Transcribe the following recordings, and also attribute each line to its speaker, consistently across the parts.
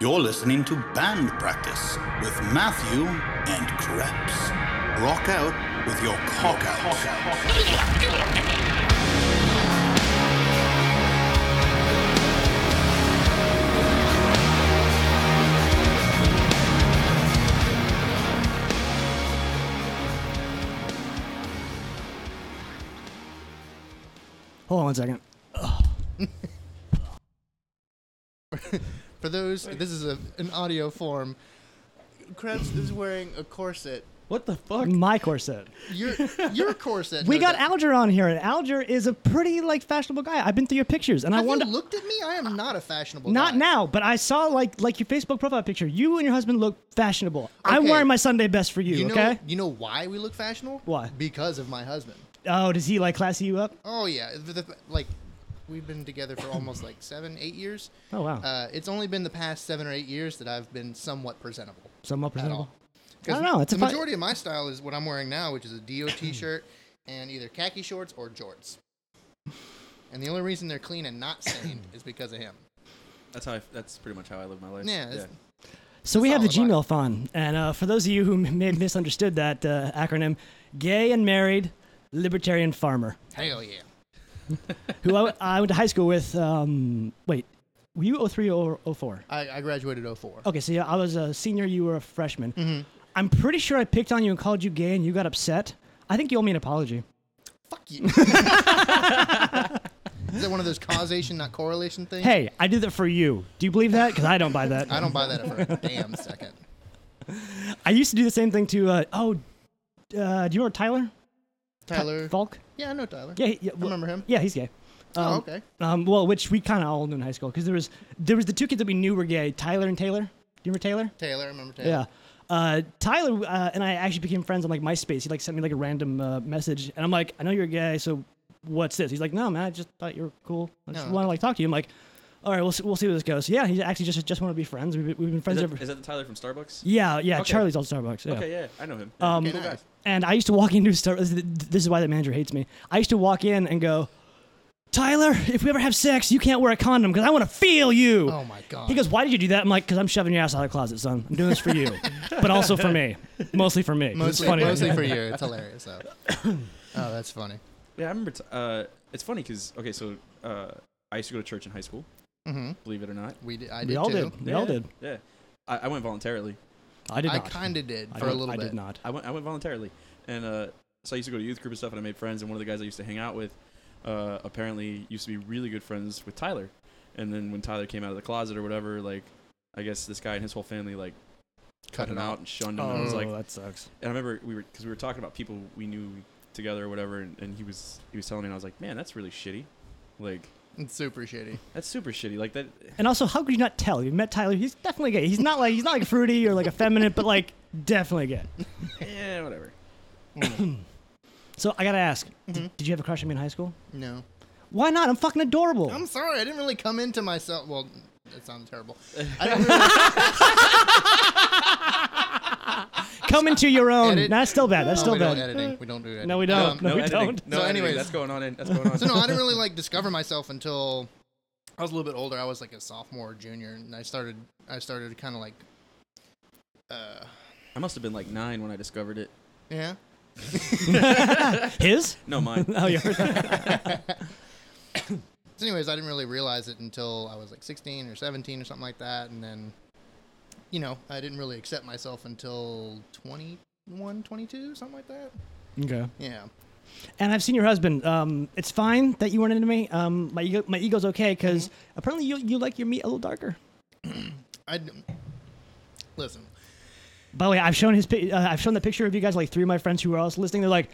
Speaker 1: You're listening to Band Practice with Matthew and Krebs. Rock out with your cock out.
Speaker 2: Hold on one second.
Speaker 3: For those, this is a, an audio form. Krebs is wearing a corset.
Speaker 4: What the fuck?
Speaker 2: My corset.
Speaker 3: Your your corset.
Speaker 2: We
Speaker 3: no
Speaker 2: got
Speaker 3: doubt.
Speaker 2: Alger on here, and Alger is a pretty like fashionable guy. I've been through your pictures, and I
Speaker 3: Have
Speaker 2: wonder
Speaker 3: you looked at me? I am not a fashionable.
Speaker 2: not
Speaker 3: guy.
Speaker 2: now, but I saw like like your Facebook profile picture. You and your husband look fashionable. I'm
Speaker 3: Okay.
Speaker 2: wearing my Sunday best for you.
Speaker 3: You know,
Speaker 2: okay.
Speaker 3: You know why we look fashionable?
Speaker 2: Why?
Speaker 3: Because of my husband.
Speaker 2: Oh, does he like classy you up?
Speaker 3: Oh yeah, the- the- like we've been together for almost like seven, eight years.
Speaker 2: Oh wow.
Speaker 3: Uh, it's only been the past seven or eight years that I've been somewhat presentable.
Speaker 2: Somewhat presentable.
Speaker 3: At all.
Speaker 2: I don't know, it's
Speaker 3: the
Speaker 2: a fi-
Speaker 3: majority of my style is what I'm wearing now, which is a DOT shirt and either khaki shorts or jorts. And the only reason they're clean and not stained is because of him.
Speaker 4: That's how. I, that's pretty much how I live my life.
Speaker 3: Yeah, it's-
Speaker 2: So we have the
Speaker 3: solid
Speaker 2: Gmail fun, and uh, for those of you who may have misunderstood that uh, acronym, gay and married, libertarian farmer,
Speaker 3: Hell yeah.
Speaker 2: who I, I went to high school with. Um, wait, were you 03 or 04?
Speaker 3: I, I graduated 04.
Speaker 2: Okay, so yeah, I was a senior, you were a freshman.
Speaker 3: Mm-hmm.
Speaker 2: I'm pretty sure I picked on you and called you gay and you got upset. I think you owe me an apology.
Speaker 3: Fuck you. is that one of those causation, not correlation things?
Speaker 2: Hey, I did that for you. Do you believe that? Because I don't buy that.
Speaker 3: I don't buy that for a damn second.
Speaker 2: I used to do the same thing to, uh, oh, uh, do you know Tyler? Ty-
Speaker 3: Tyler.
Speaker 2: Falk?
Speaker 3: Yeah, I know Tyler.
Speaker 2: Yeah, he- yeah well,
Speaker 3: remember him.
Speaker 2: Yeah, he's gay. Um,
Speaker 3: oh, okay.
Speaker 2: Um, well, which we kind of all knew in high school because there was, there was the two kids that we knew were gay, Tyler and Taylor. Do you remember Taylor?
Speaker 3: Taylor, I remember Taylor.
Speaker 2: Yeah. Uh, Tyler uh, and I actually became friends on like MySpace. He like sent me like a random uh, message, and I'm like, I know you're gay, so what's this? He's like, No, man, I just thought you were cool. I just
Speaker 3: No.
Speaker 2: want to like talk to you. I'm like, All right, we'll see, we'll see where this goes. So, yeah, he actually just just want to be friends. We've, been- we've been
Speaker 4: Is
Speaker 2: friends
Speaker 4: that,
Speaker 2: ever.
Speaker 4: is that the Tyler from Starbucks?
Speaker 2: yeah, yeah.
Speaker 4: Okay.
Speaker 2: Charlie's all Starbucks. Yeah.
Speaker 4: Okay, yeah, I know him.
Speaker 2: Um,
Speaker 3: Okay, nice.
Speaker 2: And I used to walk into Star. This is this is why the manager hates me. I used to walk in and go, Tyler, if we ever have sex, you can't wear a condom because I want to feel you.
Speaker 3: Oh my god.
Speaker 2: He goes, "Why did you do that?" I'm like, "Cause I'm shoving your ass out of the closet, son. I'm doing this for you, but also for me, mostly for me. 'cause
Speaker 3: mostly,
Speaker 2: it's funny.
Speaker 3: mostly for you. It's hilarious though. oh, that's funny.
Speaker 4: yeah, I remember. T- uh, it's funny because okay, so uh, I used to go to church in high school.
Speaker 3: Mm-hmm.
Speaker 4: Believe it or not,
Speaker 3: We did. I did
Speaker 2: We all
Speaker 3: too.
Speaker 2: did. We all
Speaker 4: Yeah,
Speaker 2: did.
Speaker 4: Yeah, I, I went voluntarily.
Speaker 2: I did
Speaker 3: I
Speaker 2: not.
Speaker 3: kind of did
Speaker 2: I
Speaker 3: for a
Speaker 2: did-
Speaker 3: little
Speaker 2: I
Speaker 3: bit.
Speaker 2: did not.
Speaker 4: I went. I went voluntarily, and uh, so I used to go to youth group and stuff, and I made friends. And one of the guys I used to hang out with, uh, apparently used to be really good friends with Tyler. And then when Tyler came out of the closet or whatever, like, I guess this guy and his whole family like cut, him out and shunned
Speaker 3: Oh.
Speaker 4: him. and I was like,
Speaker 2: that sucks.
Speaker 4: and I remember we were because we were talking about people we knew together or whatever, and, and he was he was telling me, and I was like, man, that's really shitty. Like
Speaker 3: It's super shitty.
Speaker 4: that's super shitty. Like that.
Speaker 2: And also, how could you not tell? You met Tyler. He's definitely gay. He's not like he's not like fruity or like effeminate, but like definitely gay.
Speaker 4: Yeah, eh, whatever.
Speaker 2: So I gotta ask,
Speaker 3: Mm-hmm.
Speaker 2: did, did you have a crush on me in high school?
Speaker 3: No.
Speaker 2: Why not? I'm fucking adorable.
Speaker 3: I'm sorry. I didn't really come into myself. Well, that sounds terrible. I didn't really
Speaker 2: Come into your own.
Speaker 3: Edit.
Speaker 2: That's still bad. That's
Speaker 3: No,
Speaker 2: still
Speaker 3: we don't
Speaker 2: bad.
Speaker 3: editing. We don't do editing.
Speaker 2: No, we don't. No,
Speaker 4: Um, no
Speaker 2: we
Speaker 4: editing.
Speaker 2: don't.
Speaker 4: No,
Speaker 3: So
Speaker 4: anyway,
Speaker 3: anyways.
Speaker 4: that's going on. In, that's going on.
Speaker 3: So no, I didn't really like discover myself until I was a little bit older. I was like a sophomore, or junior, and I started. I started kind of like. Uh,
Speaker 4: I must have been like nine when I discovered it.
Speaker 3: yeah.
Speaker 2: His?
Speaker 4: No, mine.
Speaker 2: Oh, yours.
Speaker 3: So, anyways, I didn't really realize it until I was like 16 or 17 or something like that, and then, you know, I didn't really accept myself until 21, 22, something like that.
Speaker 2: okay.
Speaker 3: Yeah.
Speaker 2: And I've seen your husband. Um, it's fine that you weren't into me. Um, my ego, my ego's okay because
Speaker 3: Mm-hmm.
Speaker 2: apparently you you like your meat a little darker.
Speaker 3: I listen.
Speaker 2: By the way, I've shown his pi- uh, I've shown the picture of you guys like three of my friends who were also listening. They're like,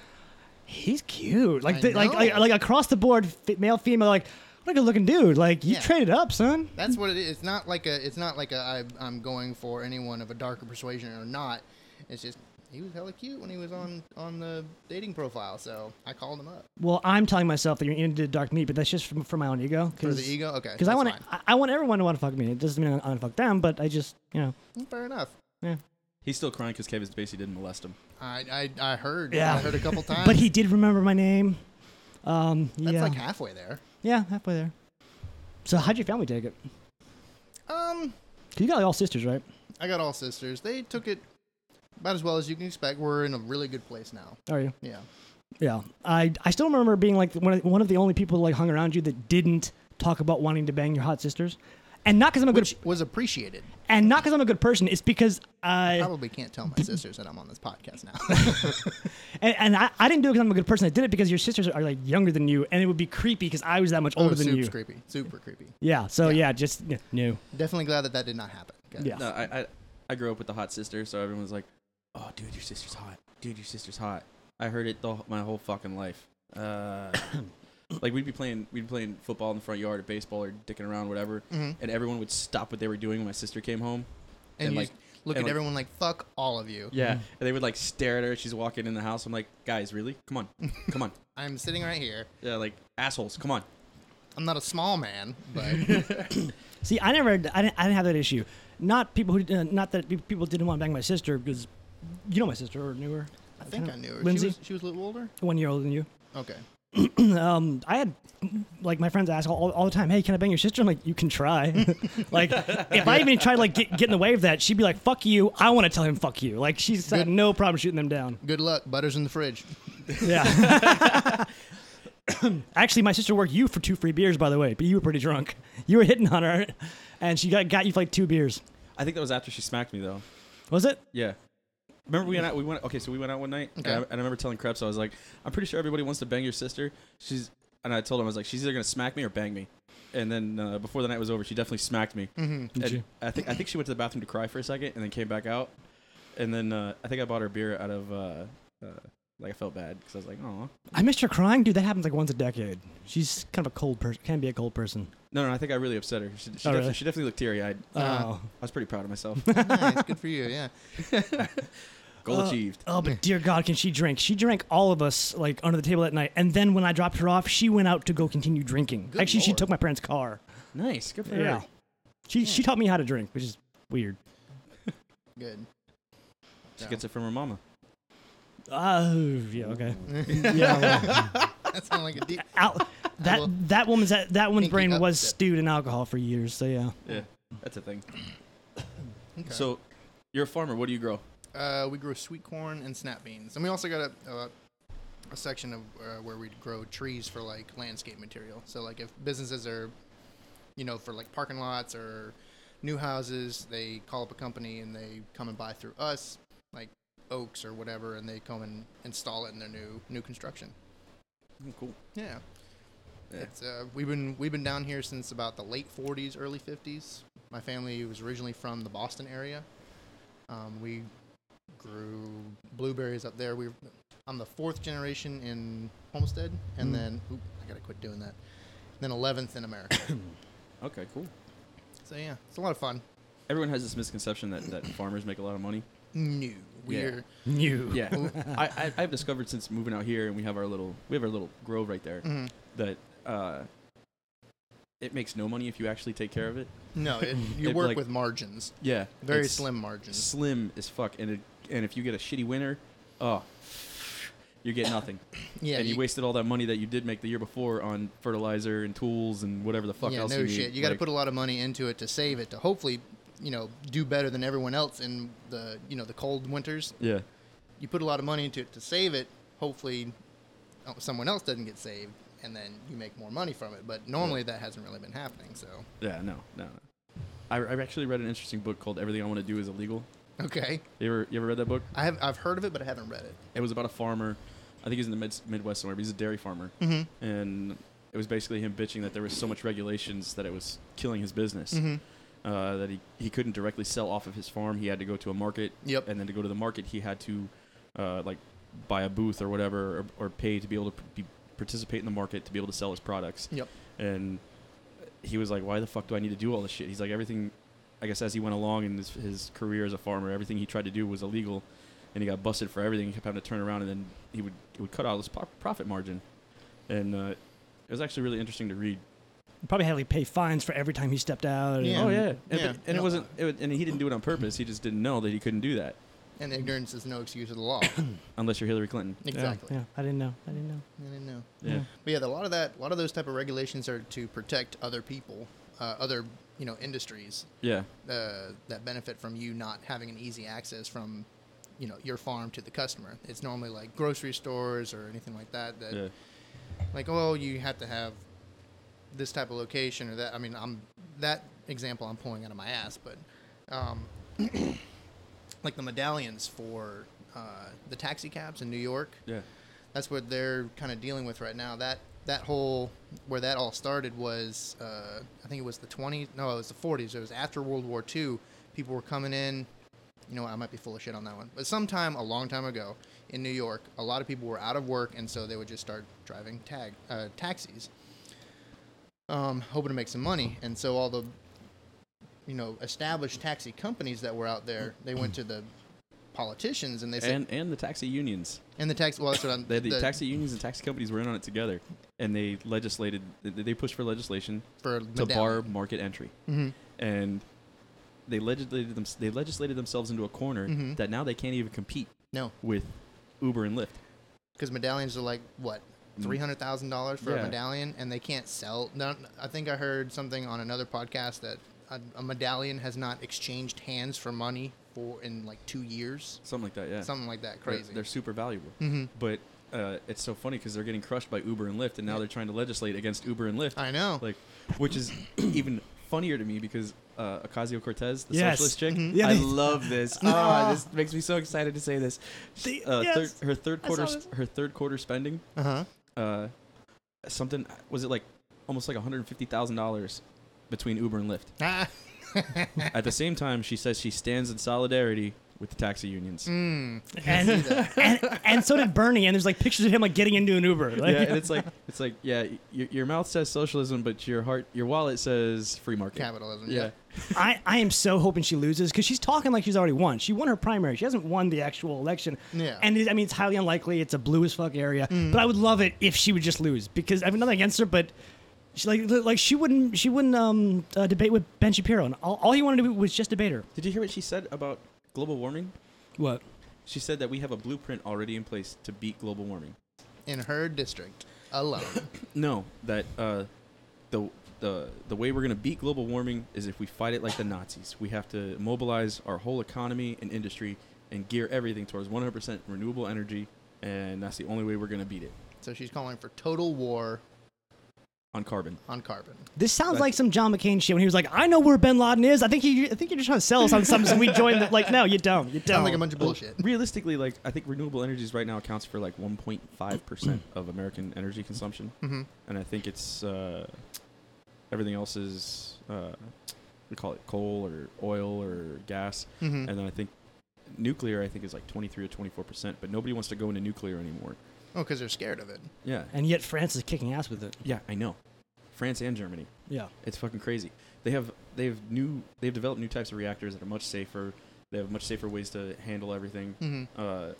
Speaker 2: he's cute. Like
Speaker 3: I
Speaker 2: they, like,
Speaker 3: know.
Speaker 2: like like across the board, f- male female. Like what a good looking dude. Like you
Speaker 3: Yeah.
Speaker 2: traded up, son.
Speaker 3: That's what it is. It's not like a. It's not like a. I, I'm going for anyone of a darker persuasion or not. It's just he was hella cute when he was on on the dating profile, so I called him up
Speaker 2: Well, I'm telling myself that you're into dark meat, but that's just for, for my own ego.
Speaker 3: for the ego. Okay,
Speaker 2: Because I
Speaker 3: that's
Speaker 2: want to, I, I want everyone to want to fuck me. It doesn't mean I want to fuck them, but I just, you know,
Speaker 3: fine. Mm, Fair enough.
Speaker 2: yeah.
Speaker 4: He's still crying because Kevin Spacey didn't molest him.
Speaker 3: I I, I heard.
Speaker 2: Yeah.
Speaker 3: I heard a couple times.
Speaker 2: But he did remember my name. Um,
Speaker 3: That's
Speaker 2: yeah,
Speaker 3: like halfway there.
Speaker 2: yeah, halfway there. So how'd your family take it?
Speaker 3: Um,
Speaker 2: You got like, all sisters, right?
Speaker 3: I got all sisters. They took it about as well as you can expect. We're in a really good place now.
Speaker 2: Are you?
Speaker 3: Yeah.
Speaker 2: Yeah. I I still remember being like one of, one of the only people that like hung around you that didn't talk about wanting to bang your hot sisters, and not because I'm a
Speaker 3: Which
Speaker 2: good
Speaker 3: was appreciated.
Speaker 2: and not because I'm a good person. It's because I
Speaker 3: Probably can't tell my sisters that I'm on this podcast now.
Speaker 2: and, and I, I didn't do it because I'm a good person. I did it because your sisters are like younger than you, and it would be creepy because I was that much older
Speaker 3: oh,
Speaker 2: than
Speaker 3: super
Speaker 2: you.
Speaker 3: creepy. Super creepy.
Speaker 2: Yeah. So yeah, just yeah, no.
Speaker 3: Definitely glad that that did not happen. guys.
Speaker 2: Yeah.
Speaker 4: No, I, I I grew up with the hot sister, so everyone was like, "Oh, dude, your sister's hot. Dude, your sister's hot." I heard it the, my whole fucking life. Uh, like we'd be playing we'd be playing football in the front yard, or baseball, or dicking around, whatever, and everyone would stop what they were doing when my sister came home,
Speaker 3: And, you
Speaker 4: like
Speaker 3: look at
Speaker 4: and like-
Speaker 3: everyone like, fuck all of you.
Speaker 4: Yeah, and they would like stare at her. She's walking in the house. I'm like, guys, really? Come on, come on.
Speaker 3: I'm sitting right here.
Speaker 4: Yeah, like assholes. Come on.
Speaker 3: I'm not a small man, but
Speaker 2: See, I never, I didn't, I didn't have that issue. Not people who, uh, not that pe- people didn't want to bang my sister because you know my sister or knew her.
Speaker 3: I think I knew her.
Speaker 2: Lindsay,
Speaker 3: She was, she was a little older?
Speaker 2: one year older than you.
Speaker 3: Okay.
Speaker 2: um, I had like my friends ask all, all the time, "Hey, can I bang your sister?" I'm like, "You can try." like, if I even tried to like get, get in the way of that, she'd be like, "Fuck you!" I want to tell him, "Fuck you!" Like, she's had
Speaker 3: Good.
Speaker 2: no problem shooting them down.
Speaker 3: Good luck. Butter's in the fridge.
Speaker 2: Yeah. Actually, my sister worked you for two free beers, by the way. But you were pretty drunk. You were hitting on her, and she got got you for like two beers.
Speaker 4: I think that was after she smacked me though.
Speaker 2: Was it?
Speaker 4: Yeah. Remember we went out. We went. Okay, so we went out one night,
Speaker 3: Okay.
Speaker 4: and, I, and I remember telling Krebs, I was like, "I'm pretty sure everybody wants to bang your sister." She's, and I told him, I was like, "She's either gonna smack me or bang me." And then uh, before the night was over, she definitely smacked me. Mm-hmm.
Speaker 2: she?
Speaker 4: I think I think she went to the bathroom to cry for a second, and then came back out. And then uh, I think I bought her beer out of uh, uh, like I felt bad because I was like, "Oh,
Speaker 2: I missed her crying, dude. That happens like once a decade. She's kind of a cold person. Can be a cold person.
Speaker 4: no, no." I think I really upset her. She, she,
Speaker 2: Oh,
Speaker 4: definitely,
Speaker 2: really?
Speaker 4: she definitely looked teary eyed.
Speaker 2: Oh.
Speaker 4: I was pretty proud of myself.
Speaker 3: nice. Good for you. Yeah.
Speaker 4: Goal achieved.
Speaker 2: Oh, but dear God, can she drink? She drank all of us like under the table that night, and then when I dropped her off, she went out to go continue drinking.
Speaker 3: Good
Speaker 2: Actually, she
Speaker 3: Lord.
Speaker 2: took my parents' car.
Speaker 4: Nice. Good for
Speaker 2: Yeah,
Speaker 4: her.
Speaker 2: she she taught me how to drink, which is weird.
Speaker 3: Good.
Speaker 4: She gets it from her mama.
Speaker 2: Oh, yeah, okay, yeah.
Speaker 3: That sounded like a deep.
Speaker 2: Al-
Speaker 3: will-
Speaker 2: that that woman's that, that woman's
Speaker 3: Pinky
Speaker 2: brain
Speaker 3: up
Speaker 2: was
Speaker 3: step.
Speaker 2: stewed in alcohol for years. So yeah,
Speaker 4: Yeah, that's a thing.
Speaker 3: Okay.
Speaker 4: So, you're a farmer. What do you grow?
Speaker 3: Uh, we grow sweet corn and snap beans, and we also got a, a, a section of uh, where we grow trees for like landscape material. So like if businesses are, you know, for like parking lots or new houses, they call up a company and they come and buy through us, like oaks or whatever, and they come and install it in their new new construction.
Speaker 4: cool.
Speaker 3: Yeah. It's, uh, we've been we've been down here since about the late 40s, early 50s. My family was originally from the Boston area. Um, we grew blueberries up there. We I'm the fourth generation in Homestead, and
Speaker 4: Hmm.
Speaker 3: then oop, I gotta quit doing that. Then 11th in America.
Speaker 4: Okay, cool.
Speaker 3: so yeah, it's a lot of fun.
Speaker 4: Everyone has this misconception that, that farmers make a lot of money.
Speaker 3: New. We're
Speaker 2: you
Speaker 4: Yeah, I, I I've discovered since moving out here and we have our little we have our little grove right there that uh, it makes no money if you actually take care of it.
Speaker 3: no, it, you
Speaker 4: It,
Speaker 3: work
Speaker 4: like-
Speaker 3: with margins,
Speaker 4: Yeah,
Speaker 3: very
Speaker 4: it's
Speaker 3: slim margins.
Speaker 4: slim as fuck. And it, and if you get a shitty winter, oh, you get nothing.
Speaker 3: Yeah,
Speaker 4: and you,
Speaker 3: you-
Speaker 4: wasted all that money that you did make the year before on fertilizer and tools and whatever the fuck
Speaker 3: yeah,
Speaker 4: else
Speaker 3: no
Speaker 4: you need.
Speaker 3: shit. You got to
Speaker 4: Like,
Speaker 3: put a lot of money into it to save it to hopefully, you know, do better than everyone else in the you know the cold winters.
Speaker 4: yeah.
Speaker 3: You put a lot of money into it to save it. Hopefully, uh, someone else doesn't get saved, and then you make more money from it. But normally that hasn't really been happening. So
Speaker 4: Yeah, no, no, no. I, I actually read an interesting book called "Everything I Want to Do Is Illegal."
Speaker 3: okay,
Speaker 4: You ever you ever read that book?
Speaker 3: I have I've heard of it, but I haven't read it.
Speaker 4: It was about a farmer. I think he's in the mid- Midwest somewhere, but he's a dairy farmer,
Speaker 3: Mm-hmm.
Speaker 4: and it was basically him bitching that there was so much regulations that it was killing his business.
Speaker 3: Mm-hmm.
Speaker 4: Uh, that he, he couldn't directly sell off of his farm. He had to go to a market.
Speaker 3: Yep.
Speaker 4: And then to go to the market, he had to uh, like buy a booth or whatever, or, or pay to be able to p- be, participate in the market to be able to sell his products.
Speaker 3: Yep.
Speaker 4: And he was like, "Why the fuck do I need to do all this shit?" He's like, "Everything." I guess as he went along in his, his career as a farmer, everything he tried to do was illegal, and he got busted for everything. He kept having to turn around, and then he would it would cut out his po- profit margin, and uh, it was actually really interesting to read.
Speaker 2: probably had to like, pay fines for every time he stepped out.
Speaker 3: Yeah.
Speaker 4: Oh yeah, and, but-
Speaker 3: Yeah.
Speaker 4: and it wasn't, it, wa- and he didn't do it on purpose. He just didn't know that he couldn't do that
Speaker 3: And ignorance is no excuse of the law.
Speaker 4: unless you're Hillary Clinton.
Speaker 3: exactly.
Speaker 2: Yeah, I didn't know. I didn't know.
Speaker 3: I didn't know.
Speaker 4: Yeah,
Speaker 3: But yeah, a lot of that, a lot of those type of regulations are to protect other people uh, other you know industries
Speaker 4: Yeah.
Speaker 3: uh, that benefit from you not having an easy access from you know your farm to the customer. It's normally like grocery stores or anything like that that
Speaker 4: Yeah.
Speaker 3: like oh you have to have this type of location or that. I mean I'm that example I'm pulling out of my ass, but um, like the medallions for uh, the taxi cabs in New York
Speaker 4: Yeah.
Speaker 3: that's what they're kind of dealing with right now. That that whole where that all started was uh, I think it was the 20s. No, it was the 40s. It was after World War II. People were coming in. You know, I might be full of shit on that one, but sometime a long time ago in New York, a lot of people were out of work, and so they would just start driving tag uh, taxis, um, hoping to make some money. And so all the you know established taxi companies that were out there, they went to the politicians and they said, and,
Speaker 4: And and the taxi unions.
Speaker 3: the tax. Well, that's what I'm,
Speaker 4: They had the, taxi unions and taxi companies were in on it together, and they legislated. th- They pushed for legislation
Speaker 3: for
Speaker 4: to bar
Speaker 3: medallion.
Speaker 4: market entry,
Speaker 3: Mm-hmm.
Speaker 4: and they legislated them. They legislated themselves into a corner
Speaker 3: Mm-hmm.
Speaker 4: that now they can't even compete
Speaker 3: No,
Speaker 4: with Uber and Lyft.
Speaker 3: because medallions are like what three hundred thousand dollars for
Speaker 4: Mm. Yeah.
Speaker 3: a medallion, and they can't sell. No, I think I heard something on another podcast that a, a medallion has not exchanged hands for money for in like two years,
Speaker 4: Something like that. Yeah.
Speaker 3: something like that.
Speaker 4: They're-
Speaker 3: Crazy. Mm-hmm.
Speaker 4: They're, super valuable. But uh, it's so funny because they're getting crushed by Uber and Lyft, and now they're trying to legislate against Uber and Lyft.
Speaker 3: I know.
Speaker 4: Like, which is even funnier to me because uh, Ocasio Cortez, the
Speaker 2: Yes. Mm-hmm.
Speaker 4: socialist chick,
Speaker 2: Yeah,
Speaker 4: I
Speaker 2: they-
Speaker 4: love this. Ah, this makes me so excited to say this.
Speaker 2: The-
Speaker 4: Uh, thir-
Speaker 2: yes.
Speaker 4: her third
Speaker 2: I
Speaker 4: quarter,
Speaker 2: saw
Speaker 4: s- her third quarter spending,
Speaker 3: uh huh.
Speaker 4: uh, something was it like almost like one hundred fifty thousand dollars between Uber and Lyft.
Speaker 3: Ah,
Speaker 4: At the same time, she says she stands in solidarity with the taxi unions.
Speaker 2: and, and and so did Bernie. And there's like pictures of him like getting into an Uber. Like,
Speaker 4: yeah, and it's like it's like yeah, y- your, your mouth says socialism, but your heart, your wallet says free market
Speaker 3: Capitalism,
Speaker 4: Yeah,
Speaker 2: I, I am so hoping she loses because she's talking like she's already won. She won her primary. She hasn't won the actual election.
Speaker 3: Yeah.
Speaker 2: And it, I mean, it's highly unlikely. It's a blue as fuck area.
Speaker 4: Mm-hmm.
Speaker 2: But I would love it if she would just lose because I have nothing against her, but she like like she wouldn't she wouldn't um uh, debate with Ben Shapiro. And all, all he wanted to do was just debate her.
Speaker 4: Did you hear what she said about global warming?
Speaker 2: What?
Speaker 4: She said that we have a blueprint already in place to beat global warming.
Speaker 3: in her district alone.
Speaker 4: No, that uh, the the the way we're gonna beat global warming is if we fight it like the Nazis. We have to mobilize our whole economy and industry and gear everything towards 100% renewable energy, and that's the only way we're gonna beat it
Speaker 3: so she's calling for total war
Speaker 4: on carbon.
Speaker 3: on carbon.
Speaker 2: This sounds
Speaker 4: That's-
Speaker 2: like some John McCain shit when he was like, "I know where Bin Laden is. I think he, I think you're just trying to sell us on something. So we joined. The, like, no, you don't. You don't.
Speaker 3: Sounds like a bunch of bullshit.
Speaker 4: realistically, like I think renewable energies right now accounts for like 1.5 percent of American energy consumption,
Speaker 3: hmm
Speaker 4: and I think it's uh, everything else is uh, we call it coal or oil or gas,
Speaker 3: Mhm.
Speaker 4: and then I think nuclear I think is like 23 or 24 percent, but nobody wants to go into nuclear anymore.
Speaker 3: Oh, because they're scared of it.
Speaker 4: Yeah,
Speaker 2: and yet France is kicking ass with it.
Speaker 4: yeah, I know. France and Germany,
Speaker 2: Yeah.
Speaker 4: it's fucking crazy. They have they've new they've developed new types of reactors that are much safer. They have much safer ways to handle everything.
Speaker 3: hmm
Speaker 4: Uh,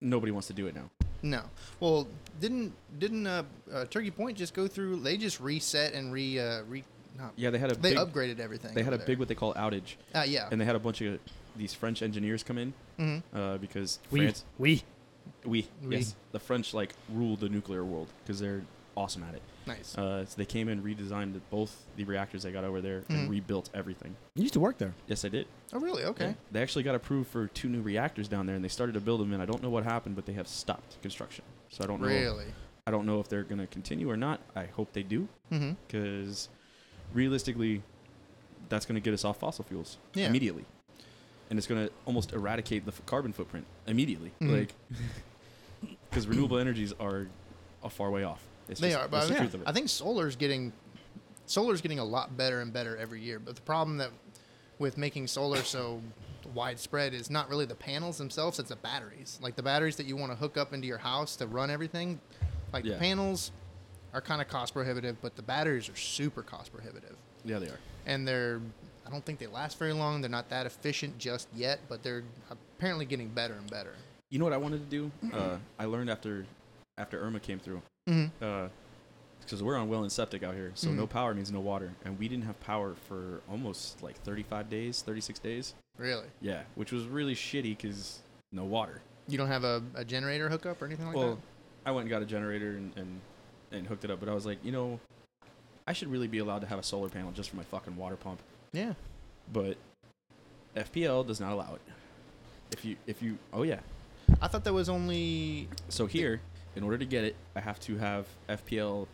Speaker 4: nobody wants to do it now.
Speaker 3: No. Well, didn't didn't uh, uh, Turkey Point just go through? They just reset and re uh, re. Not,
Speaker 4: Yeah, they had a
Speaker 3: They
Speaker 4: big,
Speaker 3: upgraded everything.
Speaker 4: they had a
Speaker 3: over
Speaker 4: big
Speaker 3: there.
Speaker 4: what they call outage,
Speaker 3: Uh, yeah.
Speaker 4: and they had a bunch of these French engineers come in
Speaker 3: Mhm.
Speaker 4: uh, because
Speaker 2: We
Speaker 4: France,
Speaker 2: we
Speaker 4: we,
Speaker 3: Oui.
Speaker 4: yes, the French like rule the nuclear world because they're awesome at it.
Speaker 3: Nice.
Speaker 4: Uh, so they came in, redesigned the- both the reactors they got over there, and
Speaker 3: Mm-hmm.
Speaker 4: rebuilt everything.
Speaker 2: you used to work there.
Speaker 4: Yes, I did.
Speaker 3: oh, really? Okay.
Speaker 4: They actually got approved for two new reactors down there, and they started to build them. And I don't know what happened, but they have stopped construction. So I don't know.
Speaker 3: Really?
Speaker 4: I don't know if they're going to continue or not. I hope they do
Speaker 3: Mm-hmm.
Speaker 4: because realistically, that's going to get us off fossil fuels
Speaker 3: Yeah.
Speaker 4: immediately, and it's going to almost eradicate the f- carbon footprint immediately.
Speaker 3: Mhm.
Speaker 4: Like, because renewable energies are a far way off. It's
Speaker 3: They
Speaker 4: just-
Speaker 3: are, but I,
Speaker 4: that's the
Speaker 3: think-
Speaker 4: truth of it.
Speaker 3: I think solar's getting solar's getting a lot better and better every year. But the problem that with making solar so widespread is not really the panels themselves; it's the batteries. Like the batteries that you want to hook up into your house to run everything. Like
Speaker 4: Yeah.
Speaker 3: the panels are kind of cost prohibitive, but the batteries are super cost prohibitive.
Speaker 4: yeah, they are.
Speaker 3: and they're I don't think they last very long. They're not that efficient just yet, but they're apparently getting better and better.
Speaker 4: You know what I wanted to do? Uh, I learned after after Irma came through. Because uh, we're on well and septic out here, so no power means no water, and we didn't have power for almost like 35 days, 36 days.
Speaker 3: Really?
Speaker 4: Yeah, which was really shitty because no water.
Speaker 3: You don't have a, a generator hookup or anything like
Speaker 4: well, I went and got a generator and, and and hooked it up, but I was like, you know, I should really be allowed to have a solar panel just for my fucking water pump.
Speaker 3: Yeah.
Speaker 4: But FPL does not allow it. If you if you oh yeah.
Speaker 3: I thought that was only
Speaker 4: So here, in order to get it, I have to have FPL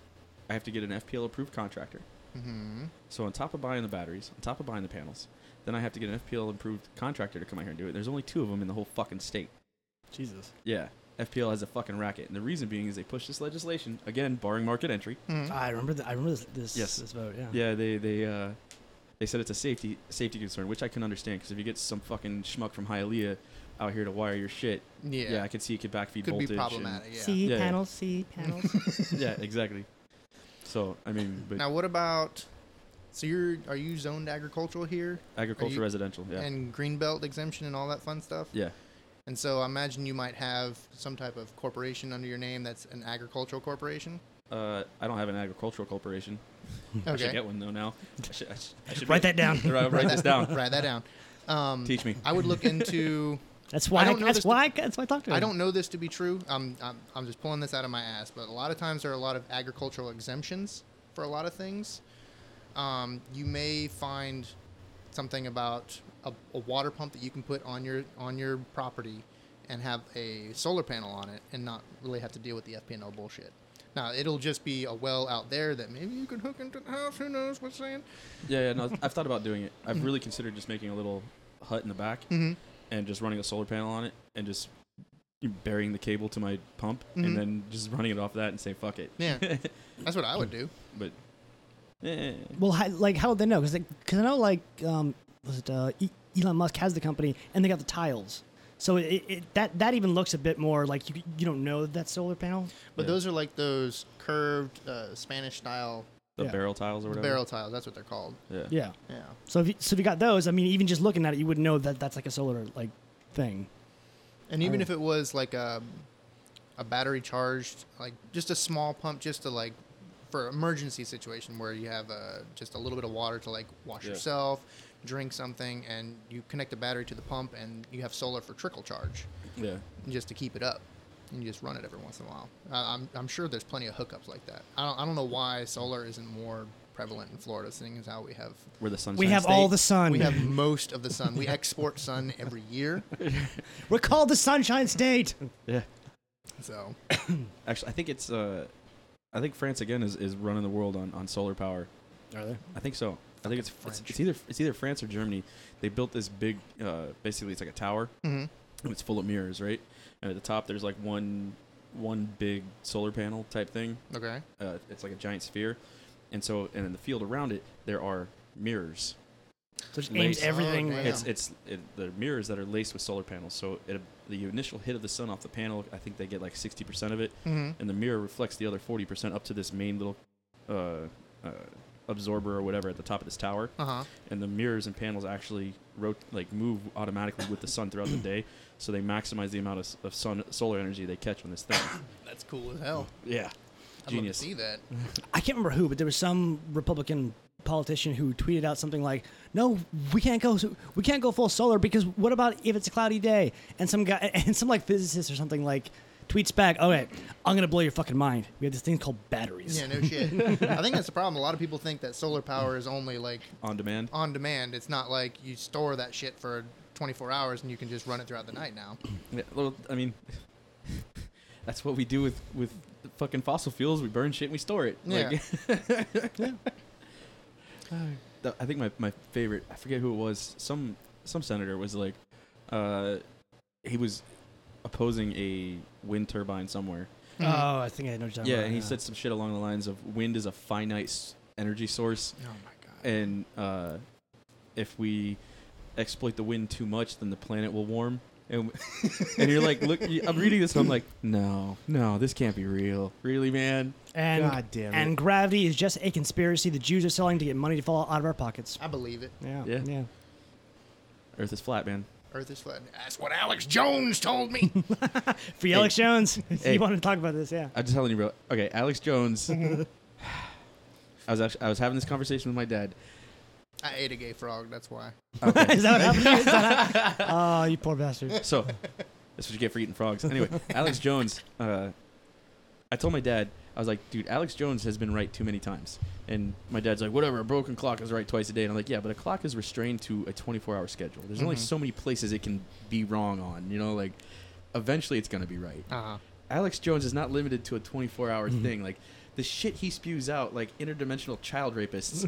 Speaker 4: I have to get an FPL approved contractor.
Speaker 3: mhm.
Speaker 4: So on top of buying the batteries, on top of buying the panels, then I have to get an FPL approved contractor to come out here and do it. There's only two of them in the whole fucking state.
Speaker 5: Jesus.
Speaker 4: Yeah. FPL has a fucking racket, and the reason being is they pushed this legislation again, barring market entry.
Speaker 3: Uh,
Speaker 2: I remember. The, I remember this. This,
Speaker 4: Hmm? Yes.
Speaker 2: this vote. Yeah.
Speaker 4: Yeah, they they uh, they said it's a safety safety concern, which I can understand because if you get some fucking schmuck from Hialeah out here to wire your shit,
Speaker 3: Yeah.
Speaker 4: yeah, I could see it could backfeed
Speaker 3: could be
Speaker 4: voltage. and-
Speaker 3: problematic. Yeah.
Speaker 6: See
Speaker 4: Yeah, yeah.
Speaker 6: panels, see panels.
Speaker 4: yeah, exactly. So I mean, but
Speaker 3: Now, what about? So you're are you zoned agricultural here
Speaker 4: agriculture,
Speaker 3: you-
Speaker 4: residential, yeah,
Speaker 3: and greenbelt exemption and all that fun stuff?
Speaker 4: yeah,
Speaker 3: And so I imagine you might have some type of corporation under your name that's an agricultural corporation.
Speaker 4: Uh, I don't have an agricultural corporation. I should
Speaker 3: Okay.
Speaker 4: get one though. Now I should, I should, I should
Speaker 2: Write
Speaker 4: be-
Speaker 2: that down.
Speaker 4: Write, write this down.
Speaker 3: Write that down. Um,
Speaker 4: Teach me.
Speaker 3: I would look into.
Speaker 2: That's why.
Speaker 3: I
Speaker 2: I
Speaker 3: don't know
Speaker 2: that's
Speaker 3: this to-
Speaker 2: why. I, that's why I talked to him.
Speaker 3: I don't know this to be true. I'm, I'm I'm just pulling this out of my ass, but a lot of times there are a lot of agricultural exemptions for a lot of things. Um, you may find something about a, a water pump that you can put on your on your property and have a solar panel on it and not really have to deal with the FPNO bullshit. Now it'll just be a well out there that maybe you can hook into the house. Who knows what's saying?
Speaker 4: Yeah, yeah. No, I've thought about doing it. I've really considered just making a little hut in the back
Speaker 3: Mm-hmm.
Speaker 4: and just running a solar panel on it and just burying the cable to my pump
Speaker 3: Mm-hmm.
Speaker 4: and then just running it off that and say fuck it.
Speaker 3: Yeah, that's what I would do.
Speaker 4: But eh,
Speaker 2: Well, how, like how would they know? Because I know like um, was it uh, E- Elon Musk has the company and they got the tiles. So it, it, that that even looks a bit more like you you don't know that solar panel.
Speaker 3: But
Speaker 4: Yeah.
Speaker 3: those are like those curved uh, Spanish style
Speaker 4: the
Speaker 2: Yeah.
Speaker 4: barrel tiles or whatever.
Speaker 3: barrel tiles. That's what they're called.
Speaker 4: Yeah.
Speaker 2: Yeah.
Speaker 3: Yeah.
Speaker 2: So if you, so if you got those, I mean, even just looking at it, you would know that that's like a solar like thing.
Speaker 3: And even
Speaker 2: Oh.
Speaker 3: if it was like a, a battery charged, like just a small pump, just to like for emergency situation where you have uh, just a little bit of water to like wash
Speaker 4: Yeah.
Speaker 3: yourself, drink something, and you connect the battery to the pump, and you have solar for trickle charge,
Speaker 4: Yeah.
Speaker 3: just to keep it up. And you just run it every once in a while. I I'm, I'm sure there's plenty of hookups like that. I don't, I don't know why solar isn't more prevalent in Florida, seeing as how we have
Speaker 4: Where the sun.
Speaker 2: We have all the sun.
Speaker 3: we have most of the sun. We export sun every year,
Speaker 2: We're called the Sunshine State.
Speaker 4: Yeah.
Speaker 3: so
Speaker 4: Actually, I think it's uh, I think France again is, is running the world on, on solar power.
Speaker 2: Are they?
Speaker 4: I think so. I think it's, it's
Speaker 3: French.
Speaker 4: it's either it's either France or Germany. They built this big, uh, basically it's like a tower,
Speaker 3: Mhm.
Speaker 4: and it's full of mirrors, right? And at the top there's like one one big solar panel type thing.
Speaker 3: okay.
Speaker 4: Uh, it's like a giant sphere, and so and in the field around it there are mirrors.
Speaker 2: So just
Speaker 4: Nice.
Speaker 2: aims everything.
Speaker 3: Oh,
Speaker 2: like-
Speaker 3: damn.
Speaker 4: It's it's it, the mirrors that are laced with solar panels. So it, the initial hit of the sun off the panel, I think they get like sixty percent of it,
Speaker 3: Mhm.
Speaker 4: and the mirror reflects the other forty percent up to this main little uh, uh, absorber or whatever at the top of this tower.
Speaker 3: Uh huh.
Speaker 4: And the mirrors and panels actually rot- like move automatically with the sun throughout the day, so they maximize the amount of, s- of sun solar energy they catch on this thing.
Speaker 3: That's cool as hell.
Speaker 4: yeah,
Speaker 3: I'd
Speaker 4: genius.
Speaker 3: love to see that.
Speaker 2: I can't remember who, but there was some Republican politician who tweeted out something like, "No, we can't go. We can't go full solar because what about if it's a cloudy day?" And some guy, and some like physicist or something like, tweets back, "Okay, I'm gonna blow your fucking mind. We have this thing called batteries."
Speaker 3: Yeah, no shit. I think that's the problem. A lot of people think that solar power is only like
Speaker 4: On demand.
Speaker 3: on demand. It's not like you store that shit for 24 hours and you can just run it throughout the night now.
Speaker 4: Yeah, well, I mean, that's what we do with with fucking fossil fuels. We burn shit and we store it. Like, th- I think my, my favorite, I forget who it was, some some senator was like, uh, he was opposing a wind turbine somewhere.
Speaker 2: Oh, I think I know. What you're talking
Speaker 4: Mm-hmm. Yeah,
Speaker 2: about,
Speaker 4: and he said some shit along the lines of wind is a finite s- energy source,
Speaker 3: Oh my god.
Speaker 4: and uh, if we exploit the wind too much, then the planet will warm. And, w- and you're like, look, y- I'm reading this, and I'm like, no, no, this can't be real. Really, man?
Speaker 2: and
Speaker 5: God damn it.
Speaker 2: and gravity is just a conspiracy the Jews are selling to get money to fall out of our pockets.
Speaker 3: I believe it.
Speaker 2: Yeah,
Speaker 4: Yeah.
Speaker 2: yeah.
Speaker 4: Earth is flat, man.
Speaker 3: Earth is flat. That's what Alex Jones told me.
Speaker 2: For you, Alex Jones,
Speaker 4: Hey.
Speaker 2: you want to talk about this? Yeah.
Speaker 4: I'm just telling you, bro. Okay, Alex Jones. I was actually, I was having this conversation with my dad.
Speaker 3: I ate a gay frog. That's why.
Speaker 2: is that what happened? Is that how- oh, you poor bastard.
Speaker 4: So, that's what you get for eating frogs. Anyway, Alex Jones. Uh, I I told my dad, I was like, dude, Alex Jones has been right too many times. And my dad's like, whatever, a broken clock is right twice a day. And I'm like, yeah, but a clock is restrained to a 24 hour schedule. There's only
Speaker 3: Mhm.
Speaker 4: so many places it can be wrong on, you know, like eventually it's going to be right.
Speaker 3: Uh-huh.
Speaker 4: Alex Jones is not limited to a 24 hour
Speaker 2: Mhm.
Speaker 4: thing. Like, the shit he spews out, like interdimensional child rapists,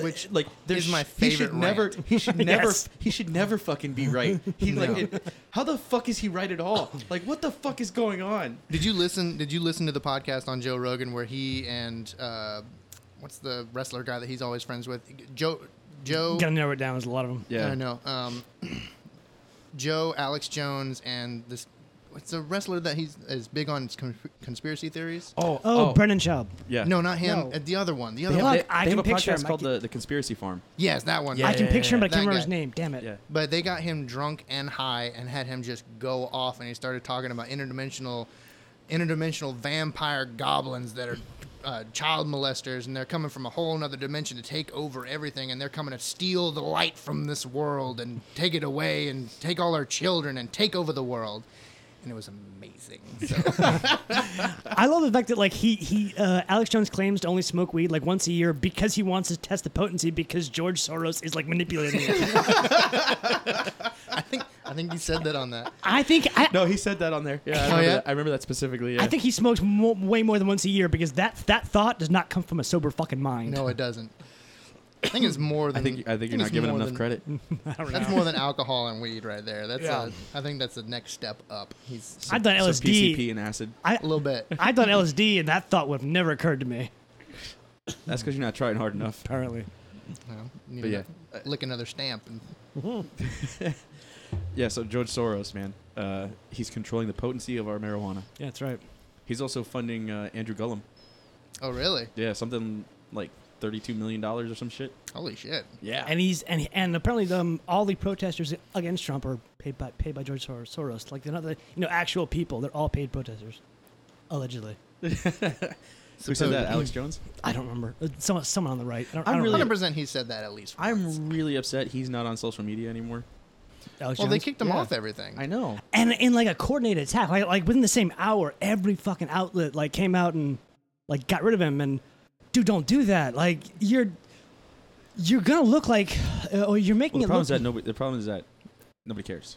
Speaker 3: Which
Speaker 4: like there's
Speaker 3: is my
Speaker 4: He should
Speaker 3: favorite
Speaker 4: never.
Speaker 3: rant.
Speaker 4: He should never.
Speaker 2: Yes.
Speaker 4: He should never fucking be right. He like, it, how the fuck is he right at all? Like, what the fuck is going on?
Speaker 3: Did you listen? Did you listen to the podcast on Joe Rogan where he and uh, what's the wrestler guy that he's always friends with? Joe. Joe.
Speaker 2: Gotta narrow it down. There's a lot of them.
Speaker 3: I know. Um, Joe, Alex Jones, and this. What's the wrestler that he's is big on cons- conspiracy theories?
Speaker 4: Oh,
Speaker 2: Oh, Brendan Schaub.
Speaker 4: Yeah.
Speaker 3: No, not him.
Speaker 2: No.
Speaker 3: Uh, the other one. The
Speaker 4: They
Speaker 3: other
Speaker 4: have,
Speaker 3: one.
Speaker 4: they,
Speaker 2: Fuck, I
Speaker 4: they have
Speaker 2: can
Speaker 4: a
Speaker 2: picture him.
Speaker 4: podcast
Speaker 2: I
Speaker 4: called
Speaker 2: can-
Speaker 4: the, the Conspiracy Farm.
Speaker 3: Yes, that one.
Speaker 4: Yeah.
Speaker 2: I can picture him, but I can't
Speaker 3: That
Speaker 2: remember
Speaker 3: guy.
Speaker 2: his name. Damn it.
Speaker 4: Yeah.
Speaker 3: But they got him drunk and high and had him just go off, and he started talking about interdimensional, interdimensional vampire goblins that are uh, child molesters, and they're coming from a whole another dimension to take over everything, and they're coming to steal the light from this world and take it away and take all our children and take over the world, and it was amazing. So,
Speaker 2: I love the fact that like he he uh, Alex Jones claims to only smoke weed like once a year because he wants to test the potency because George Soros is like manipulating it.
Speaker 3: I think I think he said that on that.
Speaker 2: I think I,
Speaker 4: No, he said that on there. Yeah, I
Speaker 3: Oh,
Speaker 4: remember,
Speaker 3: yeah?
Speaker 4: That. I remember that specifically. Yeah.
Speaker 2: I think he smokes mo- way more than once a year because that that thought does not come from a sober fucking mind.
Speaker 3: No, it doesn't. I think it's more
Speaker 4: I
Speaker 3: than.
Speaker 4: think I think you're not
Speaker 3: it's
Speaker 4: giving him
Speaker 3: more
Speaker 4: enough
Speaker 3: than-
Speaker 4: credit.
Speaker 3: That's more than alcohol and weed right there. That's
Speaker 2: Yeah.
Speaker 3: a, I think that's the next step up. He's
Speaker 2: I thought
Speaker 4: So PCP
Speaker 2: LSD.
Speaker 4: and acid.
Speaker 2: I
Speaker 3: a little bit.
Speaker 2: I thought LSD, and that thought would have never occurred to me.
Speaker 4: That's because you're not trying hard enough.
Speaker 2: Apparently,
Speaker 3: You know, need
Speaker 4: But
Speaker 3: to
Speaker 4: yeah.
Speaker 3: lick another stamp. And
Speaker 4: Yeah. So George Soros, man, uh, he's controlling the potency of our marijuana.
Speaker 2: yeah, that's right.
Speaker 4: He's also funding uh, Andrew Gullum.
Speaker 3: oh, really?
Speaker 4: Yeah, something like thirty-two million dollars or some shit.
Speaker 3: Holy shit!
Speaker 4: Yeah.
Speaker 2: And he's and and apparently them all the protesters against Trump are paid by paid by George Sor- Soros. Like they're not the you know actual people. They're all paid protesters, allegedly.
Speaker 4: Who said that? Alex Jones.
Speaker 2: I don't remember. Uh, Someone someone on the right. I don't, I
Speaker 4: I'm
Speaker 2: don't
Speaker 4: really-
Speaker 3: Hundred
Speaker 2: remember.
Speaker 3: percent, he said that at least. once.
Speaker 4: I'm really upset he's not on social media anymore.
Speaker 2: Alex
Speaker 3: Well, they
Speaker 2: Jones?
Speaker 3: kicked him
Speaker 4: Yeah.
Speaker 3: off everything.
Speaker 4: know.
Speaker 2: and in like a coordinated attack, like, like within the same hour, every fucking outlet like came out and like got rid of him. And dude, don't do that. Like you're you're gonna look like uh, or you're making
Speaker 4: Well,
Speaker 2: it
Speaker 4: the problem
Speaker 2: look.
Speaker 4: is that nobody. The problem is that nobody cares.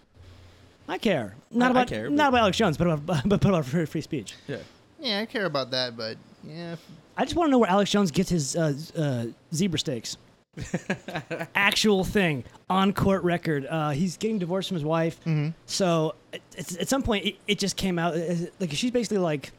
Speaker 2: I care
Speaker 4: I
Speaker 2: not about
Speaker 4: care, but-
Speaker 2: not about Alex Jones, but about but about free, free speech.
Speaker 4: Yeah.
Speaker 3: Yeah, I care about that, but yeah,
Speaker 2: I just want to know where Alex Jones gets his uh, uh, zebra steaks. Actual thing on court record. Uh, he's getting divorced from his wife.
Speaker 3: Mm-hmm.
Speaker 2: So it, it's, at some point, it, it just came out. uh, Like she's basically like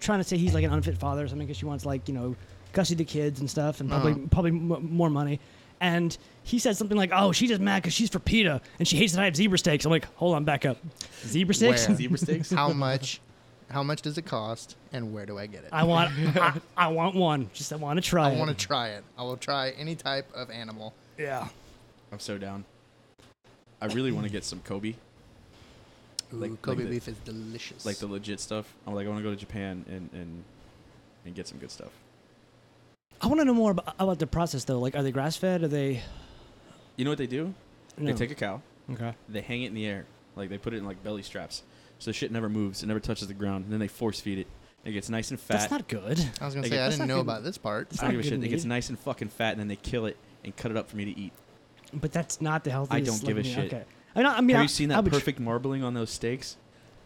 Speaker 2: trying to say he's like an unfit father or something because she wants like you know custody of the kids and stuff and
Speaker 3: Uh-huh.
Speaker 2: probably probably m- more money. And he said something like, "Oh, she's just mad because she's for PETA and she hates that I have zebra steaks." I'm like, "Hold on, back up. Zebra steaks?
Speaker 3: Where?
Speaker 4: Zebra steaks.
Speaker 3: how much? How much does it cost? And where do I get it?
Speaker 2: I want I, I want one. Just I want to try.
Speaker 3: I want to
Speaker 2: it.
Speaker 3: try it. I will try any type of animal.
Speaker 2: yeah.
Speaker 4: I'm so down. I really want to get some Kobe,
Speaker 3: Ooh,
Speaker 4: Like-
Speaker 3: Kobe
Speaker 4: like the-
Speaker 3: beef is delicious.
Speaker 4: like the legit stuff. I'm like, I want to go to Japan and and and get some good stuff.
Speaker 2: I want to know more about, about the process though. Like, are they grass fed? Are they?
Speaker 4: You know what they do?
Speaker 2: No.
Speaker 4: They take a cow,
Speaker 2: okay.
Speaker 4: they hang it in the air, like they put it in like belly straps, so the shit never moves, it never touches the ground, and then they force feed it. It gets nice and fat.
Speaker 2: That's not good.
Speaker 3: I was gonna
Speaker 4: Like,
Speaker 3: say I
Speaker 4: that's
Speaker 2: not
Speaker 3: didn't know
Speaker 2: good.
Speaker 3: about this part.
Speaker 4: I don't
Speaker 2: not
Speaker 4: give a
Speaker 2: good
Speaker 4: shit. It gets
Speaker 2: meat.
Speaker 4: nice and fucking fat, and then they kill it and cut it up for me to eat.
Speaker 2: But that's not the healthiest.
Speaker 4: I don't give a
Speaker 2: looking-
Speaker 4: shit.
Speaker 2: Okay. I mean, I I mean,
Speaker 4: Have
Speaker 2: I,
Speaker 4: you seen
Speaker 2: I
Speaker 4: that
Speaker 2: would tr-
Speaker 4: perfect marbling on those steaks?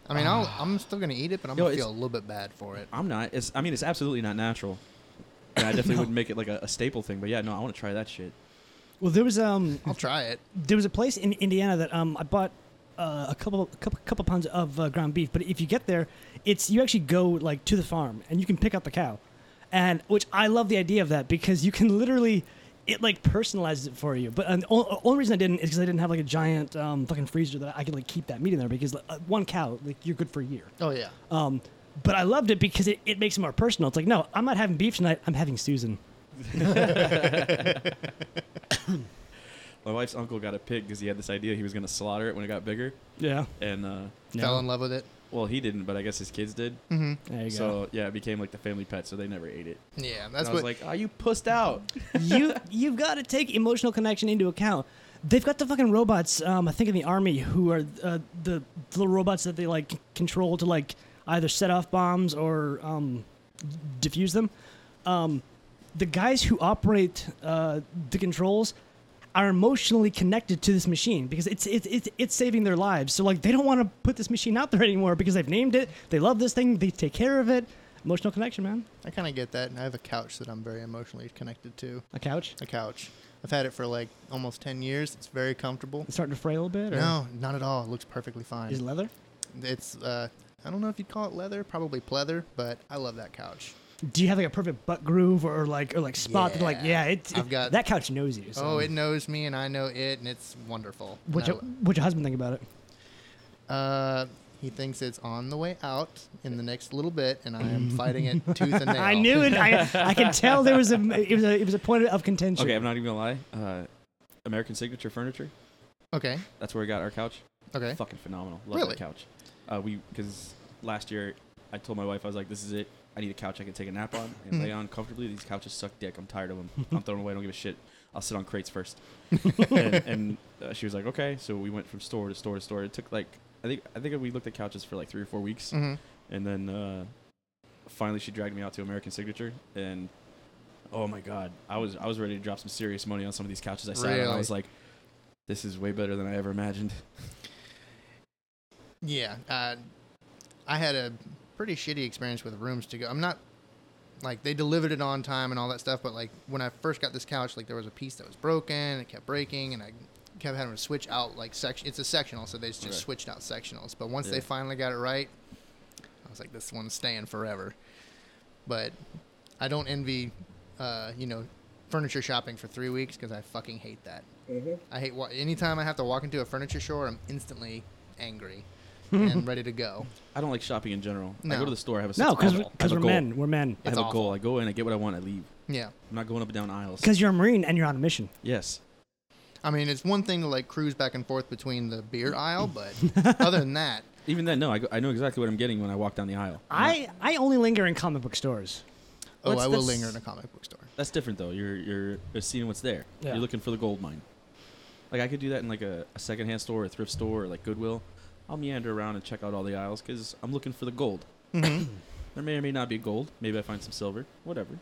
Speaker 3: I mean, I'll, I'm still gonna eat it, but I'm
Speaker 4: Ah. Yo,
Speaker 3: gonna
Speaker 4: it's-
Speaker 3: feel a little bit bad for it.
Speaker 4: I'm not. It's. I mean, it's absolutely not natural. And I definitely wouldn't make it like a, a staple thing. But yeah, no, I want to try that shit.
Speaker 2: well, there was um,
Speaker 3: I'll try it.
Speaker 2: there was a place in Indiana that um, I bought uh, a couple, a couple, couple pounds of uh, ground beef. But if you get there, it's you actually go like to the farm and you can pick up the cow, and which I love the idea of that because you can literally. It like personalizes it for you, but um, the o- only reason I didn't is because I didn't have like a giant um, fucking freezer that I could like keep that meat in there because like, uh, one cow like you're good for a year.
Speaker 3: Oh yeah.
Speaker 2: Um, but I loved it because it, it makes it more personal. It's like, no, I'm not having beef tonight. I'm having Susan.
Speaker 4: My wife's uncle got a pig because he had this idea he was gonna slaughter it when it got bigger,
Speaker 2: Yeah.
Speaker 4: and uh,
Speaker 3: Fell in love with it.
Speaker 4: well, he didn't, but I guess his kids did.
Speaker 2: There you go.
Speaker 4: So yeah, it became like the family pet, so they never ate it.
Speaker 3: Yeah,
Speaker 4: And
Speaker 3: that's
Speaker 4: I was
Speaker 3: what.
Speaker 4: like, "Are you pussed out?"
Speaker 2: you you've got to take emotional connection into account. They've got the fucking robots. Um, I think in the army who are uh, the the little robots that they like control to like either set off bombs or um, diffuse them. Um, the guys who operate uh, the controls are emotionally connected to this machine because it's it's it's, it's saving their lives. So like they don't want to put this machine out there anymore because they've named it. They love this thing. They take care of it. Emotional connection, man.
Speaker 3: I kind of get that, and I have a couch that I'm very emotionally connected to.
Speaker 2: A couch.
Speaker 3: A couch. I've had it for like almost ten years. It's very comfortable.
Speaker 2: It's starting to fray a little bit. Or
Speaker 3: No, not at all. It looks perfectly fine.
Speaker 2: Is it leather?
Speaker 3: It's uh, I don't know if you'd call it leather, probably pleather, but I love that couch.
Speaker 2: Do you have like a perfect butt groove or like or like spot? That, like yeah,
Speaker 3: Yeah.
Speaker 2: it's
Speaker 3: I've got-
Speaker 2: that couch knows you. So.
Speaker 3: Oh, it knows me, and I know it, and it's wonderful. And
Speaker 2: What's
Speaker 3: I
Speaker 2: your, what's your husband think about it?
Speaker 3: Uh, he thinks it's on the way out in the next little bit, and I am fighting it tooth and nail.
Speaker 2: I knew it. I, I can tell there was a it was a it was a point of contention.
Speaker 4: Okay, I'm not even gonna lie. Uh, American Signature Furniture.
Speaker 3: Okay.
Speaker 4: That's where we got our couch.
Speaker 3: Okay.
Speaker 4: Fucking phenomenal. Love
Speaker 3: Really?
Speaker 4: that couch. Uh, we because last year I told my wife I was like, this is it. I need a couch I can take a nap on and
Speaker 3: Hmm.
Speaker 4: lay on comfortably. These couches suck dick. I'm tired of them. I'm throwing them away. I don't give a shit. I'll sit on crates first. and and uh, she was like, okay. So we went from store to store to store. It took like I think I think we looked at couches for like three or four weeks,
Speaker 3: hmm
Speaker 4: and then uh, finally she dragged me out to American Signature and. Oh my god, I was I was ready to drop some serious money on some of these couches I sat on. I
Speaker 3: Really?
Speaker 4: was like, this is way better than I ever imagined.
Speaker 3: Yeah. Uh, I had a pretty shitty experience with rooms to go. I'm not like they delivered it on time and all that stuff, but like when I first got this couch, like there was a piece that was broken, it kept breaking, and I kept having to switch out like section. It's a sectional, so they just
Speaker 4: Okay.
Speaker 3: switched out sectionals. But once they
Speaker 4: Yeah.
Speaker 3: finally got it right, I was like, this one's staying forever. But I don't envy, uh, you know, furniture shopping for three weeks because I fucking hate that. I hate wa- anytime I have to walk into a furniture store, I'm instantly angry
Speaker 4: Mm-hmm.
Speaker 3: and ready to go.
Speaker 4: I don't like shopping in general. I
Speaker 3: No.
Speaker 4: go to the store. I have a
Speaker 2: No,
Speaker 4: because
Speaker 2: because we're men. We're men.
Speaker 4: I have
Speaker 3: It's
Speaker 4: a goal. I go in, I get what I want, I leave.
Speaker 3: Yeah.
Speaker 4: I'm not going up and down aisles.
Speaker 2: Because you're a marine and you're on a mission.
Speaker 4: Yes,
Speaker 3: I mean, it's one thing to like cruise back and forth between the beer aisle, but other than that,
Speaker 4: even then, no, I, go, I know exactly what I'm getting when I walk down the aisle.
Speaker 2: I I only linger in comic book stores.
Speaker 3: oh,
Speaker 4: What's
Speaker 3: I will
Speaker 4: this-
Speaker 3: linger in a comic book store.
Speaker 4: That's different though. You're you're seeing what's there.
Speaker 2: Yeah.
Speaker 4: You're looking for the gold mine. Like I could do that in like a, a secondhand store, or a thrift store, or like Goodwill. I'll meander around and check out all the aisles because I'm looking for the gold.
Speaker 3: Mm-hmm.
Speaker 4: there may or may not be gold. Maybe I find some silver. Whatever.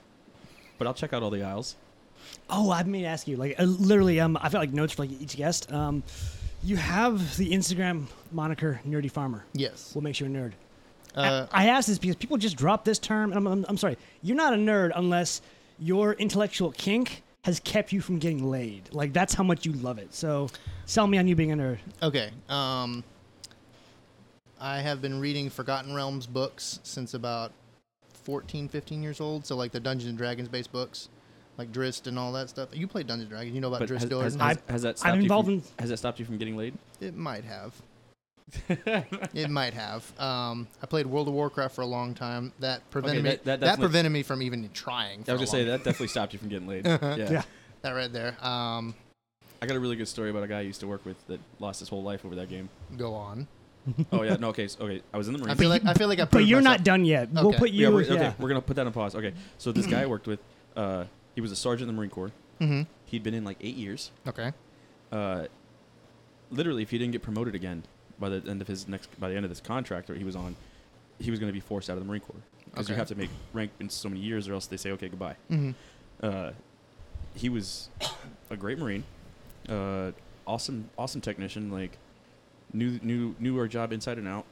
Speaker 4: But I'll check out all the aisles.
Speaker 2: Oh, I mean to ask you, like uh, literally, um, I've got like notes for like each guest. Um, you have the Instagram moniker Nerdy Farmer.
Speaker 3: Yes.
Speaker 2: What makes you a nerd?
Speaker 3: Uh,
Speaker 2: I, I ask this because people just drop this term, and I'm, I'm, I'm sorry, you're not a nerd unless your intellectual kink has kept you from getting laid. Like that's how much you love it. So sell me on you being a nerd.
Speaker 3: okay. Um, I have been reading Forgotten Realms books since about 14, 15 years old. So like the Dungeons and Dragons based books, like Drist and all that stuff. You played Dungeons and Dragons. You know about
Speaker 4: But has,
Speaker 3: Drist
Speaker 4: has,
Speaker 3: Jordan.
Speaker 4: has- has that stopped
Speaker 2: involved
Speaker 4: you
Speaker 2: in-
Speaker 4: from, has that stopped you from getting laid?
Speaker 3: It might have. it might have. Um, I played World of Warcraft for a long time. That prevented
Speaker 4: Okay,
Speaker 3: me.
Speaker 4: that- that
Speaker 3: That,
Speaker 4: definitely-
Speaker 3: prevented me from even trying. For
Speaker 4: I was
Speaker 3: a
Speaker 4: gonna say
Speaker 3: long-
Speaker 4: that definitely stopped you from getting laid. yeah.
Speaker 2: Yeah.
Speaker 3: that right there. Um,
Speaker 4: I got a really good story about a guy I used to work with that lost his whole life over that game.
Speaker 3: go on.
Speaker 4: Oh yeah, no, okay, so, okay. I was in the
Speaker 3: I
Speaker 4: Marines.
Speaker 3: feel like I feel like I.
Speaker 2: But
Speaker 3: proved
Speaker 2: you're
Speaker 3: myself.
Speaker 2: not done yet. We'll
Speaker 3: Okay.
Speaker 2: put you.
Speaker 4: yeah,
Speaker 2: Yeah,
Speaker 4: we're, okay, we're gonna put that on pause. Okay, so this guy I worked with, uh, he was a sergeant in the Marine Corps.
Speaker 2: Mm-hmm.
Speaker 3: Mhm.
Speaker 4: He'd been in like eight years.
Speaker 3: Okay.
Speaker 4: Uh, literally, if he didn't get promoted again by the end of his next, by the end of this contract that he was on, he was gonna be forced out of the Marine Corps because you
Speaker 3: Okay.
Speaker 4: have to make rank in so many years, or else they say okay goodbye.
Speaker 3: Mm-hmm.
Speaker 4: uh, he was a great marine, uh, awesome, awesome technician. Like knew knew knew our job inside and out,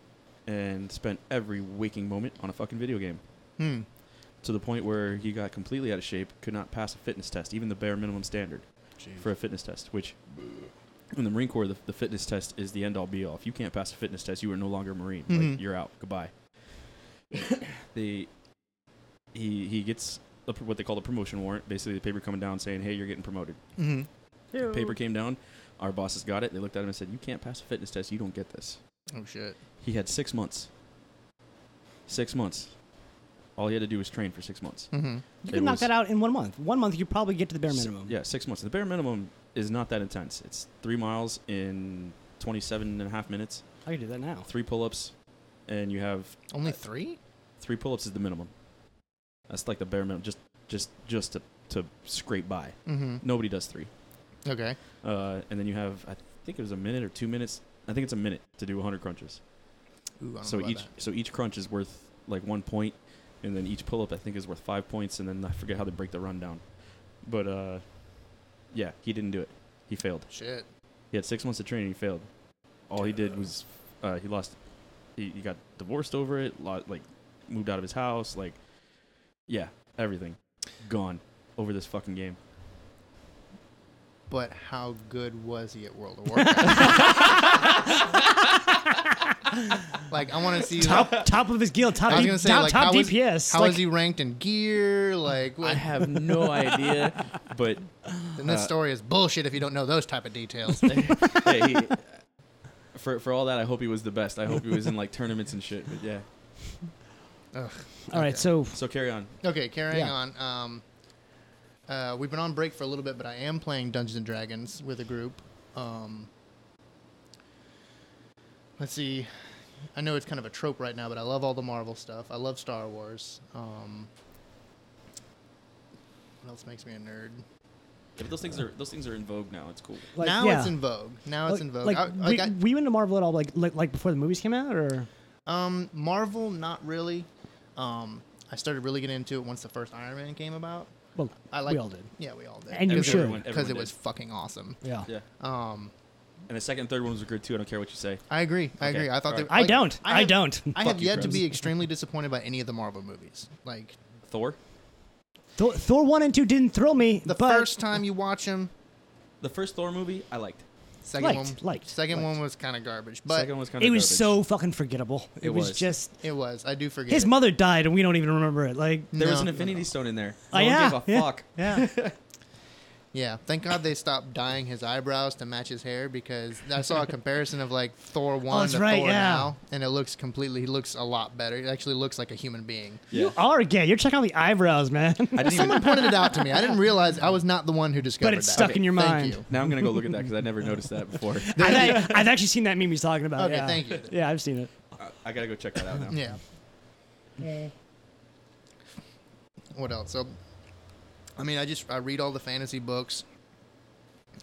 Speaker 4: and spent every waking moment on a fucking video game
Speaker 3: Hmm.
Speaker 4: to the point where he got completely out of shape, could not pass a fitness test, even the bare minimum standard for a fitness test. Which in the Marine Corps, the, the fitness test is the end all be all. If you can't pass a fitness test, you are no longer a Marine. Like
Speaker 3: Mhm.
Speaker 4: you're out. Goodbye. the he he gets a, pr- what they call the promotion warrant. Basically, the paper coming down saying, "Hey, you're getting promoted."
Speaker 3: Mm-hmm.
Speaker 4: The paper came down. Our bosses got it. They looked at him and said, "You can't pass a fitness test. You don't get this."
Speaker 3: Oh shit.
Speaker 4: He had six months. Six months. All he had to do was train for six months.
Speaker 3: Mm-hmm.
Speaker 2: You
Speaker 4: It
Speaker 2: can knock
Speaker 4: was-
Speaker 2: that out in one month. One month, you probably get to the bare
Speaker 4: Si-
Speaker 2: minimum.
Speaker 4: yeah, six months. The bare minimum is not that intense. It's three miles in 27 and a half minutes,
Speaker 2: I can do that now.
Speaker 4: three pull ups, and you have
Speaker 3: Only three?
Speaker 4: three pull ups is the minimum. That's like the bare minimum, just just just to, to scrape by.
Speaker 3: Mm-hmm.
Speaker 4: Nobody does three.
Speaker 3: Okay.
Speaker 4: Uh, and then you have, I think it was a minute or two minutes. I think it's a minute to do 100 crunches.
Speaker 3: Ooh, I don't
Speaker 4: So
Speaker 3: know about
Speaker 4: each so each crunch is worth like one point, and then each pull up I think is worth five points, and then I forget how they break the run down. But uh, yeah, he didn't do it. He failed.
Speaker 3: Shit.
Speaker 4: He had six months of training. He failed. All he did was uh, he lost. He, he got divorced over it. Lo- like moved out of his house. Like yeah, everything gone over this fucking game.
Speaker 3: But how good was he at World of Warcraft? like I want to see.
Speaker 2: top top of his guild, top
Speaker 3: I was
Speaker 2: D-
Speaker 3: gonna say
Speaker 2: top,
Speaker 3: like
Speaker 2: top
Speaker 3: how was-
Speaker 2: DPS.
Speaker 3: how
Speaker 2: like,
Speaker 3: is he ranked in gear? Like what,
Speaker 4: I have no idea, but
Speaker 3: and this
Speaker 4: uh,
Speaker 3: story is bullshit if you don't know those type of details.
Speaker 4: hey, he, for for all that, I hope he was the best. I hope he was in like tournaments and shit. But yeah,
Speaker 3: Ugh.
Speaker 2: All right, so
Speaker 4: so carry on.
Speaker 3: Okay, carrying
Speaker 2: Yeah.
Speaker 3: on. Um, uh, we've been on break for a little bit, but I am playing Dungeons and Dragons with a group. Um, let's see. I know it's kind of a trope right now, but I love all the Marvel stuff. I love Star Wars. Um, what else makes me a nerd?
Speaker 4: Yeah, but those things are those things are in vogue now. It's cool.
Speaker 2: like,
Speaker 3: now
Speaker 2: yeah.
Speaker 3: it's in vogue. Now it's in vogue.
Speaker 2: Like,
Speaker 3: I-
Speaker 2: we,
Speaker 3: like I-
Speaker 2: we went to Marvel at all, like, like like before the movies came out, or
Speaker 3: Um, Marvel, not really. Um, I started really getting into it once the first Iron Man came about.
Speaker 2: well,
Speaker 3: I like.
Speaker 2: we all did.
Speaker 3: Yeah, we all did.
Speaker 2: And you
Speaker 3: Because it-
Speaker 2: should.
Speaker 4: Everyone-
Speaker 3: because it
Speaker 4: everyone
Speaker 3: was
Speaker 4: did.
Speaker 3: fucking awesome.
Speaker 2: Yeah.
Speaker 4: Yeah,
Speaker 3: Um,
Speaker 4: and the second and third ones were good too. I don't care what you say.
Speaker 3: I agree. I
Speaker 4: Okay,
Speaker 3: agree. I thought
Speaker 4: all
Speaker 3: they.
Speaker 4: right.
Speaker 2: I
Speaker 3: like,
Speaker 2: don't. I,
Speaker 3: have-
Speaker 2: don't.
Speaker 3: I
Speaker 4: Fuck
Speaker 3: have
Speaker 4: you,
Speaker 3: yet to
Speaker 4: Krebs.
Speaker 3: be extremely disappointed by any of the Marvel movies. Like
Speaker 4: Thor,
Speaker 2: Thor, Thor one and two didn't thrill me.
Speaker 3: the
Speaker 2: but
Speaker 3: first time you watch them,
Speaker 4: the first Thor movie, I liked.
Speaker 3: second
Speaker 2: Liked,
Speaker 3: one,
Speaker 2: liked,
Speaker 3: second
Speaker 2: liked.
Speaker 3: one was kind of garbage,
Speaker 4: The
Speaker 3: but
Speaker 4: second one was kind of
Speaker 2: it was so fucking forgettable. It,
Speaker 4: It
Speaker 2: was,
Speaker 4: was.
Speaker 2: just
Speaker 3: it was. I do forget.
Speaker 2: his
Speaker 3: it.
Speaker 2: mother died, and we don't even remember it. Like,
Speaker 3: No,
Speaker 4: There was an
Speaker 3: no,
Speaker 4: Infinity
Speaker 3: no.
Speaker 4: Stone in there.
Speaker 2: oh
Speaker 4: No one
Speaker 2: yeah,
Speaker 4: gave a
Speaker 2: yeah,
Speaker 4: fuck.
Speaker 2: yeah.
Speaker 3: Yeah, thank God they stopped dyeing his eyebrows to match his hair because I saw a comparison of like Thor one
Speaker 2: Oh, that's
Speaker 3: to
Speaker 2: right,
Speaker 3: Thor
Speaker 2: yeah.
Speaker 3: now, and it looks completely. He looks a lot better. It actually looks like a human being.
Speaker 2: You are gay. You're checking out the eyebrows, man.
Speaker 4: I didn't even.
Speaker 3: Someone pointed it out to me. I didn't realize I was not the one who discovered
Speaker 2: it's
Speaker 3: that.
Speaker 2: stuck in your
Speaker 3: thank
Speaker 2: mind.
Speaker 3: You.
Speaker 4: Now I'm gonna go look at that because I never noticed that before.
Speaker 2: I've, I've actually seen that meme he's talking about.
Speaker 3: Okay,
Speaker 2: yeah.
Speaker 3: thank you.
Speaker 2: Yeah, I've seen it.
Speaker 4: I, I gotta go check that out now.
Speaker 3: Yeah. What else? So, I mean, I just I read all the fantasy books.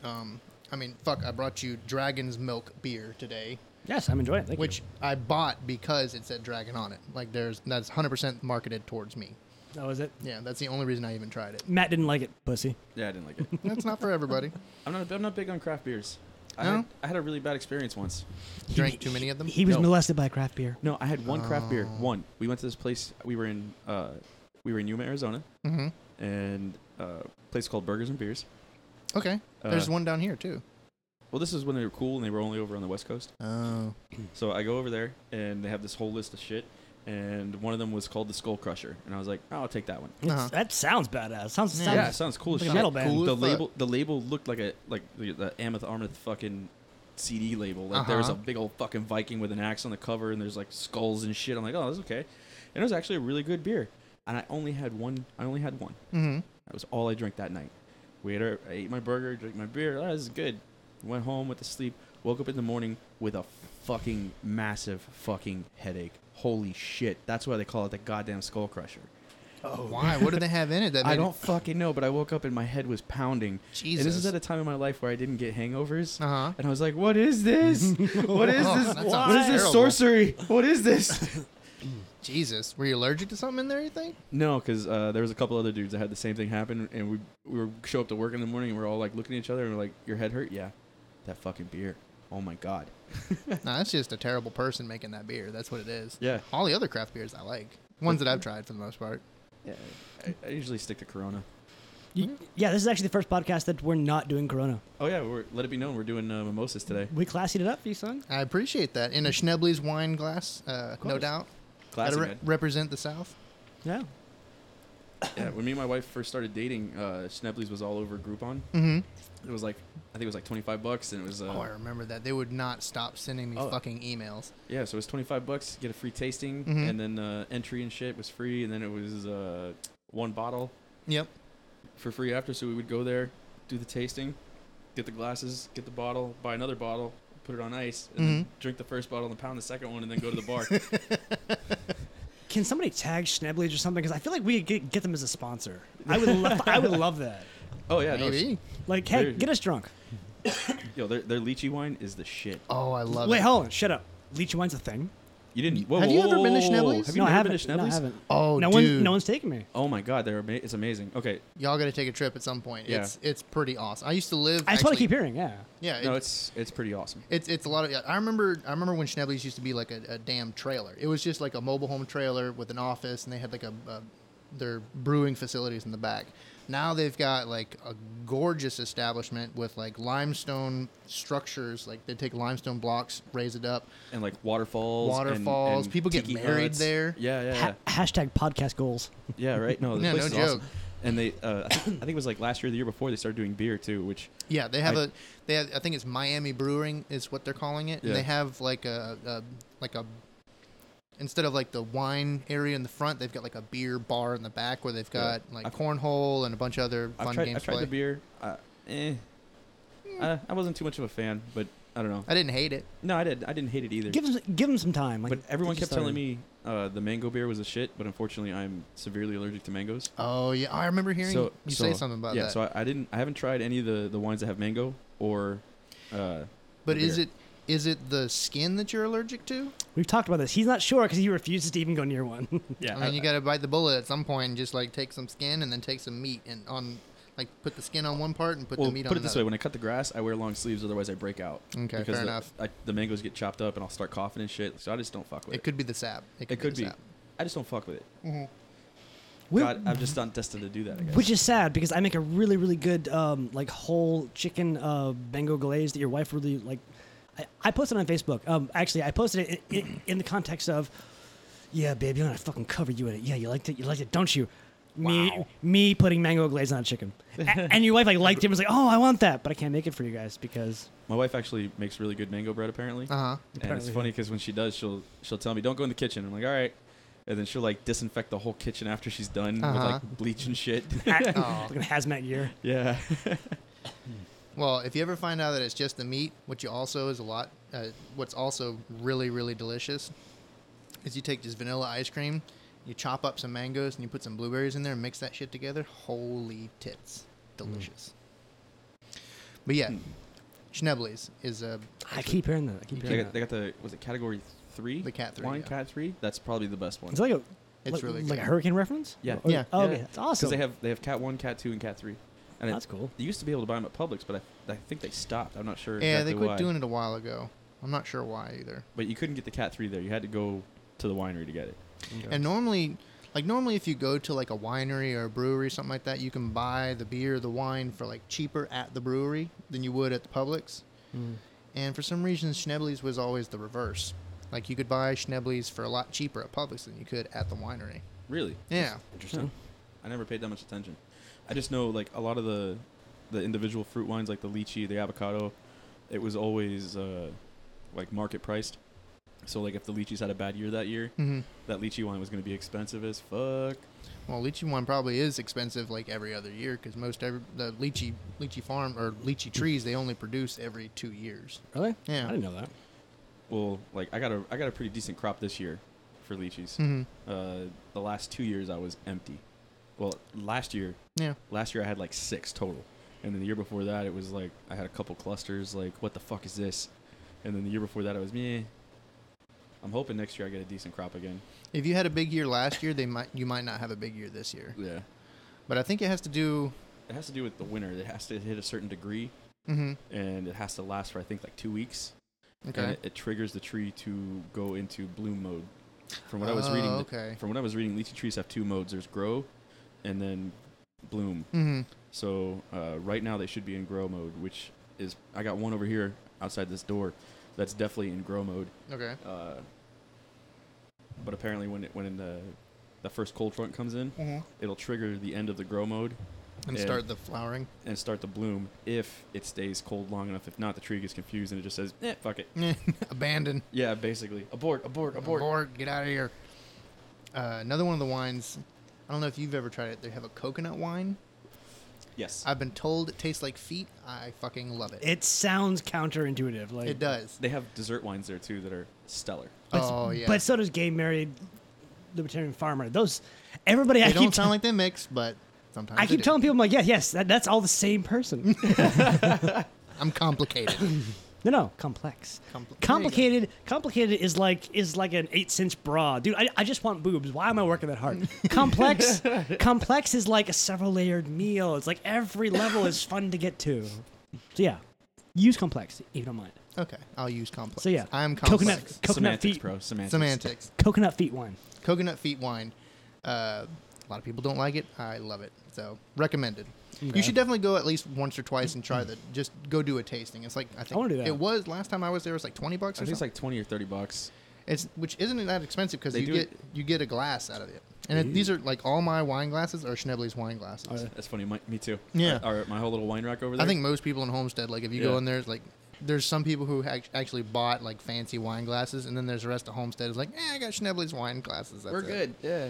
Speaker 3: Um, I mean, fuck, I brought you Dragon's Milk beer today,
Speaker 2: Yes, I'm enjoying it. Thank
Speaker 3: which I bought because it said Dragon on it. Like, there's that's 100% marketed towards me.
Speaker 2: you. that was it.
Speaker 3: Yeah, that's the only reason I even tried it.
Speaker 2: Matt didn't like it, pussy.
Speaker 4: Yeah, I didn't like it.
Speaker 3: That's not for everybody.
Speaker 4: I'm not. I'm not big on craft beers. I,
Speaker 3: No?
Speaker 4: had, I had a really bad experience once.
Speaker 3: Drank too many of them.
Speaker 2: He was
Speaker 4: No.
Speaker 2: molested by craft beer.
Speaker 4: No, I had one craft beer.
Speaker 2: Oh.
Speaker 4: One. We went to this place. We were in. Uh, we were in Yuma, Arizona,
Speaker 3: Mm-hmm.
Speaker 4: and uh, a place called Burgers and Beers.
Speaker 3: Okay, there's
Speaker 4: Uh,
Speaker 3: one down here too.
Speaker 4: Well, this is when they were cool and they were only over on the West Coast.
Speaker 3: Oh,
Speaker 4: So I go over there and they have this whole list of shit, and one of them was called the Skull Crusher, and I was like, oh, I'll take that one.
Speaker 3: uh-huh.
Speaker 2: That sounds badass. Sounds, sounds
Speaker 4: Yeah, sounds cool as
Speaker 2: like a
Speaker 4: shit.
Speaker 2: metal band.
Speaker 3: Cool
Speaker 4: the
Speaker 3: as fuck.
Speaker 4: label, the label looked like a like the, the Ameth Armith fucking CD label. Like there was a
Speaker 3: Uh-huh.
Speaker 4: big old fucking Viking with an axe on the cover, and there's like skulls and shit. I'm like, oh, that's okay. And it was actually a really good beer, and I only had one. I only had one.
Speaker 3: Mm-hmm.
Speaker 4: That was all I drank that night. We ate our, I ate my burger, drank my beer. Oh, this is good. Went home, went to sleep. Woke up in the morning with a fucking massive fucking headache. Holy shit! That's why they call it the goddamn skull crusher.
Speaker 2: Oh.
Speaker 3: Why? What do they have in it? That
Speaker 4: I
Speaker 3: made it-
Speaker 4: don't fucking know, but I woke up and my head was pounding. And this is
Speaker 3: Jesus.
Speaker 4: at a time in my life where I didn't get hangovers.
Speaker 3: Uh-huh.
Speaker 4: And I was like, what is this? What is
Speaker 3: Oh,
Speaker 4: this?
Speaker 3: that sounds
Speaker 4: What is this
Speaker 3: terrible.
Speaker 4: sorcery? What is this?
Speaker 3: Jesus, were you allergic to something in there? You think?
Speaker 4: No, because uh, there was a couple other dudes that had the same thing happen, and we we were show up to work in the morning, and we're all like looking at each other, and we're like, "Your head hurt? Yeah, that fucking beer. Oh my god.
Speaker 3: No, that's just a terrible person making that beer. That's what it is.
Speaker 4: Yeah.
Speaker 3: All the other craft beers I like, ones that I've
Speaker 2: Mm-hmm.
Speaker 3: tried for the most part.
Speaker 4: Yeah. I, I usually stick to Corona.
Speaker 2: You- yeah, this is actually the first podcast that we're not doing Corona.
Speaker 4: Oh yeah, we're, let it be known we're doing uh, mimosas today.
Speaker 2: We classied it up for you, son.
Speaker 3: I appreciate that in a Schnebley's wine glass, uh, no
Speaker 2: course.
Speaker 3: doubt.
Speaker 4: Classic.
Speaker 3: Gotta re- represent the South.
Speaker 2: Yeah.
Speaker 4: yeah. When me and my wife first started dating, uh, Schnebley's was all over Groupon.
Speaker 3: Mm-hmm.
Speaker 4: It was like I think it was like twenty five bucks, and it was uh,
Speaker 3: oh, I remember that. They would not stop sending me
Speaker 4: Oh.
Speaker 3: fucking emails.
Speaker 4: Yeah, so it was twenty five bucks, get a free tasting,
Speaker 3: Mhm.
Speaker 4: and then uh, entry and shit was free, and then it was uh, one bottle
Speaker 3: Yep.
Speaker 4: for free after. So we would go there, do the tasting, get the glasses, get the bottle, buy another bottle, put it on ice, and
Speaker 3: Mm-hmm.
Speaker 4: then drink the first bottle and pound the second one, and then go to the bar.
Speaker 2: Can somebody tag Schnebley's or something? Because I feel like we could get, get them as a sponsor. I would, love, I would love that.
Speaker 4: oh yeah, no,
Speaker 3: Maybe.
Speaker 2: Like, hey,
Speaker 4: There-
Speaker 2: get us drunk.
Speaker 4: yo, their, their lychee wine is the shit.
Speaker 3: Oh, I love
Speaker 2: Wait,
Speaker 3: it.
Speaker 2: hold on. Shut up. Leech wine's a thing.
Speaker 4: You didn't. Whoa,
Speaker 3: Have
Speaker 4: whoa,
Speaker 3: you ever
Speaker 4: whoa,
Speaker 3: been to
Speaker 4: whoa, whoa, whoa.
Speaker 3: Schnebley's?
Speaker 4: Have you
Speaker 2: no, I
Speaker 4: never been to
Speaker 2: haven't. No, I
Speaker 4: Schnebley's?
Speaker 2: haven't.
Speaker 3: Oh,
Speaker 2: no
Speaker 3: dude.
Speaker 2: one, no one's taking me.
Speaker 4: Oh my god, they're ama- it's amazing. Okay,
Speaker 3: Y'all got to take a trip at some point.
Speaker 4: Yeah.
Speaker 3: It's it's pretty awesome. I used to live.
Speaker 2: I just want to
Speaker 3: actually-
Speaker 2: keep hearing. Yeah.
Speaker 3: Yeah,
Speaker 4: no,
Speaker 3: it-
Speaker 4: it's it's pretty awesome.
Speaker 3: It's it's a lot of. yeah, I remember I remember when Schnebley's used to be like a, a damn trailer. It was just like a mobile home trailer with an office, and they had like a, a their brewing facilities in the back. Now they've got like a gorgeous establishment with like limestone structures. Like they take limestone blocks, raise it up.
Speaker 4: And like waterfalls, and-
Speaker 3: Waterfalls.
Speaker 4: and
Speaker 3: People get
Speaker 4: tiki
Speaker 3: married
Speaker 4: huts.
Speaker 3: there.
Speaker 4: Yeah, yeah, yeah.
Speaker 2: Ha- hashtag podcast goals.
Speaker 4: Yeah, right. No, the
Speaker 3: Yeah,
Speaker 4: place
Speaker 3: no
Speaker 4: is awesome.
Speaker 3: joke.
Speaker 4: And they, uh, I think- I think it was like last year, or the year before, they started doing beer too, which
Speaker 3: Yeah, they have
Speaker 4: I-
Speaker 3: a they have I think it's Miami Brewing is what they're calling it.
Speaker 4: Yeah.
Speaker 3: And they have like a, a like a instead of like the wine area in the front, they've got like a beer bar in the back where they've
Speaker 4: Yeah.
Speaker 3: got like
Speaker 4: I've-
Speaker 3: cornhole and a bunch of other fun
Speaker 4: I've tried.
Speaker 3: games
Speaker 4: I've
Speaker 3: to
Speaker 4: tried
Speaker 3: play.
Speaker 4: the beer. Uh, eh, I, I wasn't too much of a fan, but I don't know.
Speaker 3: I didn't hate it.
Speaker 4: No, I did. I didn't hate it either.
Speaker 2: Give them, give them some time. Like,
Speaker 4: but everyone
Speaker 2: they
Speaker 4: kept
Speaker 2: just
Speaker 4: telling
Speaker 2: started.
Speaker 4: me uh, the mango beer was a shit, but unfortunately, I'm severely allergic to mangoes.
Speaker 3: Oh yeah, I remember hearing
Speaker 4: So-
Speaker 3: you
Speaker 4: so-
Speaker 3: say something about
Speaker 4: yeah,
Speaker 3: that.
Speaker 4: so I, I didn't. I haven't tried any of the, the wines that have mango or. Uh,
Speaker 3: but
Speaker 4: the
Speaker 3: is
Speaker 4: beer.
Speaker 3: it is it the skin that you're allergic to?
Speaker 2: We've talked about this. He's not sure because he refuses to even go near one.
Speaker 4: Yeah,
Speaker 3: I mean, you got to bite the bullet at some point and just like take some skin and then take some meat and on like put the skin on one part and put
Speaker 4: well,
Speaker 3: the meat
Speaker 4: put
Speaker 3: on
Speaker 4: it this way:
Speaker 3: another.
Speaker 4: when I cut the grass, I wear long sleeves, otherwise I break out.
Speaker 3: Okay,
Speaker 4: because
Speaker 3: fair
Speaker 4: the,
Speaker 3: enough.
Speaker 4: I, the mangoes get chopped up, and I'll start coughing and shit. So I just don't fuck with it.
Speaker 3: It could be the sap.
Speaker 4: It could
Speaker 3: the
Speaker 4: be.
Speaker 3: sap.
Speaker 4: I just don't fuck with it.
Speaker 2: Whi-
Speaker 4: God, I'm just not destined to do that. I guess.
Speaker 2: Which is sad because I make a really, really good um, like whole chicken uh, mango glaze that your wife really like. I, I posted on Facebook. Um, actually, I posted it in, in, in the context of, yeah, babe, you want to fucking cover you in it. Yeah, you liked it. You liked it, don't you? Me,
Speaker 3: Wow.
Speaker 2: me putting mango glaze on a chicken, A- and your wife like liked it. and Was like, oh, I want that, but I can't make it for you guys because
Speaker 4: My wife actually makes really good mango bread, apparently.
Speaker 3: Uh huh.
Speaker 4: And it's
Speaker 2: Apparently.
Speaker 4: funny because when she does, she'll she'll tell me, "Don't go in the kitchen." I'm like, "All right," and then she'll like disinfect the whole kitchen after she's done with
Speaker 3: Uh-huh.
Speaker 4: like bleach and shit.
Speaker 3: Aw.
Speaker 2: fucking hazmat year.
Speaker 4: yeah.
Speaker 3: Well, if you ever find out that it's just the meat, what you also is a lot, uh, what's also really, really delicious is you take just vanilla ice cream, you chop up some mangoes, and you put some blueberries in there and mix that shit together. Holy tits.
Speaker 4: Mm.
Speaker 3: Delicious. But
Speaker 4: Hmm.
Speaker 3: yeah, Schnebley's is a.
Speaker 2: I keep hearing that. I keep
Speaker 4: they,
Speaker 2: hearing that.
Speaker 4: got, they got the was it category three?
Speaker 3: The cat three,
Speaker 4: Wine
Speaker 3: yeah.
Speaker 4: cat three. That's probably the best one.
Speaker 2: It's like a,
Speaker 3: It's
Speaker 2: like,
Speaker 3: really
Speaker 2: like a
Speaker 3: good.
Speaker 2: hurricane reference.
Speaker 4: Yeah.
Speaker 2: Oh,
Speaker 3: Yeah.
Speaker 2: oh,
Speaker 4: Yeah.
Speaker 2: okay, that's awesome.
Speaker 4: Because they have they have cat one, cat two, and cat three. And
Speaker 2: That's
Speaker 4: it,
Speaker 2: cool.
Speaker 4: You used to be able to buy them at Publix, but I, I think they stopped. I'm not sure.
Speaker 3: yeah,
Speaker 4: exactly
Speaker 3: they quit
Speaker 4: why.
Speaker 3: doing it a while ago. I'm not sure why either.
Speaker 4: But you couldn't get the cat three there. You had to go to the winery to get it.
Speaker 3: And normally, like normally, if you go to like a winery or a brewery, something like that, you can buy the beer, the wine for like cheaper at the brewery than you would at the Publix.
Speaker 2: Hmm.
Speaker 3: And for some reason, Schnebley's was always the reverse. Like you could buy Schnebley's for a lot cheaper at Publix than you could at the winery.
Speaker 4: Really?
Speaker 3: Yeah.
Speaker 4: Interesting. I never paid that much attention. I just know like a lot of the the individual fruit wines, like the lychee, the avocado, it was always uh, like market priced. So like if the lychees had a bad year that year,
Speaker 3: hmm
Speaker 4: that lychee wine was going to be expensive as fuck.
Speaker 3: Well, lychee wine probably is expensive like every other year because most every the lychee lychee farm or lychee trees they only produce every two years.
Speaker 2: really.
Speaker 3: Yeah.
Speaker 2: I didn't know that.
Speaker 4: Well, like I got a I got a pretty decent crop this year for lychees.
Speaker 3: hmm
Speaker 4: Uh, the last two years I was empty. Well, last year
Speaker 3: Yeah.
Speaker 4: last year I had like six total, and then the year before that it was like I had a couple clusters. Like, what the fuck is this? And then the year before that I was me. I'm hoping next year I get a decent crop again.
Speaker 3: If you had a big year last year, they might you might not have a big year this year.
Speaker 4: Yeah,
Speaker 3: But I think it has to do.
Speaker 4: it has to do with the winter. It has to hit a certain degree,
Speaker 3: hmm
Speaker 4: and it has to last for I think like two weeks.
Speaker 3: Okay.
Speaker 4: And it, it triggers the tree to go into bloom mode. From what I was reading,
Speaker 3: Oh,
Speaker 4: the-
Speaker 3: okay.
Speaker 4: from what I was reading, lychee trees have two modes. There's grow, and then bloom.
Speaker 3: Mm-hmm.
Speaker 4: So uh, right now they should be in grow mode, which is I got one over here outside this door that's definitely in grow mode.
Speaker 3: Okay.
Speaker 2: Oh.
Speaker 4: Uh, but apparently when it, when the the first cold front comes in, it'll trigger the end of the grow mode
Speaker 3: And
Speaker 4: Yeah.
Speaker 3: Mm-hmm. start the flowering.
Speaker 4: and start the bloom if it stays cold long enough. If not, the tree gets confused and it just says, eh, "Fuck it."
Speaker 3: Abandon.
Speaker 4: Yeah, basically, abort, abort, abort.
Speaker 3: Abort. Get out of here. Uh, another one of the wines. I don't know if you've ever tried it. They have a coconut wine.
Speaker 4: Yes,
Speaker 3: I've been told it tastes like feet. I fucking love it.
Speaker 2: It sounds counterintuitive. Like
Speaker 3: It does.
Speaker 4: they have dessert wines there too that are stellar.
Speaker 2: But,
Speaker 3: oh yeah.
Speaker 2: But so does gay married libertarian farmer. Those everybody I
Speaker 3: they
Speaker 2: keep
Speaker 3: don't
Speaker 2: telling
Speaker 3: sound like they mix, but sometimes
Speaker 2: I
Speaker 3: they
Speaker 2: keep
Speaker 3: do.
Speaker 2: telling people I'm like yeah yes that, that's all the same person.
Speaker 3: I'm complicated.
Speaker 2: No, no, complex.
Speaker 3: Compl- there you go.
Speaker 2: complicated. Complicated is like is like an eight cinch bra, dude. I, I just want boobs. Why am I working that hard? complex. complex is like a several layered meal. It's like every level is fun to get to. So yeah, use complex if you don't mind.
Speaker 3: Okay, I'll use complex.
Speaker 2: So yeah,
Speaker 3: I'm
Speaker 2: coconut
Speaker 3: complex.
Speaker 2: coconut
Speaker 4: semantics,
Speaker 2: feet
Speaker 4: bro. Semantics.
Speaker 3: Semantics.
Speaker 2: coconut feet wine.
Speaker 3: Coconut feet wine. Uh, a lot of people don't like it. I love it. So recommended.
Speaker 2: Okay.
Speaker 3: You should definitely go at least once or twice and try the. Just go do a tasting. It's like I think
Speaker 2: wanna do that.
Speaker 3: it was last time I was there. It was like twenty bucks
Speaker 4: I
Speaker 3: or
Speaker 4: think it's
Speaker 3: something.
Speaker 4: like twenty or thirty bucks.
Speaker 3: It's which isn't that expensive because
Speaker 4: They
Speaker 3: you
Speaker 4: do
Speaker 3: get
Speaker 4: it-
Speaker 3: you get a glass out of it. And it, these are like all my wine glasses are Schnebley's wine glasses.
Speaker 2: Oh, yeah.
Speaker 4: That's funny. My, me too.
Speaker 3: Yeah.
Speaker 4: Our, our- my whole little wine rack over there.
Speaker 3: I think most people in Homestead, like if you go
Speaker 4: Yeah.
Speaker 3: in there, it's like there's some people who act- actually bought like fancy wine glasses, and then there's the rest of Homestead is like, eh, I got Schnebley's wine glasses. That's
Speaker 4: we're
Speaker 3: it."
Speaker 4: good. Yeah.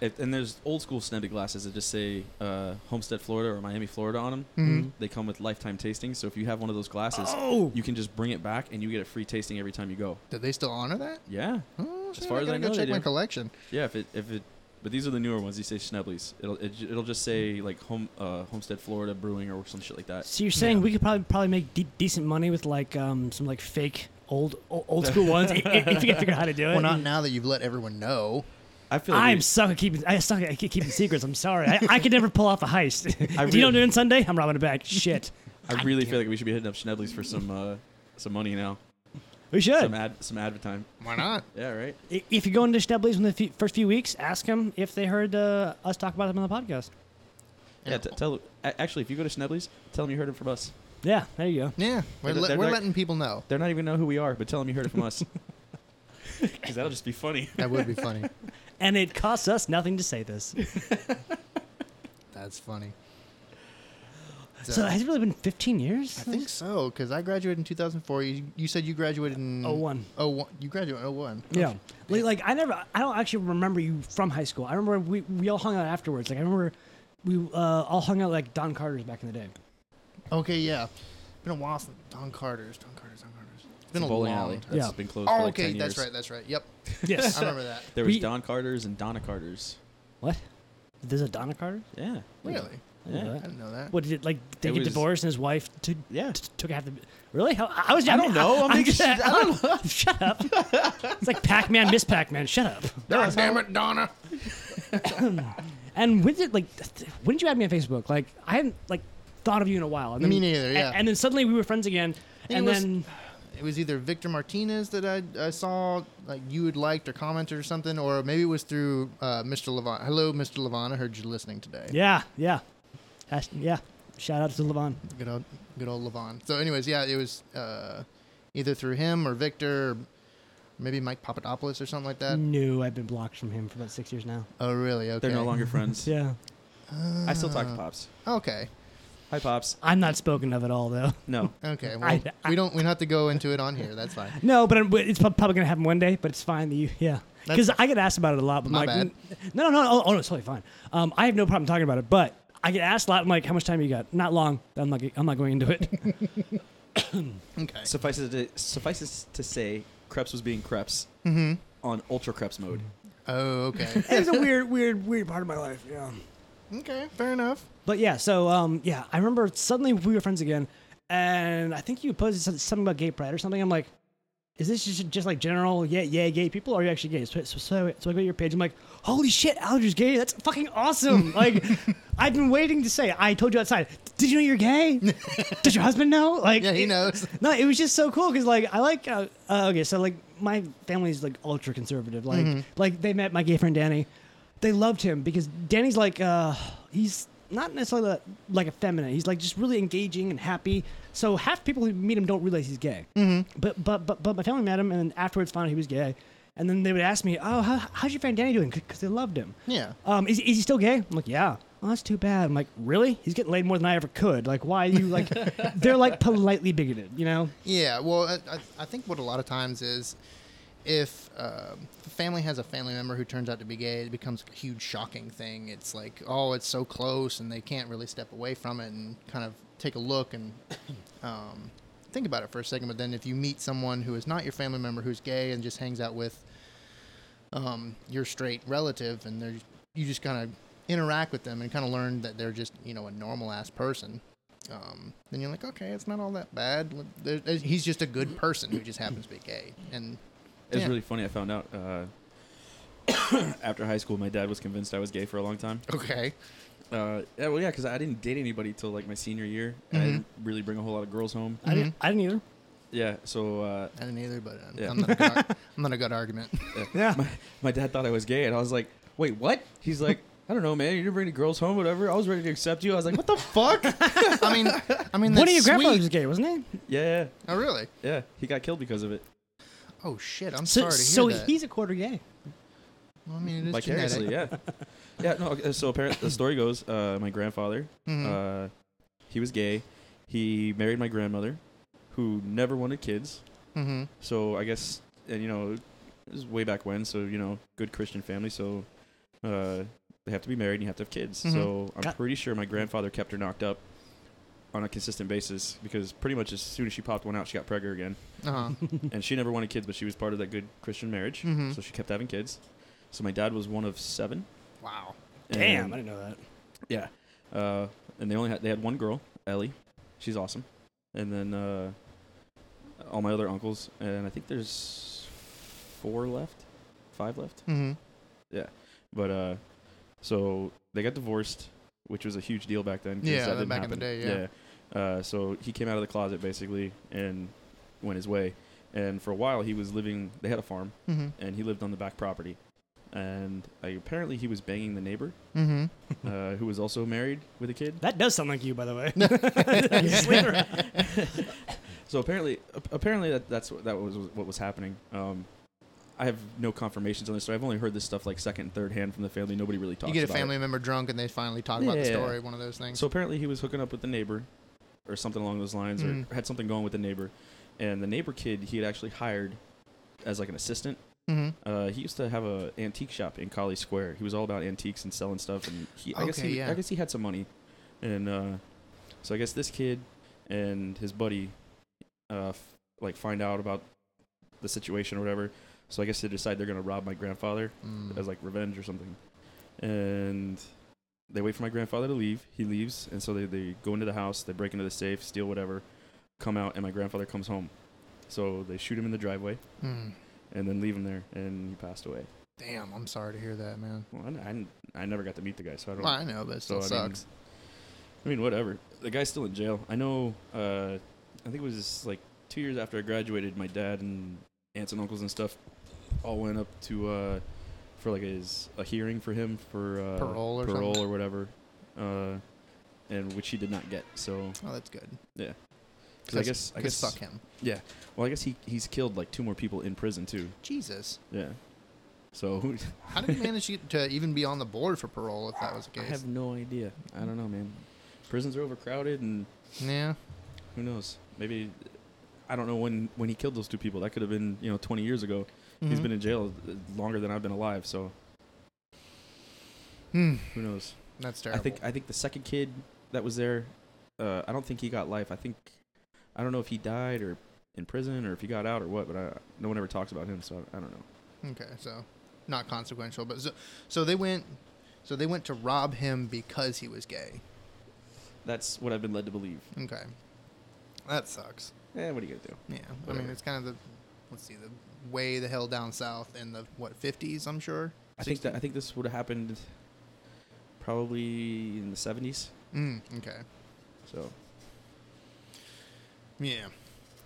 Speaker 4: It, and there's old school Snebby glasses that just say uh, Homestead, Florida, or Miami, Florida on them.
Speaker 3: Mhm.
Speaker 4: They come with lifetime tasting. So if you have one of those glasses,
Speaker 2: Mm-hmm. Oh!
Speaker 4: you can just bring it back and you get a free tasting every time you go.
Speaker 3: Do they still honor that?
Speaker 4: Yeah.
Speaker 3: Oh,
Speaker 4: As
Speaker 3: shit,
Speaker 4: far as
Speaker 3: gotta
Speaker 4: I
Speaker 3: go
Speaker 4: know, they
Speaker 3: check my
Speaker 4: do.
Speaker 3: collection.
Speaker 4: Yeah, if it if it, but these are the newer ones. You say Schnebley's. It'll it, j- it'll just say like home uh, Homestead Florida Brewing or some shit like that.
Speaker 2: So you're saying we could probably probably make de- decent money with like um some like fake old o- old school ones i- i- if you can figure out how to do it.
Speaker 3: Well, not now that you've let everyone know.
Speaker 4: I feel like
Speaker 2: I'm
Speaker 4: we-
Speaker 2: suck at keeping. I suck at keep- keeping secrets. I'm sorry. I, I could never pull off a heist. do you know what
Speaker 4: I
Speaker 2: I'm
Speaker 4: really-
Speaker 2: doing Sunday? I'm robbing a bank. Shit.
Speaker 4: I really feel like we should be hitting up Schnebley's for some uh, some money now.
Speaker 2: We should.
Speaker 4: Some ad some advertime.
Speaker 3: Why not?
Speaker 4: Yeah, right.
Speaker 2: I- If you go into Schnebley's in the fe- first few weeks, ask them if they heard uh, us talk about them on the podcast.
Speaker 4: Yeah, t- tell a- actually if you go to Schnebley's, tell them you heard it from us.
Speaker 2: Yeah, there you go.
Speaker 3: yeah, we're,
Speaker 4: They're-
Speaker 3: le-
Speaker 4: they're
Speaker 3: we're
Speaker 4: like-
Speaker 3: letting people know.
Speaker 4: They're not even know who we are, but tell them you heard it from us. Because that'll just be funny.
Speaker 3: That would be funny.
Speaker 2: And it costs us nothing to say this.
Speaker 3: That's funny.
Speaker 2: So has it really been 15 years?
Speaker 3: I think so, because I graduated in 2004. You, you said you graduated in
Speaker 2: Oh, one.
Speaker 3: Oh, one. You graduated in 01.
Speaker 2: Yeah. Like, like, I never, I don't actually remember you from high school. I remember we, we all hung out afterwards. Like I remember we uh, all hung out like Don Carter's back in the day.
Speaker 3: Okay, yeah. Been a while since Don Carter's. Don Carter's. Don Carter's. It's been
Speaker 4: It's
Speaker 3: a long
Speaker 4: bowling alley.
Speaker 3: time.
Speaker 4: That's
Speaker 2: Yeah.
Speaker 4: been closed for
Speaker 3: Oh,
Speaker 4: like
Speaker 3: okay.
Speaker 4: 10 years.
Speaker 3: That's right. That's right. Yep. I
Speaker 2: Yes.
Speaker 3: remember that.
Speaker 4: There was
Speaker 2: We-
Speaker 4: Don Carter's and Donna Carter's.
Speaker 2: Uh, what? There's a Donna Carter?
Speaker 4: Yeah.
Speaker 3: Really?
Speaker 2: I didn't know
Speaker 4: Yeah.
Speaker 3: I
Speaker 2: that.
Speaker 3: didn't know that.
Speaker 2: What did it like? They
Speaker 4: It
Speaker 2: get
Speaker 4: was-
Speaker 2: divorced, and his wife t-
Speaker 4: Yeah.
Speaker 2: t- took half the. Really? How, I was.
Speaker 4: I don't know. I'm making shit- I
Speaker 2: don't know. Shut up. It's like Pac-Man, Miss Pac-Man. Shut up.
Speaker 3: God damn it, Donna.
Speaker 2: And when did like? th- When did you add me on Facebook? Like I hadn't like thought of you in a while. And then,
Speaker 3: Me neither,
Speaker 2: a-
Speaker 3: yeah.
Speaker 2: And, then suddenly we were friends again.
Speaker 3: think
Speaker 2: And
Speaker 3: it was-
Speaker 2: then
Speaker 3: It was either Victor Martinez that I, I saw, like you had liked or commented or something, or maybe it was through uh, Mr. Levon. Hello, Mr. Levon. I heard you listening today.
Speaker 2: yeah, yeah, Hash- yeah. Shout out to Levon.
Speaker 3: Good old, good old Levon. So, anyways, yeah, it was uh, either through him or Victor, or maybe Mike Papadopoulos or something like that.
Speaker 2: No, I've been blocked from him for about six years now.
Speaker 3: Oh, really? Okay.
Speaker 4: Mm. They're no longer friends.
Speaker 2: Yeah.
Speaker 4: I still talk to Pops.
Speaker 3: Okay.
Speaker 4: Hi, Pops.
Speaker 2: I'm not spoken of at all though.
Speaker 4: No.
Speaker 3: Okay. Well,
Speaker 2: I- I-
Speaker 3: we don't. We don't have to go into it on here. That's fine.
Speaker 2: No, but I'm- but it's prob- probably gonna happen one day. But it's fine that you, yeah,
Speaker 3: That's-
Speaker 2: because I get asked about it a lot. But
Speaker 3: My
Speaker 2: I'm like,
Speaker 3: bad.
Speaker 2: "N- No, no, no. Oh, oh, no, it's totally fine. Um, I have no problem talking about it, but I get asked a lot. I'm like, how much time you got? Not long. I'm not. I'm not going into it.
Speaker 3: Okay.
Speaker 4: Suffices to, suffices to say, Krebs was being Krebs
Speaker 3: Mm-hmm.
Speaker 4: on Ultra Krebs mode.
Speaker 3: Oh, okay.
Speaker 2: it's a weird, weird, weird part of my life. Yeah.
Speaker 3: okay. Fair enough.
Speaker 2: But yeah, so um, yeah, I remember suddenly we were friends again, and I think you posted some- something about gay pride or something. I'm like, is this just, just like general, yeah, yeah, gay people? Or are you actually gay? So, so, so, so I go to your page. I'm like, holy shit, Alger's gay. That's fucking awesome. like, I've been waiting to say. I told you outside. Did you know you're gay? Does your husband know? Like,
Speaker 3: Yeah, he
Speaker 2: it-
Speaker 3: knows.
Speaker 2: No, it was just so cool because like I like uh, uh, okay, so like my family's like ultra conservative. Like, like they met my gay friend Danny. They loved him because Danny's like uh, he's not necessarily like, like effeminate. He's like just really engaging and happy. So half people who meet him don't realize he's gay. Mm-hmm. But but but but my family met him and afterwards found out he was gay. And then they would ask me, "Oh, how, how's your friend Danny doing?" Because they loved him.
Speaker 3: Yeah.
Speaker 2: Um, is, is he still gay? I'm like, yeah. Oh, that's too bad. I'm like, really? He's getting laid more than I ever could. Like, why are you like? they're like politely bigoted, you know?
Speaker 3: Yeah, well, I, I- I think what a lot of times is if, um if a family has a family member who turns out to be gay, it becomes a huge shocking thing. It's like, oh, it's so close, and they can't really step away from it and kind of take a look and um, think about it for a second. But then if you meet someone who is not your family member who's gay and just hangs out with um, your straight relative, and they're, you just kind of interact with them and kind of learn that they're just, you know, a normal ass person um, then you're like, okay, it's not all that bad. Look, there- there- He's just a good person who just happens to be gay. And
Speaker 4: It's
Speaker 3: Yeah.
Speaker 4: really funny. I found out uh, after high school, my dad was convinced I was gay for a long time.
Speaker 3: okay,
Speaker 4: Uh, yeah, well, yeah, because I didn't date anybody till like my senior year, and I
Speaker 3: Mhm.
Speaker 4: didn't really bring a whole lot of girls home.
Speaker 2: I,
Speaker 3: Mm-hmm.
Speaker 2: didn't, I didn't either.
Speaker 4: Yeah, so uh,
Speaker 3: I didn't either, but I'm,
Speaker 4: Yeah.
Speaker 3: I'm, not a good, ar- I'm not a good argument.
Speaker 2: Yeah.
Speaker 4: my, my dad thought I was gay, and I was like, "Wait, what?" He's like, "I don't know, man. You didn't bring any girls home, whatever." I was ready to accept you. I was like, "What the fuck?"
Speaker 3: I mean, I mean, that's
Speaker 2: One of your grandfathers
Speaker 3: sweet.
Speaker 2: was gay, wasn't he?
Speaker 4: yeah, yeah,
Speaker 3: Oh, really?
Speaker 4: yeah. He got killed because of it.
Speaker 3: Oh shit! I'm
Speaker 2: So,
Speaker 3: sorry to hear
Speaker 2: so
Speaker 3: that.
Speaker 2: he's a quarter gay.
Speaker 3: Well, I mean, it is
Speaker 4: Vicariously,
Speaker 3: genetic.
Speaker 4: yeah, yeah. No, okay, so apparently the story goes, uh, my grandfather,
Speaker 3: Mhm.
Speaker 4: uh, he was gay. He married my grandmother, who never wanted kids.
Speaker 3: hmm
Speaker 4: So I guess, and you know, it was way back when. So you know, good Christian family. So uh, they have to be married and you have to have kids.
Speaker 2: Mm-hmm.
Speaker 3: Mhm.
Speaker 4: So I'm
Speaker 2: Got-
Speaker 4: pretty sure my grandfather kept her knocked up on a consistent basis because pretty much as soon as she popped one out, she got pregnant again.
Speaker 3: Uh-huh.
Speaker 4: and she never wanted kids, but she was part of that good Christian marriage.
Speaker 2: Mm-hmm.
Speaker 3: Mhm.
Speaker 4: So she kept having kids. So my dad was one of seven.
Speaker 3: wow.
Speaker 4: and-
Speaker 2: Damn, I didn't know that.
Speaker 4: yeah. Uh, and they only had they had one girl, Ellie. She's awesome. And then uh, all my other uncles, and I think there's four left, five left.
Speaker 3: Mm-hmm.
Speaker 4: But uh, so they got divorced, which was a huge deal back then. 'cause
Speaker 3: Yeah, that
Speaker 4: that didn't
Speaker 3: back in the
Speaker 4: happen.
Speaker 3: day, yeah.
Speaker 4: Yeah. Uh, so he came out of the closet basically and went his way. And for a while, he was living. They had a farm,
Speaker 3: Mm-hmm.
Speaker 4: and he lived on the back property. And like, apparently, he was banging the neighbor,
Speaker 3: Mm-hmm.
Speaker 4: uh, who was also married with a kid.
Speaker 2: That does sound like you, by the way. Sleeper.
Speaker 4: So apparently, ap- apparently that that's what, that was what was happening. Um, I have no confirmations on this, so I've only heard this stuff like second and third hand from the family. Nobody really talks.
Speaker 3: You get a
Speaker 4: about it.
Speaker 3: family member drunk, and they finally talk about the
Speaker 4: Yeah.
Speaker 3: story. One of those things.
Speaker 4: So apparently, he was hooking up with the neighbor, or something along those lines,
Speaker 3: Mhm.
Speaker 4: or had something going with the neighbor, and the neighbor kid he had actually hired as like an assistant.
Speaker 3: mm-hmm.
Speaker 4: Uh, he used to have a antique shop in Collie Square. He was all about antiques and selling stuff, and he, I guess
Speaker 3: Okay,
Speaker 4: he,
Speaker 3: yeah.
Speaker 4: I guess he had some money, and uh, so I guess this kid and his buddy, uh, f- like find out about the situation or whatever. So I guess they decide they're gonna rob my grandfather
Speaker 3: Mm.
Speaker 4: as like revenge or something, and they wait for my grandfather to leave. He leaves, and so they they go into the house, they break into the safe, steal whatever, come out, and my grandfather comes home. So they shoot him in the driveway
Speaker 3: Mm.
Speaker 4: and then leave him there, and he passed away.
Speaker 3: Damn, I'm sorry to hear that, man.
Speaker 4: Well, I, I, didn't- I never got to meet the guy, so I don't.
Speaker 3: Well, I know, but it
Speaker 4: so
Speaker 3: still
Speaker 4: I mean-
Speaker 3: sucks.
Speaker 4: I mean, whatever. The guy's still in jail. I know. Uh, I think it was like two years after I graduated. My dad and aunts and uncles and stuff all went up to uh, for like his a hearing for him for uh,
Speaker 3: Parole or
Speaker 4: parole
Speaker 3: something?
Speaker 4: or whatever, uh, and which he did not get. So
Speaker 3: oh, that's good.
Speaker 4: because I guess I guess
Speaker 3: fuck him.
Speaker 4: well I guess he he's killed like two more people in prison too.
Speaker 3: Jesus,
Speaker 4: Yeah. So
Speaker 3: how did he manage to, get- to even be on the board for parole if that was the
Speaker 4: I
Speaker 3: case?
Speaker 4: have no idea. I don't know, man. Prisons are overcrowded, and
Speaker 3: yeah,
Speaker 4: who knows? Maybe I don't know when when he killed those two people. That could have been you know 20 years ago. He's
Speaker 3: Mhm.
Speaker 4: been in jail uh, longer than I've been alive, so
Speaker 3: Hmm.
Speaker 4: who knows?
Speaker 3: That's terrible.
Speaker 4: I think I think the second kid that was there, uh, I don't think he got life. I think I don't know if he died or in prison or if he got out or what, but I, no one ever talks about him, so I don't know.
Speaker 3: okay, so not consequential, but so, so they went, so they went to rob him because he was gay.
Speaker 4: That's what I've been led to believe.
Speaker 3: Okay, that sucks.
Speaker 4: Eh, what are you gonna do?
Speaker 3: Yeah, I mean
Speaker 4: Whatever.
Speaker 3: it's kind of the let's see the way the hell down south in the what fifties I'm sure.
Speaker 4: I think that I think this would have happened probably in the 70s.
Speaker 3: Mm, okay.
Speaker 4: So
Speaker 3: Yeah.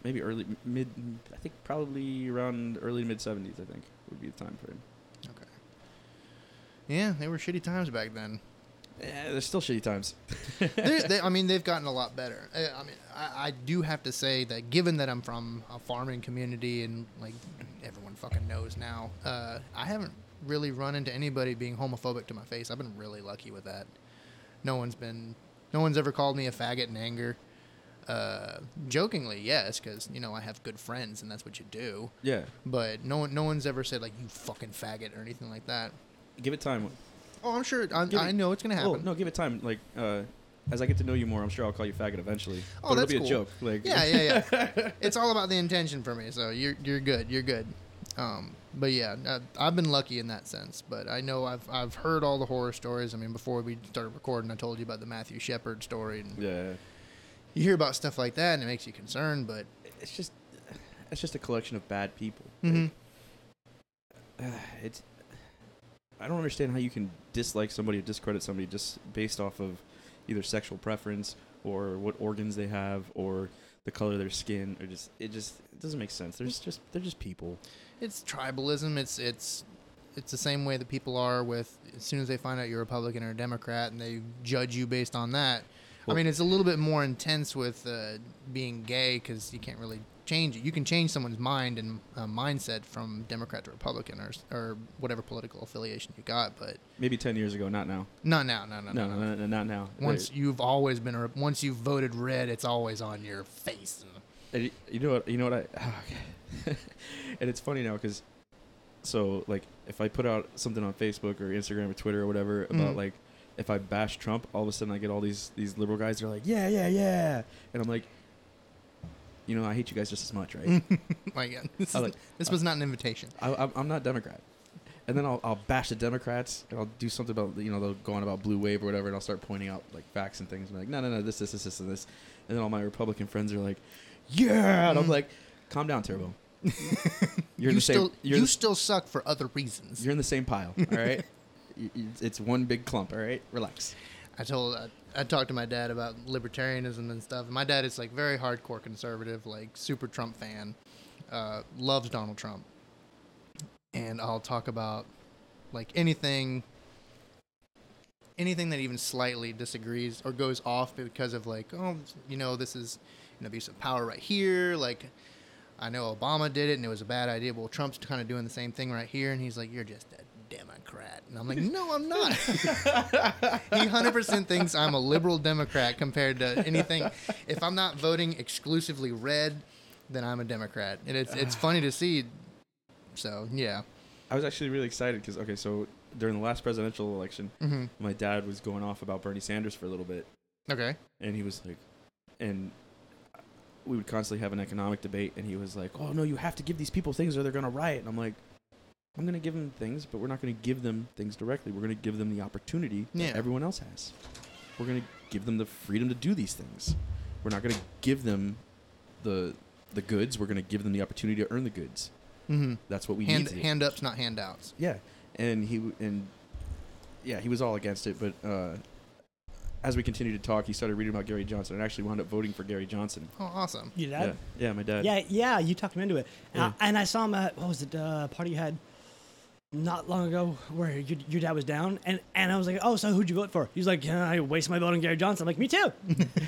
Speaker 4: maybe early m- mid i think probably around early to mid 70s i think would be the time frame
Speaker 3: Okay. Yeah, they were shitty times back then.
Speaker 4: yeah there's still shitty times
Speaker 3: They're- they, I mean, they've gotten a lot better. I, I mean, I, I do have to say that given that I'm from a farming community and like everyone fucking knows now, uh, I haven't really run into anybody being homophobic to my face. I've been really lucky with that. No one's been, no one's ever called me a faggot in anger. Uh, jokingly, yes, because you know I have good friends and that's what you do.
Speaker 4: yeah
Speaker 3: But no one, no one's ever said like you fucking faggot or anything like that.
Speaker 4: give it time
Speaker 3: Oh, I'm sure. I,
Speaker 4: Give
Speaker 3: I
Speaker 4: it-
Speaker 3: know it's gonna happen.
Speaker 4: oh no give it time like uh as i get to know you more i'm sure i'll call you faggot eventually
Speaker 3: Oh,
Speaker 4: but
Speaker 3: that's
Speaker 4: it'll be
Speaker 3: cool.
Speaker 4: a joke like
Speaker 3: Yeah, yeah, yeah. it's all about the intention for me. So you're you're good. You're good. Um, but yeah, I, I've been lucky in that sense. But I know I've I've heard all the horror stories. I mean, before we started recording, I told you about the Matthew Shepard story, and
Speaker 4: yeah
Speaker 3: you hear about stuff like that and it makes you concerned, but
Speaker 4: it's just it's just a collection of bad people.
Speaker 3: Mhm.
Speaker 4: Like, uh, it's I don't understand how you can dislike somebody or discredit somebody just based off of either sexual preference or what organs they have or the color of their skin or just it just it doesn't make sense. There's just they're just people.
Speaker 3: it's tribalism. It's it's it's the same way that people are with as soon as they find out you're Republican or a Democrat and they judge you based on that.
Speaker 4: Well-
Speaker 3: I mean, it's a little bit more intense with uh, being gay because you can't really change it. You can change someone's mind and uh, mindset from Democrat to Republican or s- or whatever political affiliation you got, but
Speaker 4: Maybe 10 years ago, not now.
Speaker 3: not now, no, no,
Speaker 4: No,
Speaker 3: no,
Speaker 4: no,
Speaker 3: no.
Speaker 4: no, no, not now.
Speaker 3: Once you've always been a rep- once you've voted red, it's always on your face.
Speaker 4: And y- you know what? You know what I? ah, okay. and it's funny now because, so like, if I put out something on Facebook or Instagram or Twitter or whatever about
Speaker 3: Mhm.
Speaker 4: like, if I bash Trump, all of a sudden I get all these these liberal guys. They're like, yeah, yeah, yeah, and I'm like, you know, I hate you guys just as much, right?
Speaker 3: like yeah, this,
Speaker 4: I
Speaker 3: is-
Speaker 4: like-
Speaker 3: this was not an invitation.
Speaker 4: I, I'm, I'm not Democrat. And then I'll, I'll bash the Democrats and I'll do something about you know they'll go on about blue wave or whatever and I'll start pointing out like facts and things. I'm like, no, no, no, this, this, this, this, and this. And then all my Republican friends are like, yeah, and I'm
Speaker 3: Mm.
Speaker 4: like, calm down, Turbo. You're in
Speaker 3: you
Speaker 4: the
Speaker 3: still
Speaker 4: same. You're,
Speaker 3: you
Speaker 4: in the-
Speaker 3: still suck for other reasons.
Speaker 4: you're in the same pile. All right. Y- y- it's one big clump. All right. Relax.
Speaker 3: I told I, I talked to my dad about libertarianism and stuff. My dad is like very hardcore conservative, like super Trump fan, uh, loves Donald Trump, and I'll talk about like anything, anything that even slightly disagrees or goes off because of like oh you know this is an abuse of power right here like. I know Obama did it and it was a bad idea. Well, Trump's kind of doing the same thing right here, and he's like, "You're just a Democrat," and I'm like, "No, I'm not." he 100% thinks I'm a liberal Democrat compared to anything. If I'm not voting exclusively red, then I'm a Democrat. And it's it's funny to see. So, yeah.
Speaker 4: I was actually really excited because okay, so during the last presidential election,
Speaker 3: hmm
Speaker 4: my dad was going off about Bernie Sanders for a little bit,
Speaker 3: Okay.
Speaker 4: and he was like, and we would constantly have an economic debate, and he was like, "Oh no, you have to give these people things or they're gonna riot," and I'm like. I'm gonna give them things, but we're not gonna give them things directly. We're gonna give them the opportunity
Speaker 3: Yeah.
Speaker 4: that everyone else has. We're gonna give them the freedom to do these things. We're not gonna give them the the goods. We're gonna give them the opportunity to earn the goods.
Speaker 3: hmm
Speaker 4: That's what we
Speaker 3: Hand,
Speaker 4: need. to do.
Speaker 3: hand ups, not handouts.
Speaker 4: Yeah, and he w- and yeah, he was all against it. But uh, as we continued to talk, he started reading about Gary Johnson and actually wound up voting for Gary Johnson.
Speaker 3: Oh, awesome.
Speaker 2: You did?
Speaker 4: yeah, yeah, my dad.
Speaker 2: Yeah, yeah, you talked him into it. And,
Speaker 4: Yeah.
Speaker 2: I, and I saw him at, what was it, uh, party you had not long ago where your, your dad was down. And, and I was like, oh, so who'd you vote for? He was like, yeah, I wasted my vote on Gary Johnson. I'm like, me too.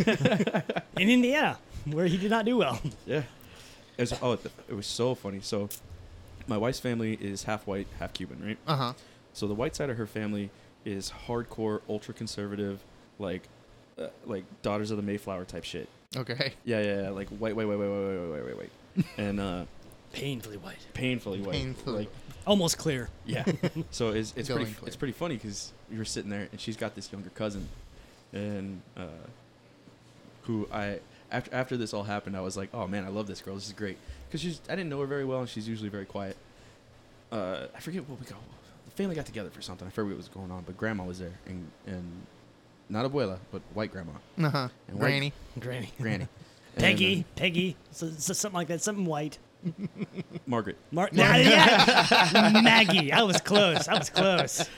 Speaker 2: In Indiana, where he did not do well.
Speaker 4: yeah. It was oh, it- it was so funny. So, my wife's family is half white, half Cuban, right?
Speaker 3: Uh huh.
Speaker 4: So the white side of her family is hardcore, ultra conservative, like uh, like Daughters of the Mayflower type shit.
Speaker 3: Okay.
Speaker 4: Yeah, yeah, yeah. Like white, white, white, white, white, white, white, white, white, and uh,
Speaker 2: Painfully white.
Speaker 4: painfully white.
Speaker 3: Painfully.
Speaker 4: Like
Speaker 2: Almost clear.
Speaker 4: Yeah. so it's, it's
Speaker 3: Going
Speaker 4: pretty
Speaker 3: clear.
Speaker 4: it's pretty funny because you were sitting there and she's got this younger cousin, and uh, who I after after this all happened I was like oh man I love this girl this is great because she's I didn't know her very well and she's usually very quiet. Uh, I forget what we got. The family got together for something. I forget what was going on, but grandma was there and and not abuela but white grandma
Speaker 3: Uh huh.
Speaker 4: And white-
Speaker 3: Granny.
Speaker 2: Granny.
Speaker 4: granny. And,
Speaker 2: Peggy, Peggy, so, so something like that, something white.
Speaker 4: uh, Margaret.
Speaker 2: Mar- yeah. Maggie, I was close. I was close.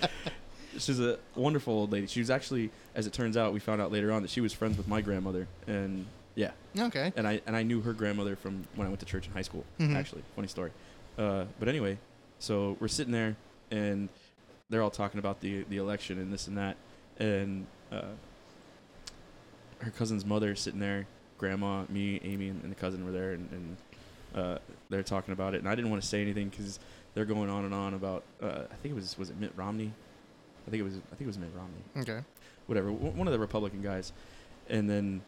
Speaker 4: She's a wonderful old lady. She was actually, as it turns out, we found out later on that she was friends with my grandmother, and yeah,
Speaker 3: Okay.
Speaker 4: and I and I knew her grandmother from when I went to church in high school.
Speaker 3: Mhm.
Speaker 4: Actually, funny story. Uh, but anyway, so we're sitting there, and they're all talking about the the election and this and that, and uh, her cousin's mother is sitting there, grandma, me, Amy, and, and the cousin were there, and, and uh, they're talking about it, and I didn't want to say anything because they're going on and on about. Uh, I think it was was it Mitt Romney. I think it was I think it was Mitt Romney
Speaker 3: Okay.
Speaker 4: whatever w- one of the republican guys and then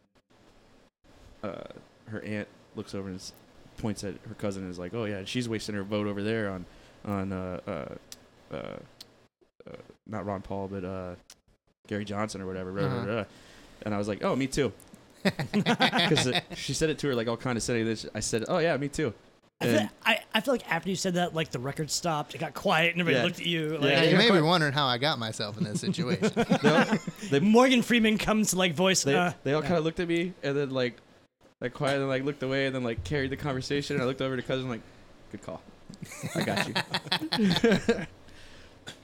Speaker 4: uh, her aunt looks over and s- points at her cousin and is like oh yeah she's wasting her vote over there on on uh, uh, uh, uh, not ron paul but uh, gary johnson or whatever blah, blah,
Speaker 3: Uh-huh.
Speaker 4: blah." and i was like oh uh, me too because she said it to her like all kind of saying this i said oh yeah me too
Speaker 2: I feel,
Speaker 4: And-
Speaker 2: I, I feel like after you said that, like the record stopped, it got quiet, and everybody
Speaker 4: Yeah.
Speaker 2: looked at you. Like,
Speaker 4: Yeah,
Speaker 3: Yeah, you
Speaker 4: you're
Speaker 3: may be
Speaker 4: quite-
Speaker 3: wondering how I got myself in this situation.
Speaker 4: No, they,
Speaker 2: Morgan Freeman comes to like voice.
Speaker 4: they,
Speaker 2: uh,
Speaker 4: they all kind of looked at me and then like like quietly like looked away and then like carried the conversation and I looked over to cousin like good call I got you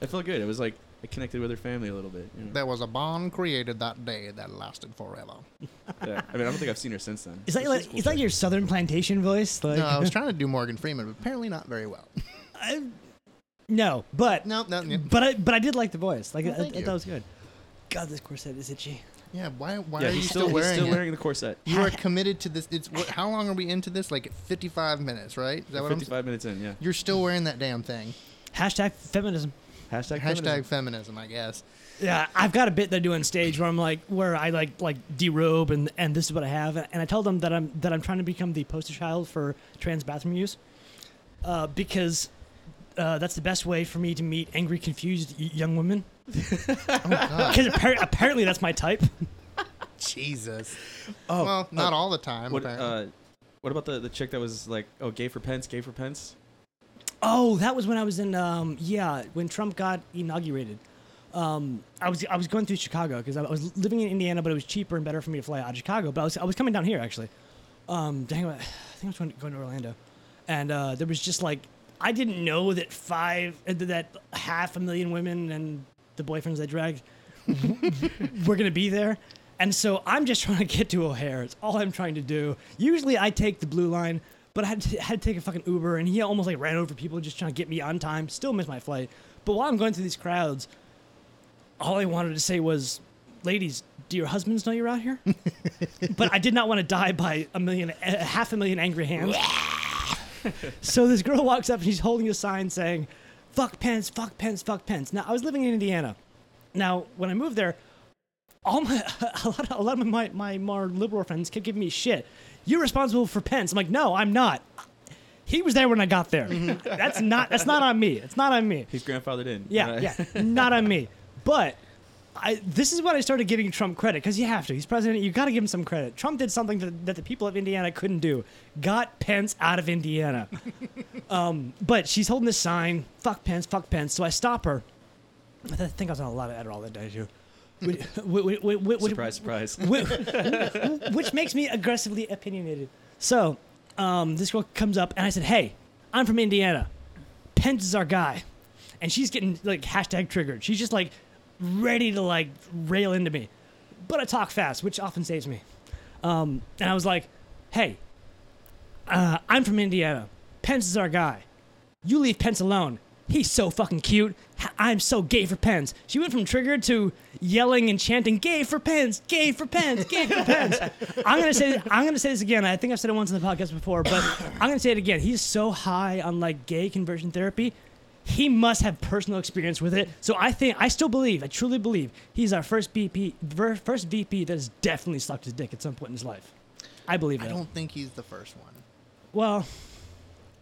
Speaker 4: I felt good it was like I connected with her family a little bit you know?
Speaker 3: there was a bond created that day that lasted forever.
Speaker 4: yeah. I mean I don't think I've seen her since then
Speaker 2: is that
Speaker 4: She's
Speaker 2: like
Speaker 4: cool
Speaker 2: is that
Speaker 4: chick.
Speaker 2: your Southern plantation voice? Like,
Speaker 3: No, I was trying to do Morgan Freeman, but apparently not very well.
Speaker 2: I- no, but
Speaker 3: No, no, yeah.
Speaker 2: but I but I did like the voice. Like
Speaker 3: Well,
Speaker 2: I- I,
Speaker 3: thank you.
Speaker 2: thought it was good. God, this corset is itchy.
Speaker 3: yeah why? Why
Speaker 4: yeah
Speaker 3: are you
Speaker 4: he's still,
Speaker 3: still wearing
Speaker 4: he's still
Speaker 3: it?
Speaker 4: wearing the corset
Speaker 3: you are committed to this. It's what, how long are we into this? Like 55 minutes, right? Is that what I'm?
Speaker 4: 55 minutes in yeah
Speaker 3: You're still wearing that damn thing.
Speaker 2: Hashtag feminism.
Speaker 4: hashtag
Speaker 3: Hashtag
Speaker 4: feminism.
Speaker 3: feminism, I guess.
Speaker 2: Yeah, I've got a bit that I do on stage where I'm like, where I like like derobe and and this is what I have, and I tell them that I'm that I'm trying to become the poster child for trans bathroom use, uh, because uh, that's the best way for me to meet angry, confused y- young women.
Speaker 3: Oh,
Speaker 2: Because apparently that's my type.
Speaker 3: Jesus.
Speaker 4: oh
Speaker 3: well, not
Speaker 4: uh,
Speaker 3: all the time.
Speaker 4: what
Speaker 3: apparently.
Speaker 4: uh what about the the chick that was like oh gay for pence gay for pence
Speaker 2: Oh, that was when I was in um, yeah when Trump got inaugurated. Um, I was I was going through Chicago because I was living in Indiana, but it was cheaper and better for me to fly out of Chicago. But I was I was coming down here actually. Um, dang, I think I was going, going to Orlando, and uh, there was just like I didn't know that five uh, that half a million women and the boyfriends they dragged we're gonna be there. And so I'm just trying to get to O'Hare. It's all I'm trying to do. Usually I take the blue line, but I had to, had to take a fucking Uber, and he almost like ran over people just trying to get me on time. Still missed my flight. But while I'm going through these crowds, all I wanted to say was, "Ladies, do your husbands know you're out here?" but I did not want to die by a million, a half a million angry hands. so this girl walks up and she's holding a sign saying, "Fuck Pence, fuck Pence, fuck Pence." Now I was living in Indiana. Now when I moved there, all my a lot of, a lot of my, my more liberal friends kept giving me shit. You're responsible for Pence. I'm like, no, I'm not. He was there when I got there. that's not that's not on me. It's not on me.
Speaker 4: he's grandfathered in
Speaker 2: Yeah,
Speaker 4: Right?
Speaker 2: yeah, not on me. But I, this is when I started giving Trump credit because you have to. He's president. You got to give him some credit. Trump did something that, that the people of Indiana couldn't do. Got Pence out of Indiana. um, but she's holding this sign. Fuck Pence. Fuck Pence. So I stop her. I th- think I was on a lot of Adderall that day too. Which, which, which,
Speaker 4: surprise surprise
Speaker 2: which, which makes me aggressively opinionated. So um, this girl comes up and I said, "Hey, I'm from Indiana. Pence is our guy," and she's getting like hashtag triggered. She's just like ready to like rail into me, but I talk fast, which often saves me. Um, and I was like, "Hey, uh, I'm from Indiana. Pence is our guy. You leave Pence alone. He's so fucking cute. H- I'm so gay for Pence. She went from triggered to yelling and chanting, "Gay for Pence, gay for Pence, gay for Pence." I'm gonna say, I'm gonna say this again. I think I've said it once in the podcast before, but I'm gonna say it again. He's so high on like gay conversion therapy. He must have personal experience with it. So I think, I still believe, I truly believe, he's our first VP, ver- first VP that has definitely sucked his dick at some point in his life. I believe
Speaker 3: I
Speaker 2: that.
Speaker 3: don't think he's the first one.
Speaker 2: well,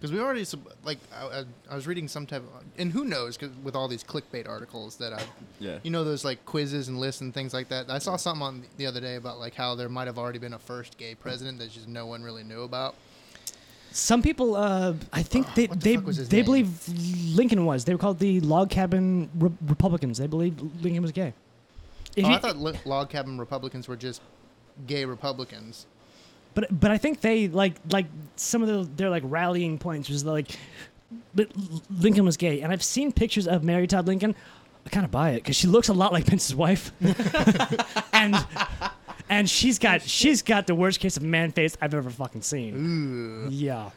Speaker 3: Because we already sub- like I, I, I was reading some type of, and who knows? 'cause with all these clickbait articles that I,
Speaker 4: Yeah.
Speaker 3: you know those like quizzes and lists and things like that. I saw something on the other day about like how there might have already been a first gay president that just no one really knew about.
Speaker 2: Some people, uh, I think they
Speaker 3: What the
Speaker 2: they,
Speaker 3: fuck was his
Speaker 2: they
Speaker 3: name?
Speaker 2: believe Lincoln was. They were called the log cabin Re- Republicans. They believed Lincoln was gay. If
Speaker 3: Oh, I
Speaker 2: you-
Speaker 3: thought lo- log cabin Republicans were just gay Republicans.
Speaker 2: but but I think they like like some of the, their like rallying points was like, but Lincoln was gay, and I've seen pictures of Mary Todd Lincoln. I kind of buy it because she looks a lot like Pence's wife, and and she's got she's got the worst case of man face I've ever fucking seen. Yeah.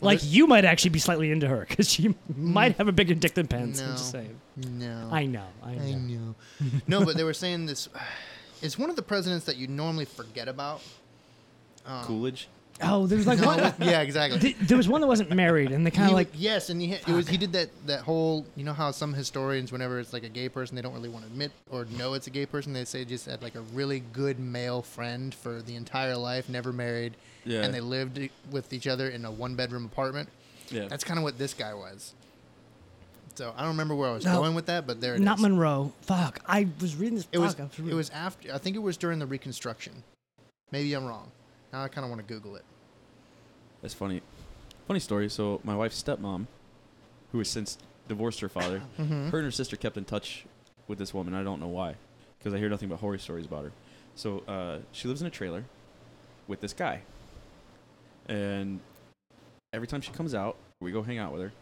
Speaker 2: Like
Speaker 3: there-
Speaker 2: you might actually be slightly into her because she might have a bigger dick than Pence. I'm
Speaker 3: No.
Speaker 2: just saying.
Speaker 3: No,
Speaker 2: I know. I know.
Speaker 3: I know. no, but they were saying this. It's one of the presidents that you normally forget about.
Speaker 4: Coolidge
Speaker 2: Oh, there was like one.
Speaker 3: yeah, exactly.
Speaker 2: th- There was one that wasn't married, and they kind
Speaker 3: He
Speaker 2: of
Speaker 3: wa-
Speaker 2: like
Speaker 3: yes, and he had, it was he did that that whole you know how some historians whenever it's like a gay person they don't really want to admit or know it's a gay person they say just had like a really good male friend for the entire life never married
Speaker 4: Yeah.
Speaker 3: and they lived i- with each other in a one bedroom apartment.
Speaker 4: yeah
Speaker 3: That's kind of what this guy was. So I don't remember where I was
Speaker 2: No.
Speaker 3: going with that, but there it is.
Speaker 2: not Monroe. Fuck, I was reading this.
Speaker 3: It was
Speaker 2: fuck, I was
Speaker 3: it
Speaker 2: reading-
Speaker 3: was after I think it was during the Reconstruction. Maybe I'm wrong. Now I kind of want to Google it.
Speaker 4: that's funny Funny story. So my wife's stepmom, who has since divorced her father,
Speaker 3: Mm-hmm.
Speaker 4: her and her sister kept in touch with this woman. I don't know why, because I hear nothing but horror stories about her. So uh, she lives in a trailer with this guy, and every time she comes out, we go hang out with her.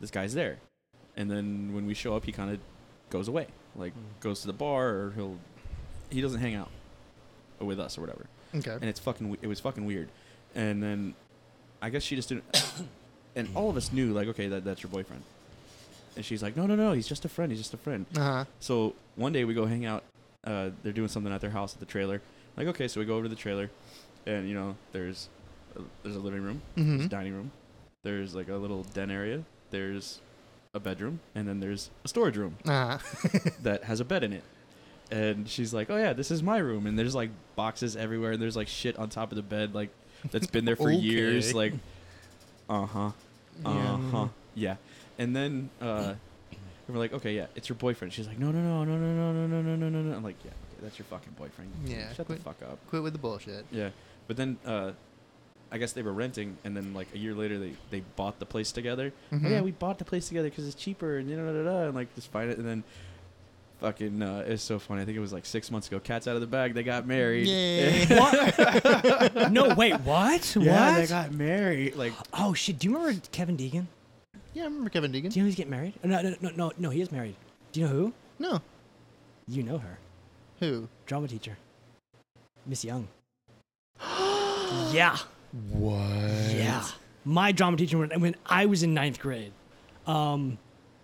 Speaker 4: This guy's there, and then when we show up, he kind of goes away, like
Speaker 2: Mm.
Speaker 4: goes to the bar, or he'll he doesn't hang out with us or whatever
Speaker 3: Okay.
Speaker 4: and it's fucking we- it was fucking weird and then i guess she just didn't and all of us knew like okay that, that's your boyfriend and she's like no no no he's just a friend he's just a friend
Speaker 3: Uh huh.
Speaker 4: so one day we go hang out uh, they're doing something at their house at the trailer like okay so we go over to the trailer and you know there's a, there's a living room there's a
Speaker 3: Mm-hmm.
Speaker 4: dining room there's like a little den area there's a bedroom and then there's a storage room
Speaker 3: Uh huh.
Speaker 4: that has a bed in it. And she's like, "Oh yeah, this is my room." And there's like boxes everywhere, and there's like shit on top of the bed, like that's been there for
Speaker 3: Okay.
Speaker 4: years. Like, uh huh,
Speaker 3: Yeah.
Speaker 4: uh huh, yeah. And then uh, we're like, "Okay, yeah, it's your boyfriend." She's like, "No, no, no, no, no, no, no, no, no, no, no." I'm like, "Yeah, okay, that's your fucking boyfriend.
Speaker 3: Yeah,
Speaker 4: shut the
Speaker 3: quit-
Speaker 4: fuck up."
Speaker 3: Quit with the bullshit.
Speaker 4: Yeah, but then uh, I guess they were renting, and then like a year later, they they bought the place together. Oh,
Speaker 2: Mm-hmm.
Speaker 3: Mhm.
Speaker 4: yeah, we bought the place together because it's cheaper, and da da da da, and like just find it, and then. Fucking, uh, it's so funny. I think it was like six months ago. Cats out of the bag. They got married.
Speaker 3: Yay.
Speaker 2: What? no, wait. What?
Speaker 4: Yeah,
Speaker 2: what?
Speaker 4: they got married. Like,
Speaker 2: oh shit! Do you remember Kevin Deegan?
Speaker 3: Yeah, I remember Kevin Deegan.
Speaker 2: Do you know who's getting married? Oh, no, no, no, no, no. He is married. Do you know who?
Speaker 3: No.
Speaker 2: You know her.
Speaker 3: Who?
Speaker 2: Drama teacher. Miss Young. yeah.
Speaker 3: What?
Speaker 2: Yeah. My drama teacher when, when I was in ninth grade. Um,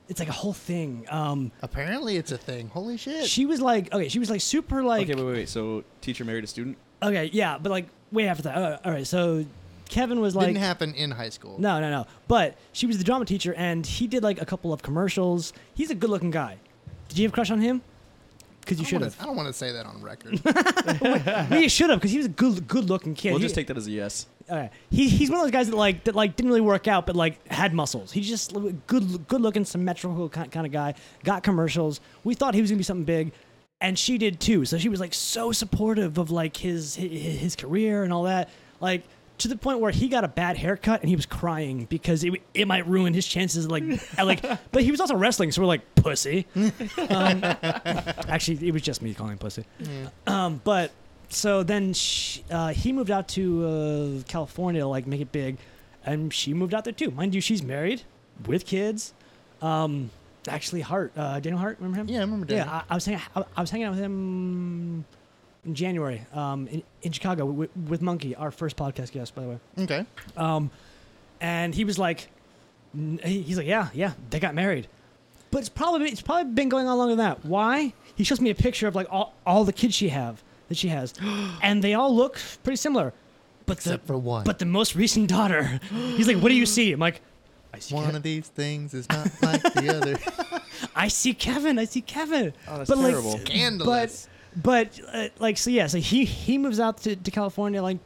Speaker 2: it's like a whole thing. Um,
Speaker 3: Apparently, it's a thing. Holy shit.
Speaker 2: she was like, okay, she was like super like,
Speaker 4: okay, wait, wait, wait. So, teacher married a student.
Speaker 2: okay, yeah, but like way after that. Uh, all right, so Kevin was like,
Speaker 3: Didn't happen in high school.
Speaker 2: No, no, no. But she was the drama teacher, and he did like a couple of commercials. He's a good-looking guy. Did you have a crush on him? Because you
Speaker 3: I
Speaker 2: should
Speaker 3: wanna- I
Speaker 2: have.
Speaker 3: don't want to say that on record.
Speaker 2: Well, you should have, because he was a good, good-looking kid.
Speaker 4: We'll
Speaker 2: He-
Speaker 4: just take that as a yes.
Speaker 2: okay. He, he's one of those guys that like that like didn't really work out, but like had muscles. He's just li- good, good-looking, symmetrical kind, kind of guy. Got commercials. We thought he was gonna be something big, and she did too. So she was like so supportive of like his his, his career and all that. Like. To the point where he got a bad haircut and he was crying because it, w- it might ruin his chances. Like, at, like, but he was also wrestling, so we're like pussy. Um, actually, it was just me calling him pussy. Um, but so then she, uh, he moved out to uh, California to like make it big, and she moved out there too. Mind you, she's married with kids. Um, actually, Hart, uh, Daniel Hart, remember him?
Speaker 3: yeah, I remember
Speaker 2: yeah.
Speaker 3: Daniel.
Speaker 2: I, I was hanging, I, I was hanging out with him in January um, in, in Chicago with, with Monkey, our first podcast guest, by the way.
Speaker 3: okay.
Speaker 2: Um, and he was like, n- he- he's like, yeah, yeah, they got married. But it's probably it's probably been going on longer than that. Why? He shows me a picture of like all, all the kids she have that she has, and they all look pretty similar, but
Speaker 3: Except
Speaker 2: the
Speaker 3: for one.
Speaker 2: but the most recent daughter. He's like, what do you see? I'm like, I see,
Speaker 3: One
Speaker 2: Ke-
Speaker 3: of these things is not like the other.
Speaker 2: I see Kevin, I see Kevin.
Speaker 4: Oh, that's
Speaker 2: but
Speaker 4: terrible.
Speaker 2: Like,
Speaker 3: Scandalous.
Speaker 2: but uh, like so yeah so he he moves out to, to california like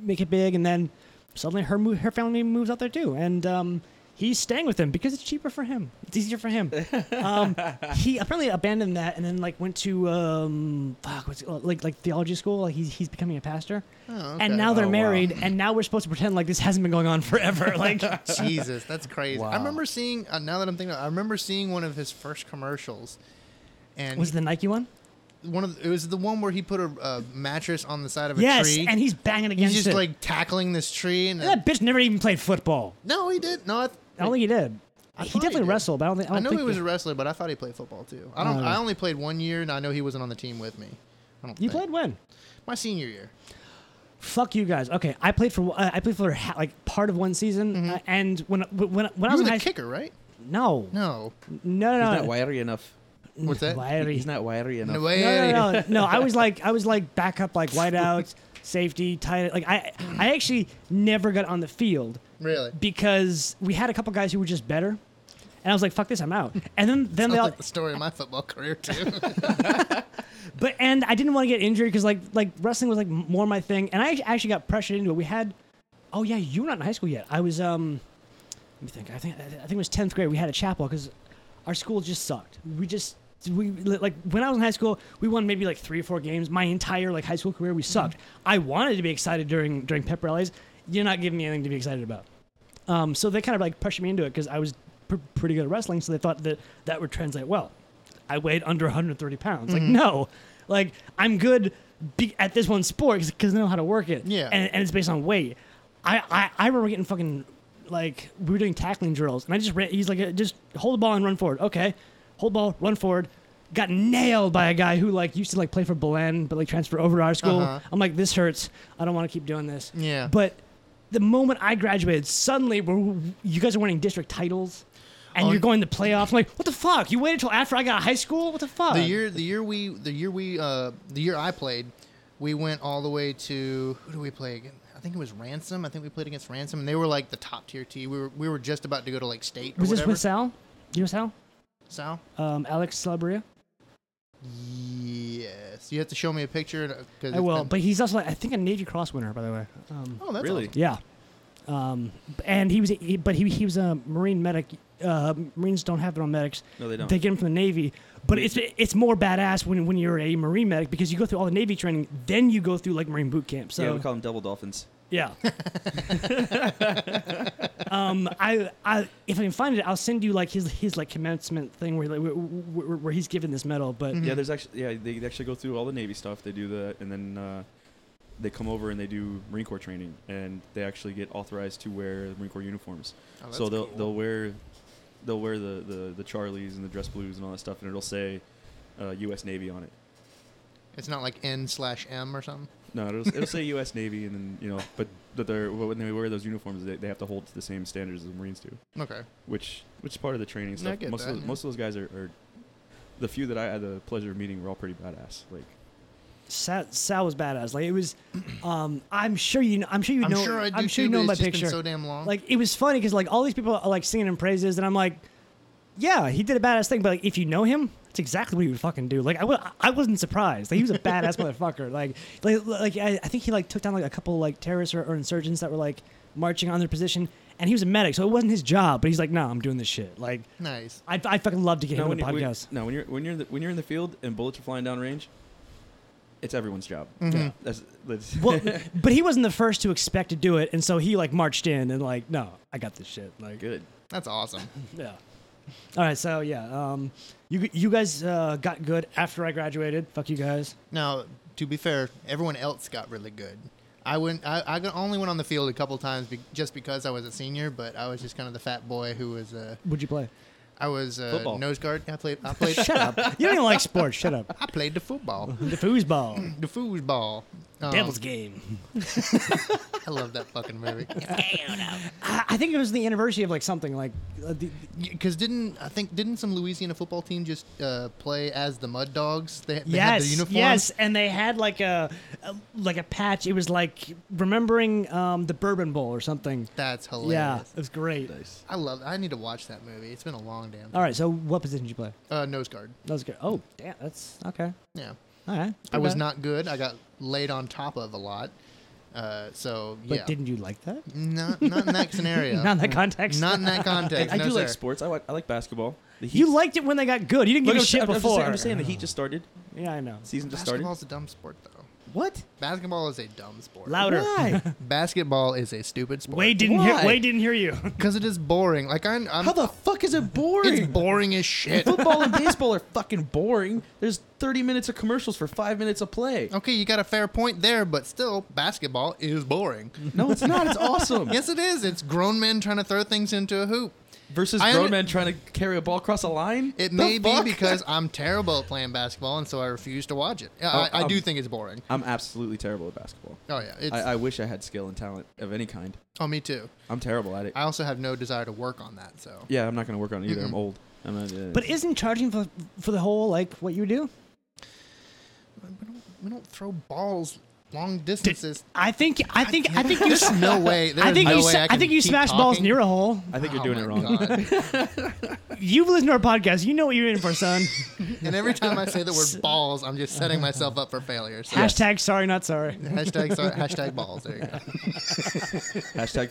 Speaker 2: make it big and then suddenly her mo- her family moves out there too and um he's staying with them because it's cheaper for him it's easier for him um he apparently abandoned that and then like went to um fuck what's it called? like like theology school like he's he's becoming a pastor
Speaker 3: Oh, okay.
Speaker 2: and now they're
Speaker 4: Oh, wow.
Speaker 2: married and now we're supposed to pretend like this hasn't been going on forever like
Speaker 3: Jesus, that's crazy.
Speaker 4: Wow.
Speaker 3: Oh. I remember seeing. Uh, now that I'm thinking, about it, I remember seeing one of his first commercials, and
Speaker 2: was it the nike one
Speaker 3: one of the, it was the one where he put a, a mattress on the side of a
Speaker 2: yes
Speaker 3: tree.
Speaker 2: and he's banging
Speaker 3: he's
Speaker 2: against
Speaker 3: just
Speaker 2: it
Speaker 3: like tackling this tree, and
Speaker 2: that bitch never even played football
Speaker 3: no, he did not.
Speaker 2: i don't think he did
Speaker 3: I
Speaker 2: he
Speaker 3: thought he
Speaker 2: definitely
Speaker 3: did.
Speaker 2: wrestled but i don't think i,
Speaker 3: I,
Speaker 2: don't
Speaker 3: know
Speaker 2: think
Speaker 3: he was
Speaker 2: that-
Speaker 3: a wrestler, but I thought he played football too. I don't.
Speaker 2: Oh.
Speaker 3: I only played one year, and I know he wasn't on the team with me. I don't
Speaker 2: you
Speaker 3: think.
Speaker 2: played when
Speaker 3: my senior year.
Speaker 2: Fuck you guys. Okay, I played for uh, I played for ha- like part of one season,
Speaker 4: Mm-hmm.
Speaker 2: uh, and when when when I
Speaker 3: You
Speaker 2: was
Speaker 3: were
Speaker 2: in
Speaker 3: the
Speaker 2: high
Speaker 3: kicker, right?
Speaker 2: no, no,
Speaker 3: No.
Speaker 2: no, no,
Speaker 4: He's not wiry enough.
Speaker 3: What's that?
Speaker 2: Wiry.
Speaker 4: He's not wiry enough.
Speaker 3: No way.
Speaker 2: no, no, no, no. I was like I was like backup, like wideout, safety, tight. Like I I actually never got on the field
Speaker 3: Really?
Speaker 2: because we had a couple guys who were just better, and I was like, fuck this, I'm out. And then then
Speaker 3: Sounds
Speaker 2: they all,
Speaker 3: like the story of my football career too.
Speaker 2: But and I didn't want to get injured because like like wrestling was like more my thing, and I act- actually got pressured into it. We had, oh yeah, you were not in high school yet. I was um, let me think. I think I think it was tenth grade. We had a chapel because our school just sucked. We just we like when I was in high school, we won maybe like three or four games. My entire like high school career, we sucked. I wanted to be excited during during pep rallies. You're not giving me anything to be excited about. Um, so they kind of like pressured me into it because I was pr- pretty good at wrestling. So they thought that that would translate well. I weighed under 130 pounds. Like no, like I'm good be- at this one sport because I know how to work it.
Speaker 3: Yeah.
Speaker 2: and, and it's based on weight. I, I I remember getting fucking like we were doing tackling drills and I just ran. He's like uh, just hold the ball and run forward. Okay, hold ball, run forward. Got nailed by a guy who like used to like play for Belen, but like transfer over to our school.
Speaker 3: Uh-huh.
Speaker 2: I'm like, this hurts. I don't want to keep doing this.
Speaker 3: Yeah.
Speaker 2: But the moment I graduated, suddenly we're, you guys are winning district titles, and
Speaker 3: Oh,
Speaker 2: you're
Speaker 3: y-
Speaker 2: going to playoffs. I'm like, what the fuck? You waited till after I got out of high school? What the fuck?
Speaker 3: The year, the year we, the year we, uh, the year I played, we went all the way to who do we play again? I think it was Ransom. I think we played against Ransom, and they were like the top tier team. We were, we were just about to go to like state or
Speaker 2: was this
Speaker 3: whatever.
Speaker 2: with Sal? You know Sal?
Speaker 3: Sal?
Speaker 2: Um, Alex Celebria?
Speaker 3: Yes. You have to show me a picture. uh, 'cause
Speaker 2: I
Speaker 3: it's
Speaker 2: will.
Speaker 3: been-
Speaker 2: But he's also like, I think a Navy Cross winner, by the way. Um,
Speaker 3: oh, that's
Speaker 4: really?
Speaker 3: awesome.
Speaker 2: yeah. Um, and he was, a, he- but he he was a Marine medic. Uh, Marines don't have their own medics.
Speaker 4: No, they don't.
Speaker 2: They get them from the Navy. But it's it's more badass when, when you're a Marine medic because you go through all the Navy training, then you go through like Marine boot camp. So
Speaker 4: yeah, we call them double dolphins.
Speaker 2: Yeah. um, I, I, if I can find it, I'll send you like his, his like commencement thing where, like, where, where, where he's given this medal. But
Speaker 3: Mm-hmm.
Speaker 4: Yeah, there's actually yeah they actually go through all the Navy stuff. They do the and then uh, they come over and they do Marine Corps training and they actually get authorized to wear Marine Corps uniforms.
Speaker 3: Oh, that's
Speaker 4: so they'll
Speaker 3: cool.
Speaker 4: they'll wear they'll wear the, the the Charlies and the dress blues and all that stuff and it'll say uh, U.S. Navy on it.
Speaker 3: It's not like N slash M or something.
Speaker 4: No, it'll, it'll say U.S. Navy and then you know but but they're when they wear those uniforms they, they have to hold to the same standards as the Marines do.
Speaker 3: Okay.
Speaker 4: which which is part of the training
Speaker 3: No, I
Speaker 4: stuff.
Speaker 3: get
Speaker 4: most
Speaker 3: that,
Speaker 4: of those,
Speaker 3: yeah.
Speaker 4: most of those guys are, are the few that I had the pleasure of meeting were all pretty badass. Like
Speaker 2: Sal, Sal was badass. Like it was, um, I'm sure you know, I'm sure you
Speaker 3: I'm
Speaker 2: know,
Speaker 3: sure I do
Speaker 2: I'm sure you
Speaker 3: too,
Speaker 2: know
Speaker 3: but
Speaker 2: my
Speaker 3: it's just been
Speaker 2: picture.
Speaker 3: so damn long.
Speaker 2: Like it was funny because like all these people are like singing him praises, and I'm like, yeah, he did a badass thing. But like if you know him, that's exactly what he would fucking do. Like I w- I wasn't surprised. Like he was a badass motherfucker. Like like, like I, I think he like took down like a couple like terrorists or, or insurgents that were like marching on their position, and he was a medic, so it wasn't his job. But he's like, no, I'm doing this shit. Like
Speaker 3: Nice.
Speaker 2: I I fucking love to get him on
Speaker 4: when
Speaker 2: the
Speaker 4: you- when-
Speaker 2: podcast.
Speaker 4: no, when you're when you're in the, when you're in the field and bullets are flying down range, it's everyone's job.
Speaker 3: Mhm.
Speaker 4: That's, that's
Speaker 2: well, but he wasn't the first to expect to do it, and so he like marched in and like, no, I got this shit. Like,
Speaker 4: good.
Speaker 3: That's awesome.
Speaker 2: yeah. All right, so yeah, um, you you guys uh, got good after I graduated. Fuck you guys.
Speaker 3: Now, to be fair, everyone else got really good. I went. I, I got- only went on the field a couple times be, just because I was a senior, but I was just kind of the fat boy who was. Uh,
Speaker 2: Would you play?
Speaker 3: I was uh,
Speaker 4: Football.
Speaker 3: nose guard. I played. I played.
Speaker 2: Shut up. You don't even like sports. Shut up.
Speaker 3: I played the football.
Speaker 2: The foosball.
Speaker 3: The foosball. Um,
Speaker 2: Devil's game.
Speaker 3: I love that fucking movie.
Speaker 2: I, I think it was the anniversary of like something like uh, the,
Speaker 3: Because didn't I think didn't some Louisiana football team just uh, play as the Mud Dogs? They, they had the
Speaker 2: yes,
Speaker 3: uniforms.
Speaker 2: yes, and they had like a, a like a patch. It was like remembering um, the Bourbon Bowl or something.
Speaker 3: That's
Speaker 2: yeah,
Speaker 3: hilarious.
Speaker 2: it was great.
Speaker 4: Nice.
Speaker 3: I love. I need to watch that movie. It's been a long damn.
Speaker 2: All right, so what position did you play?
Speaker 3: Uh, nose guard.
Speaker 2: That was good. Oh, damn, that's okay.
Speaker 3: Yeah.
Speaker 2: All right.
Speaker 3: I was
Speaker 2: Okay.
Speaker 3: not good. I got laid on top of a lot. Uh, so
Speaker 2: But
Speaker 3: yeah,
Speaker 2: didn't you like that?
Speaker 3: not not in that scenario.
Speaker 2: Not in
Speaker 4: Mm.
Speaker 2: that context.
Speaker 3: Not in that context.
Speaker 4: I
Speaker 3: no,
Speaker 4: do like
Speaker 3: sir.
Speaker 4: sports. I like I like basketball. The Heat.
Speaker 2: You liked it when they got good. You didn't
Speaker 4: Look,
Speaker 2: give
Speaker 4: I'm
Speaker 2: a
Speaker 4: just-
Speaker 2: shit
Speaker 4: I'm just saying-
Speaker 2: before.
Speaker 4: I'm just saying the Heat just started.
Speaker 2: Yeah, I know.
Speaker 4: Season just started.
Speaker 3: Basketball's a dumb sport, though.
Speaker 2: What?
Speaker 3: Basketball is a dumb sport.
Speaker 2: Louder.
Speaker 4: Why?
Speaker 3: Basketball is a stupid sport.
Speaker 2: Wade didn't
Speaker 4: Why?
Speaker 2: hear. Wade didn't hear you.
Speaker 3: Because it is boring. Like I'm. I'm
Speaker 4: How the fuck is it boring?
Speaker 3: it's boring as shit.
Speaker 4: Football and baseball are fucking boring. There's 30 minutes of commercials for five minutes of play.
Speaker 3: okay, you got a fair point there, but still, basketball is boring.
Speaker 4: No, it's not. It's awesome.
Speaker 3: yes, it is. It's grown men trying to throw things into a hoop.
Speaker 4: versus
Speaker 3: I
Speaker 4: grown
Speaker 3: under-
Speaker 4: men trying to carry a ball across a line.
Speaker 3: It
Speaker 4: The
Speaker 3: may
Speaker 4: fuck?
Speaker 3: be because I'm terrible at playing basketball, and so I refuse to watch it.
Speaker 4: Oh,
Speaker 3: I, I do
Speaker 4: um,
Speaker 3: think it's boring.
Speaker 4: I'm absolutely terrible at basketball.
Speaker 3: Oh yeah, it's,
Speaker 4: I, I wish I had skill and talent of any kind.
Speaker 3: oh me too.
Speaker 4: I'm terrible at it.
Speaker 3: I also have no desire to work on that. So
Speaker 4: yeah, I'm not going to work on it either. I'm old. I'm not, uh,
Speaker 2: But isn't charging for for the whole like what you do?
Speaker 3: we don't, we don't throw balls long distances.
Speaker 2: I think. I think. I think you.
Speaker 3: There's no way. There's
Speaker 2: I think
Speaker 3: no
Speaker 2: you.
Speaker 3: way
Speaker 2: sa-
Speaker 3: I,
Speaker 2: I,
Speaker 3: can
Speaker 2: think you
Speaker 3: keep
Speaker 2: smash balls
Speaker 3: talking.
Speaker 2: near a hole.
Speaker 4: I think you're
Speaker 3: Oh
Speaker 4: doing
Speaker 3: my
Speaker 4: it wrong.
Speaker 3: God.
Speaker 2: You've listened to our podcast. You know what you're in for, son.
Speaker 3: and every time I say the word balls, I'm just setting myself up for failure. So.
Speaker 2: Hashtag sorry, not sorry.
Speaker 3: Hashtag, sorry, hashtag balls. There you go.
Speaker 4: Hashtag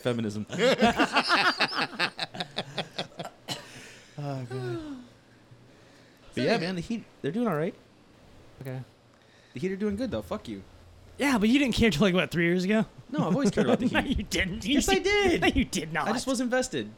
Speaker 4: feminism.
Speaker 3: Oh,
Speaker 4: But yeah, man, the Heat, they're doing all right.
Speaker 2: Okay.
Speaker 4: The Heat are doing good, though. Fuck you.
Speaker 2: Yeah, but you didn't care till like what three years ago.
Speaker 4: No, I've always cared about the
Speaker 2: no,
Speaker 4: heat.
Speaker 2: you didn't.
Speaker 4: Yes, I did.
Speaker 2: No, you did not.
Speaker 4: I just was invested.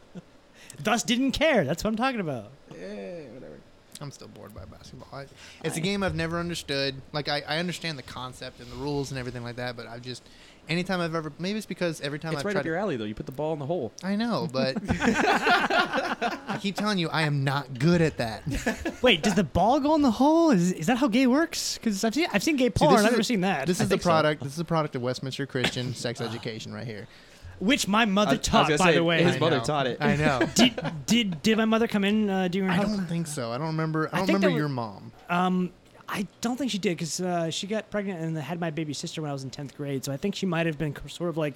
Speaker 2: Thus didn't care. That's what I'm talking about.
Speaker 4: Yeah, whatever.
Speaker 3: I'm still bored by basketball. I, it's a game I've never understood. Like I, I understand the concept and the rules and everything like that, but I've just anytime I've ever maybe it's because every time
Speaker 4: It's
Speaker 3: I've
Speaker 4: right
Speaker 3: tried
Speaker 4: up
Speaker 3: to-
Speaker 4: your alley, though. You put the ball in the hole.
Speaker 3: I know, but I keep telling you I am not good at that.
Speaker 2: Wait, does the ball go in the hole? Is, is that how gay works? Because I've seen I've seen gay porn.
Speaker 3: this
Speaker 2: I've
Speaker 3: is
Speaker 2: never
Speaker 3: a-
Speaker 2: seen that.
Speaker 3: This
Speaker 2: I
Speaker 3: is the
Speaker 2: think so.
Speaker 3: product. This is the product of Westminster Christian sex education right here.
Speaker 2: which my mother
Speaker 4: I- I was
Speaker 2: taught,
Speaker 4: gonna
Speaker 2: by
Speaker 4: say,
Speaker 2: the way.
Speaker 4: His
Speaker 3: I
Speaker 4: mother
Speaker 3: know.
Speaker 4: taught it.
Speaker 3: I know.
Speaker 2: did, did did my mother come in uh, during her
Speaker 3: I
Speaker 2: house?
Speaker 3: don't think so. I don't remember. I don't
Speaker 2: think
Speaker 3: remember
Speaker 2: that was-
Speaker 3: your mom.
Speaker 2: Um, I don't think she did because uh, she got pregnant and had my baby sister when I was in tenth grade. So I think she might have been sort of like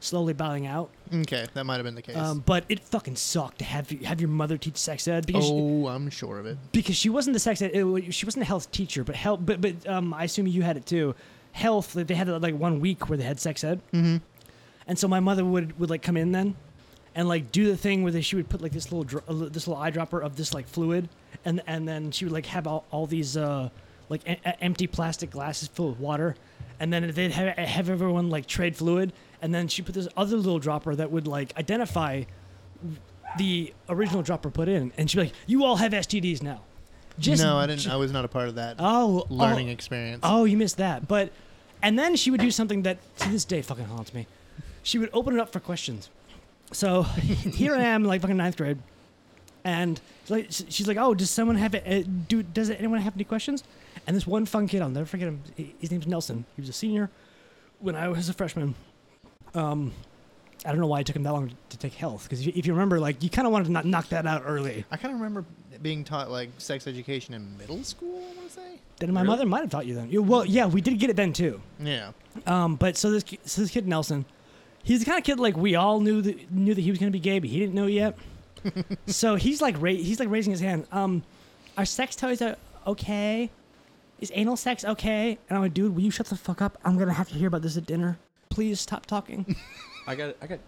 Speaker 2: slowly bowing out.
Speaker 3: Okay, that might have been the case.
Speaker 2: Um, but it fucking sucked to have you- have your mother teach sex ed because she-
Speaker 3: oh, I'm sure of it.
Speaker 2: because she wasn't the sex ed, it wa- she wasn't a health teacher, but health. But but um, I assume you had it too. Health. like, They had like one week where they had sex ed, mm-hmm. and so my mother would would like come in then, and like do the thing where they, she would put like this little dro- uh, this little eyedropper of this like fluid, and and then she would like have all, all these uh like e- e- empty plastic glasses full of water, and then they'd have, have everyone like trade fluid, and then she put this other little dropper that would like identify the original dropper put in, and she'd be like, "You all have STDs now." Just
Speaker 3: no, I didn't. I was not a part of that
Speaker 2: Oh,
Speaker 3: learning
Speaker 2: oh,
Speaker 3: experience.
Speaker 2: Oh, you missed that. But and then she would do something that to this day fucking haunts me. She would open it up for questions. So here I am, like fucking ninth grade, and like s- she's like, "Oh, does someone have a, uh, do? Does anyone have any questions?" And this one fun kid, I'll never forget him. h- His name's Nelson. He was a senior when I was a freshman. Um, I don't know why it took him that long to take health because if, you- if you remember, like you kind of wanted to not knock that out early.
Speaker 3: I kind of remember being taught like sex education in middle school. I want to say.
Speaker 2: Then my
Speaker 4: Really?
Speaker 2: mother might have taught you then. Yeah, Well, yeah, we did get it then too.
Speaker 3: Yeah.
Speaker 2: Um, but so this ki- so this kid Nelson, he's the kind of kid like we all knew that knew that he was gonna be gay, but he didn't know yet. so he's like ra- he's like raising his hand. Um, are sex toys uh, okay? Is anal sex okay? And I'm like, dude, will you shut the fuck up? I'm gonna have to hear about this at dinner. Please stop talking.
Speaker 4: I got I got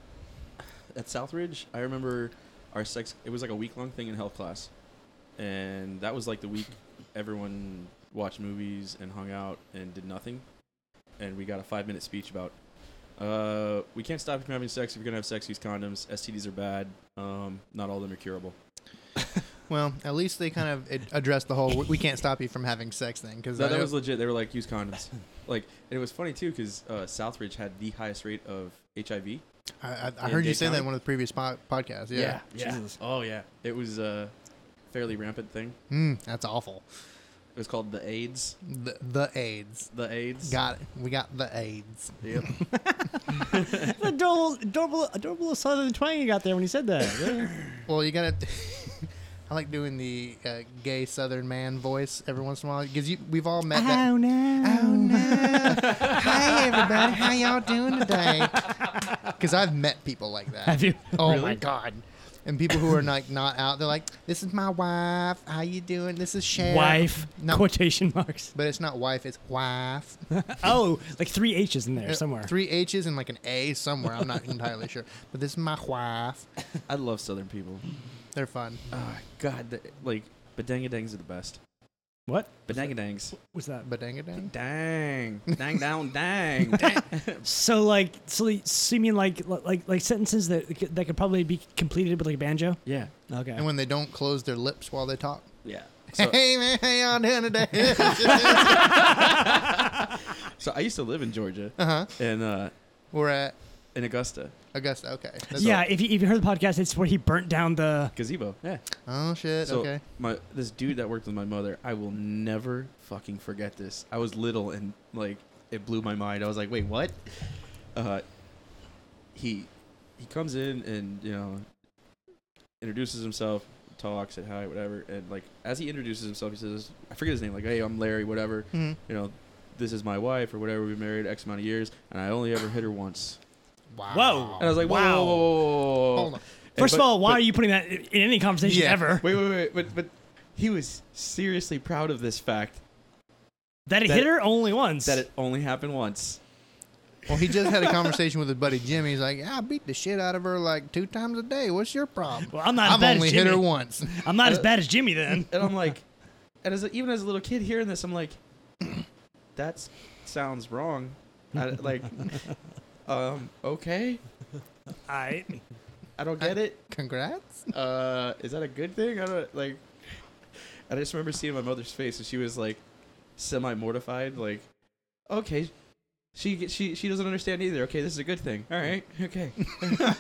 Speaker 4: at Southridge. I remember our sex. It was like a week long thing in health class, and that was like the week everyone watched movies and hung out and did nothing. And we got a five minute speech about uh, we can't stop you from having sex. If you're gonna have sex, use condoms. STDs are bad. Um, not all of them are curable.
Speaker 3: Well, at least they kind of ad- addressed the whole "we- "we can't stop you from having sex" thing because
Speaker 4: No, that was legit. They were like use condoms. Like, and it was funny too because uh, Southridge had the highest rate of HIV.
Speaker 3: I, I, I
Speaker 4: in
Speaker 3: heard you
Speaker 4: Dade
Speaker 3: say that
Speaker 4: County.
Speaker 3: in one of the previous po- podcasts. Yeah.
Speaker 4: Jesus. Oh yeah. It was a fairly rampant thing.
Speaker 3: Mm, that's awful.
Speaker 4: It was called the AIDS.
Speaker 3: The, the AIDS.
Speaker 4: The AIDS.
Speaker 3: Got it. We got the AIDS.
Speaker 4: Yep.
Speaker 2: adorable, adorable, adorable little southern twang you got there when you said that. Yeah.
Speaker 3: Well, you gotta. I like doing the uh, gay Southern man voice every once in a while because we've all met that.
Speaker 2: oh no!
Speaker 3: Oh no! Hi everybody, how y'all doing today? Because I've met people like that.
Speaker 2: Have you?
Speaker 3: Oh my god! And people who are like not out, they're like, "This is my wife. How you doing? This is Sharon."
Speaker 2: Wife
Speaker 3: No.
Speaker 2: quotation marks.
Speaker 3: But it's not wife. It's wife. Uh,
Speaker 2: Oh, like three H's in there somewhere.
Speaker 3: Three H's and like an A somewhere. I'm not entirely sure. But this is my wife.
Speaker 4: I love Southern people.
Speaker 3: They're fun.
Speaker 4: Oh, God, the, like bedangadangs are the best.
Speaker 2: What
Speaker 4: Bedangadangs.
Speaker 2: was that?
Speaker 3: But dang it, dang.
Speaker 4: Dang, dang, down, dang. dang.
Speaker 2: So like, so, like- so you mean like like like sentences that that could probably be completed with like a banjo?
Speaker 4: Yeah,
Speaker 2: Okay.
Speaker 3: And when they don't close their lips while they talk.
Speaker 4: yeah. So,
Speaker 3: hey man, how y'all doing today?
Speaker 4: so I used to live in Georgia,
Speaker 3: uh huh.
Speaker 4: and uh,
Speaker 3: We're at
Speaker 4: in Augusta,
Speaker 3: Augusta. Okay. That's
Speaker 2: yeah, if you, if you heard the podcast, it's where he burnt down the.
Speaker 4: gazebo. Yeah.
Speaker 3: all. Oh shit.
Speaker 4: So
Speaker 3: okay.
Speaker 4: my this dude that worked with my mother, I will never fucking forget this. I was little and like it blew my mind. I was like, wait, what? Uh, he he comes in and you know introduces himself, talks, said hi, whatever, and like as he introduces himself, he says, I forget his name, like, hey, I'm Larry, whatever.
Speaker 2: Mm-hmm.
Speaker 3: Mhm.
Speaker 4: You know, this is my wife or whatever. We've been married X amount of years, and I only ever hit her once.
Speaker 3: Wow.
Speaker 2: Whoa.
Speaker 4: And I was like,
Speaker 2: Wow.
Speaker 4: wow. whoa, whoa, whoa, whoa, whoa.
Speaker 3: Hold on.
Speaker 4: And
Speaker 2: First
Speaker 4: but-
Speaker 2: of all, why
Speaker 4: but-
Speaker 2: are you putting that in any conversation
Speaker 3: Yeah.
Speaker 2: ever?
Speaker 4: Wait, wait, wait, but but he was seriously proud of this fact
Speaker 2: That it
Speaker 4: that
Speaker 2: hit
Speaker 4: it-
Speaker 2: her only once.
Speaker 4: that it only happened once.
Speaker 3: Well, he just had a conversation with his buddy Jimmy. He's like, yeah, I beat the shit out of her like two times a day. What's your problem?
Speaker 2: Well, I'm not as
Speaker 3: I've
Speaker 2: bad
Speaker 3: only
Speaker 2: as
Speaker 3: hit her
Speaker 2: Jimmy.
Speaker 3: once.
Speaker 2: I'm not as bad as Jimmy then.
Speaker 4: And I'm like, and as a, even as a little kid hearing this, I'm like, that sounds wrong. I, like, Um, okay.
Speaker 2: I
Speaker 4: I don't get it.
Speaker 3: Congrats.
Speaker 4: Uh, is that a good thing? I don't like. I just remember seeing my mother's face, and she was like, semi mortified. Like, okay, she she she doesn't understand either. Okay, this is a good thing. All right, okay,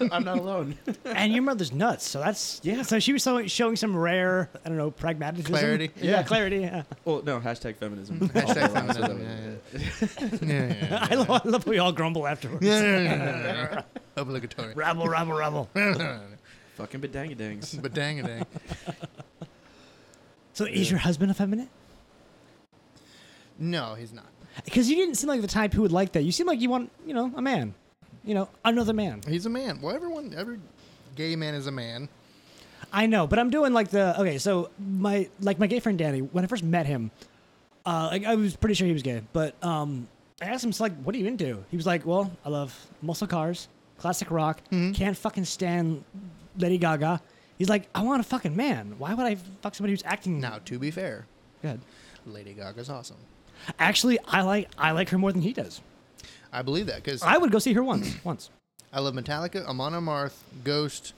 Speaker 4: I'm not alone.
Speaker 2: and your mother's nuts, so that's yeah. So she was so, showing some rare, I don't know, pragmatism,
Speaker 3: Clarity.
Speaker 2: Yeah,
Speaker 4: Yeah.
Speaker 2: clarity. Yeah.
Speaker 4: Well, no, hashtag feminism.
Speaker 3: Hashtag
Speaker 4: That's what that
Speaker 3: feminism, yeah,
Speaker 4: was.
Speaker 3: yeah, yeah.
Speaker 2: I, love, I love how we all grumble afterwards.
Speaker 3: yeah, yeah, yeah, yeah, yeah. Obligatory.
Speaker 2: Rabble, rabble, rabble.
Speaker 4: Fucking bedangadangs.
Speaker 3: but dang it, dang.
Speaker 2: So is your husband effeminate?
Speaker 3: No, he's not.
Speaker 2: Because you didn't seem like the type who would like that. You seem like you want, you know, a man, you know, another man.
Speaker 3: He's a man. Well, everyone, every gay man is a man.
Speaker 2: I know, but I'm doing like the okay. So my like my gay friend Danny, when I first met him, uh, like I was pretty sure he was gay, but um, I asked him, so like, what are you into? He was like, well, I love muscle cars, classic rock, can't fucking stand Lady Gaga. He's like, I want a fucking man. Why would I fuck somebody who's acting
Speaker 3: Now, to be fair,
Speaker 2: Good.
Speaker 3: Lady Gaga's awesome.
Speaker 2: Actually, I like I like her more than he does.
Speaker 3: I believe that because
Speaker 2: I would go see her once. once.
Speaker 3: I love Metallica, Amon Amarth, Ghost,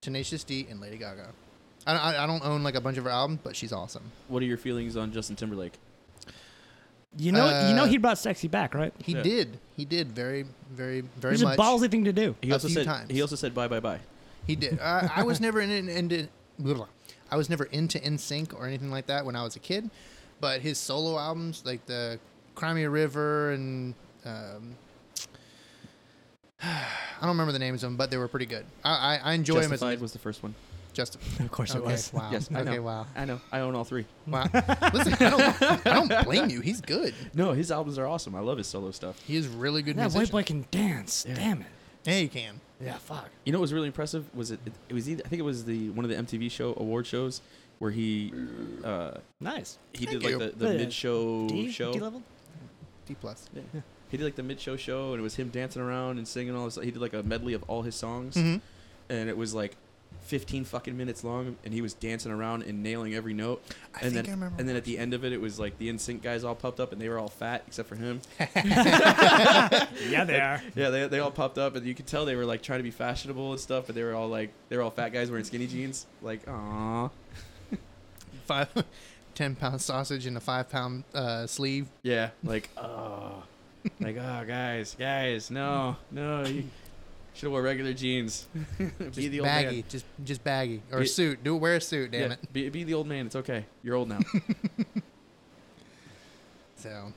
Speaker 3: Tenacious D, and Lady Gaga. I, I, I don't own like a bunch of her albums, but she's awesome.
Speaker 4: What are your feelings on Justin Timberlake?
Speaker 2: You know, you know,
Speaker 3: Uh,
Speaker 2: he brought sexy back, right?
Speaker 3: He
Speaker 4: Yeah.
Speaker 3: did. He did very, very, very
Speaker 2: It's a
Speaker 3: much.
Speaker 2: ballsy thing to do.
Speaker 4: He
Speaker 3: A
Speaker 4: also
Speaker 3: few
Speaker 4: said
Speaker 3: times.
Speaker 4: he also said bye bye bye.
Speaker 3: He did. I, I was never in, in, in blah, blah. I was never into NSYNC or anything like that when I was a kid, but his solo albums like the Crimea River and um, I don't remember the names of them, but they were pretty good. I, I, I enjoy him as
Speaker 4: Justified
Speaker 3: a,
Speaker 4: was the first one.
Speaker 3: Justin.
Speaker 2: Of course it
Speaker 3: Okay,
Speaker 2: was.
Speaker 3: wow.
Speaker 4: Yes, I
Speaker 3: okay,
Speaker 4: know.
Speaker 3: wow.
Speaker 4: I know. I own all three.
Speaker 3: Wow. Listen, I don't, I don't blame you. He's good.
Speaker 4: No, his albums are awesome. I love his solo stuff.
Speaker 3: He is really good
Speaker 2: That white
Speaker 3: musician.
Speaker 2: boy can dance. Damn it.
Speaker 3: yeah, he can.
Speaker 2: Yeah, fuck.
Speaker 4: You know what was really impressive was it, it, was either, I think it was the one of the MTV show award shows where he uh,
Speaker 2: Nice.
Speaker 4: he
Speaker 3: Thank
Speaker 4: did like
Speaker 3: you.
Speaker 4: the, the
Speaker 2: Yeah.
Speaker 4: mid show
Speaker 2: D,
Speaker 4: show.
Speaker 2: D level?
Speaker 3: D plus.
Speaker 4: Yeah. He did like the mid show show and it was him dancing around and singing all this. He did like a medley of all his songs
Speaker 3: Mm-hmm.
Speaker 4: and it was like 15 fucking minutes long and he was dancing around and nailing every note.
Speaker 3: I
Speaker 4: and
Speaker 3: think
Speaker 4: then
Speaker 3: I remember
Speaker 4: and then at the end of it it was like the NSYNC guys all popped up and they were all fat except for him.
Speaker 2: Yeah, they are.
Speaker 4: Yeah, they, they all popped up, and you could tell they were like trying to be fashionable and stuff, but they were all like they were all fat guys wearing skinny jeans. Like, aw,
Speaker 3: Five, ten pound sausage in a five pound uh, sleeve.
Speaker 4: yeah, like, oh, like oh, guys, guys, no, no, you should have wore regular jeans. be the old
Speaker 3: baggy,
Speaker 4: man.
Speaker 3: just just baggy or
Speaker 4: Be-
Speaker 3: a suit. Do wear a suit, damn
Speaker 4: Yeah,
Speaker 3: it.
Speaker 4: Be, be the old man. It's okay. You're old now.
Speaker 3: So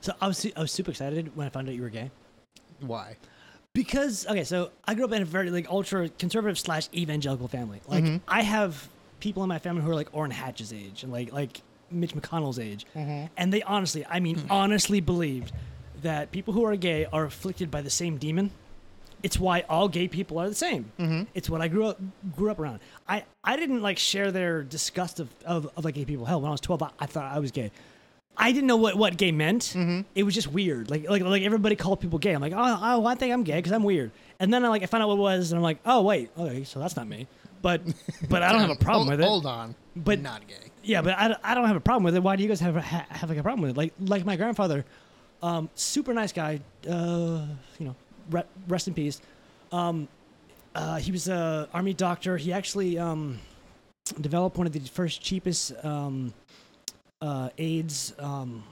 Speaker 2: So I was, su- I was super excited when I found out you were gay.
Speaker 3: why?
Speaker 2: Because, okay, so I grew up in a very, like, ultra conservative slash evangelical family. Like,
Speaker 3: Mm-hmm.
Speaker 2: I have people in my family who are, like, Orrin Hatch's age and, like, like Mitch McConnell's age.
Speaker 3: Mm-hmm.
Speaker 2: And they honestly, I mean,
Speaker 3: Mm.
Speaker 2: honestly believed that people who are gay are afflicted by the same demon. It's why all gay people are the same.
Speaker 3: Mm-hmm.
Speaker 2: It's what I grew up grew up around. I, I didn't like share their disgust of, of, of like gay people. Hell, when I was twelve, I, I thought I was gay. I didn't know what, what gay meant.
Speaker 3: Mm-hmm.
Speaker 2: It was just weird. Like like like everybody called people gay. I'm like, oh, oh I think I'm gay because I'm weird. And then I like I found out what it was, and I'm like, oh wait, okay, so that's not me. But but I don't have a problem
Speaker 3: hold,
Speaker 2: with it.
Speaker 3: Hold on,
Speaker 2: But-
Speaker 3: but not gay.
Speaker 2: Yeah, but I, I don't have a problem with it. Why do you guys have ha, have like a problem with it? Like like my grandfather, um, super nice guy. Uh, you know, re- rest in peace. Um, uh, he was a army doctor. He actually um, developed one of the first cheapest um, uh, AIDS um,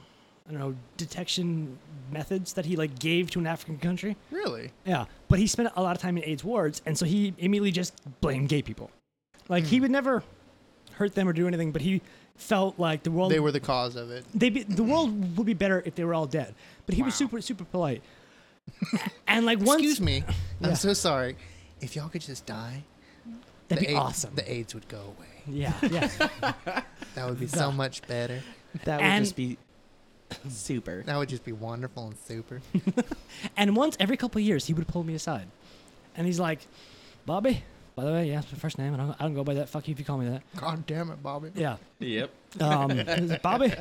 Speaker 2: I don't know detection methods that he like gave to an African country.
Speaker 3: Really?
Speaker 2: Yeah, but he spent a lot of time in AIDS wards, and so he immediately just blamed gay people. Like
Speaker 3: Hmm.
Speaker 2: he would never hurt them or do anything, but he felt like the world
Speaker 3: They were the cause of it.
Speaker 2: they be, the world would be better if they were all dead. But he was
Speaker 3: Wow.
Speaker 2: super super polite, and like once
Speaker 3: Excuse me.
Speaker 2: Yeah.
Speaker 3: I'm so sorry. If y'all could just die,
Speaker 2: that'd
Speaker 3: the
Speaker 2: be
Speaker 3: AIDS,
Speaker 2: awesome.
Speaker 3: The AIDS would go away.
Speaker 2: yeah, yeah.
Speaker 3: That would be so much better.
Speaker 4: That
Speaker 2: would And- just
Speaker 4: be super.
Speaker 3: That would just be wonderful and super.
Speaker 2: And once every couple of years, he would pull me aside, and he's like, "Bobby, by the way, yeah, that's my first name, and I don't, I don't go by that. Fuck you if you call me that."
Speaker 3: God damn it, Bobby.
Speaker 2: Yeah.
Speaker 4: Yep.
Speaker 2: Um, is it Bobby?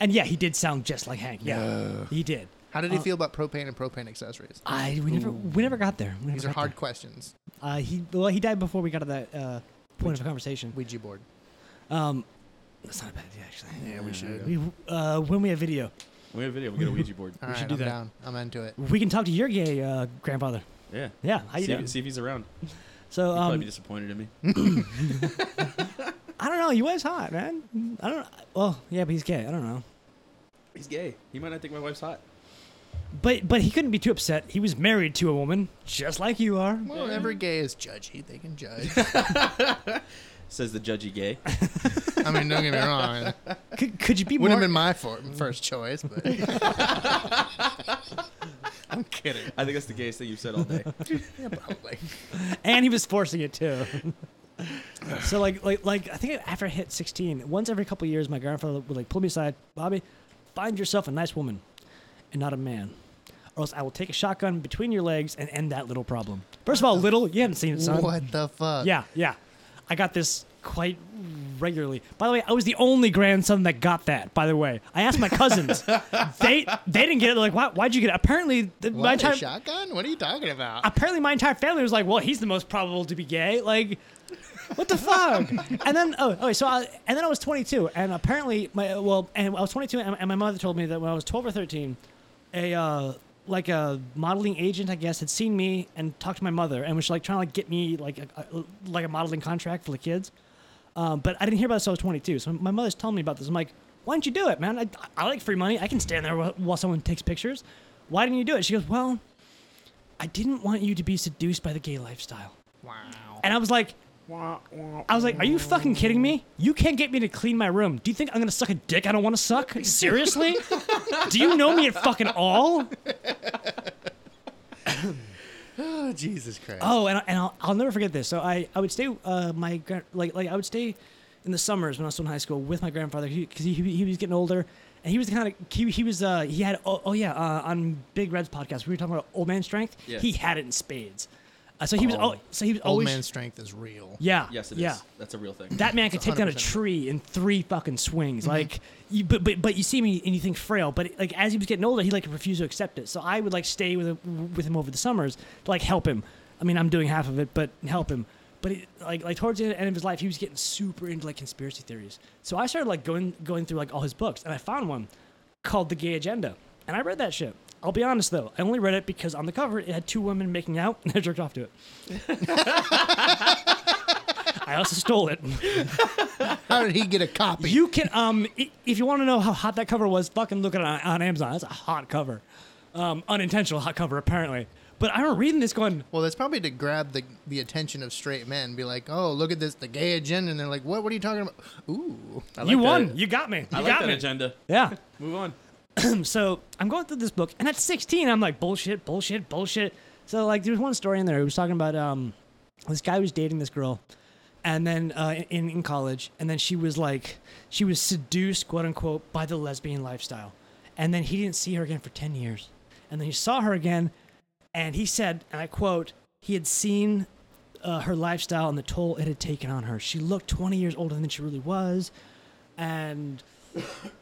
Speaker 2: And yeah, he did sound just like Hank. Yeah, he did.
Speaker 3: How did he feel about propane and propane accessories?
Speaker 2: I we never we never got there. We never
Speaker 3: These are
Speaker 2: got there.
Speaker 3: hard questions.
Speaker 2: Uh, he well he died before we got to that uh, point of conversation.
Speaker 3: Ouija board.
Speaker 2: Um, that's not a bad idea actually.
Speaker 3: Yeah, we should.
Speaker 2: We uh, when we have video,
Speaker 4: We have a video. We get a Ouija board.
Speaker 3: All
Speaker 2: We should
Speaker 3: right,
Speaker 2: do
Speaker 3: I'm
Speaker 2: that.
Speaker 3: down. I'm into it.
Speaker 2: We can talk to your gay uh, grandfather.
Speaker 4: Yeah.
Speaker 2: Yeah, how you
Speaker 4: see,
Speaker 2: doing?
Speaker 4: If, see if he's around.
Speaker 2: So
Speaker 4: He'd probably be
Speaker 2: um,
Speaker 4: disappointed in me.
Speaker 2: I don't know. You was hot, man. I don't. Well, yeah, but he's gay. I don't know.
Speaker 4: He's gay. He might not think my wife's hot.
Speaker 2: But but he couldn't be too upset. He was married to a woman, just like you are.
Speaker 3: Well, every gay is judgy. They can judge.
Speaker 4: Says the judgy gay.
Speaker 3: I mean, don't get me wrong.
Speaker 2: Could, could you be more?
Speaker 3: Wouldn't have been my for- first choice, but I'm kidding.
Speaker 4: I think that's the gayest thing you've said all day.
Speaker 3: Yeah, probably.
Speaker 2: and he was forcing it too. so like like like I think after I hit 16, once every couple years, my grandfather would like pull me aside, Bobby, find yourself a nice woman, and not a man, or else I will take a shotgun between your legs and end that little problem. First of all, little, you haven't seen it, son.
Speaker 3: What the fuck?
Speaker 2: Yeah, yeah. I got this quite regularly. By the way, I was the only grandson that got that. By the way, I asked my cousins. they they didn't get it. They're like, why? Why'd you get it? Apparently, the,
Speaker 3: What,
Speaker 2: my
Speaker 3: a
Speaker 2: entire
Speaker 3: shotgun? What are you talking about?
Speaker 2: apparently my entire family was like, well, he's the most probable to be gay. Like, what the fuck? and then oh, oh, so I, and then I was 22, and apparently my well, and I was 22, and, and my mother told me that when I was 12 or 13, a uh, like a modeling agent, I guess, had seen me and talked to my mother, and was like trying to like, get me like a, a, like a modeling contract for the kids. Um, but I didn't hear about this till I was 22. So my mother's telling me about this. I'm like, why don't you do it, man? I, I like free money. I can stand there while, while someone takes pictures. Why didn't you do it? She goes, well, I didn't want you to be seduced by the gay lifestyle.
Speaker 3: wow.
Speaker 2: And I was like, I was like, are you fucking kidding me? You can't get me to clean my room. Do you think I'm gonna suck a dick I don't want to suck? Seriously? Do you know me at fucking all?
Speaker 3: Oh, Jesus Christ.
Speaker 2: Oh, and, I- and I'll, I'll never forget this. So I, I would stay uh, my gran- like like I would stay in the summers when I was still in high school with my grandfather because he, he, he was getting older and he was kind of he, he was uh, he had oh, oh yeah uh, on Big Red's podcast we were talking about old man strength.
Speaker 4: Yeah.
Speaker 2: He had it in spades. Uh, so he was oh,
Speaker 3: Oh.
Speaker 2: so he was
Speaker 3: Old
Speaker 2: always
Speaker 3: man strength is real.
Speaker 2: yeah
Speaker 4: Yes, it is.
Speaker 2: yeah.
Speaker 4: That's a real thing.
Speaker 2: That man could take down a
Speaker 3: 100%
Speaker 2: tree in three fucking swings. Like, you, but but but you see me and you think frail. But like as he was getting older, he like refused to accept it. So I would like stay with him, with him over the summers to like help him. I mean, I'm doing half of it, but help him. But it, like like towards the end of his life, he was getting super into like conspiracy theories. So I started like going going through like all his books, and I found one called The Gay Agenda, and I read that shit. I'll be honest though, I only read it because on the cover it had two women making out, and I jerked off to it. I also stole it.
Speaker 3: How did he get a copy?
Speaker 2: You can um i- if you want to know how hot that cover was, fucking look at it on, on Amazon. That's a hot cover, um, unintentional hot cover apparently. But I remember reading this going,
Speaker 3: well, that's probably to grab the, the attention of straight men. and Be like, oh, look at this, the gay agenda. And they're like, what? What are you talking about? Ooh.
Speaker 4: I like
Speaker 2: "You
Speaker 4: that-
Speaker 2: won, you got me, you
Speaker 4: I like
Speaker 2: got
Speaker 4: that
Speaker 2: me."
Speaker 4: agenda.
Speaker 2: Yeah.
Speaker 4: Move on.
Speaker 2: so I'm going through this book, and at 16, I'm like, bullshit, bullshit, bullshit. So like, there's one story in there. It was talking about um, this guy was dating this girl, and then uh, in in college, and then she was like, she was seduced, quote unquote, by the lesbian lifestyle, and then he didn't see her again for 10 years, and then he saw her again, and he said, and I quote, he had seen uh, her lifestyle and the toll it had taken on her. She looked 20 years older than she really was, and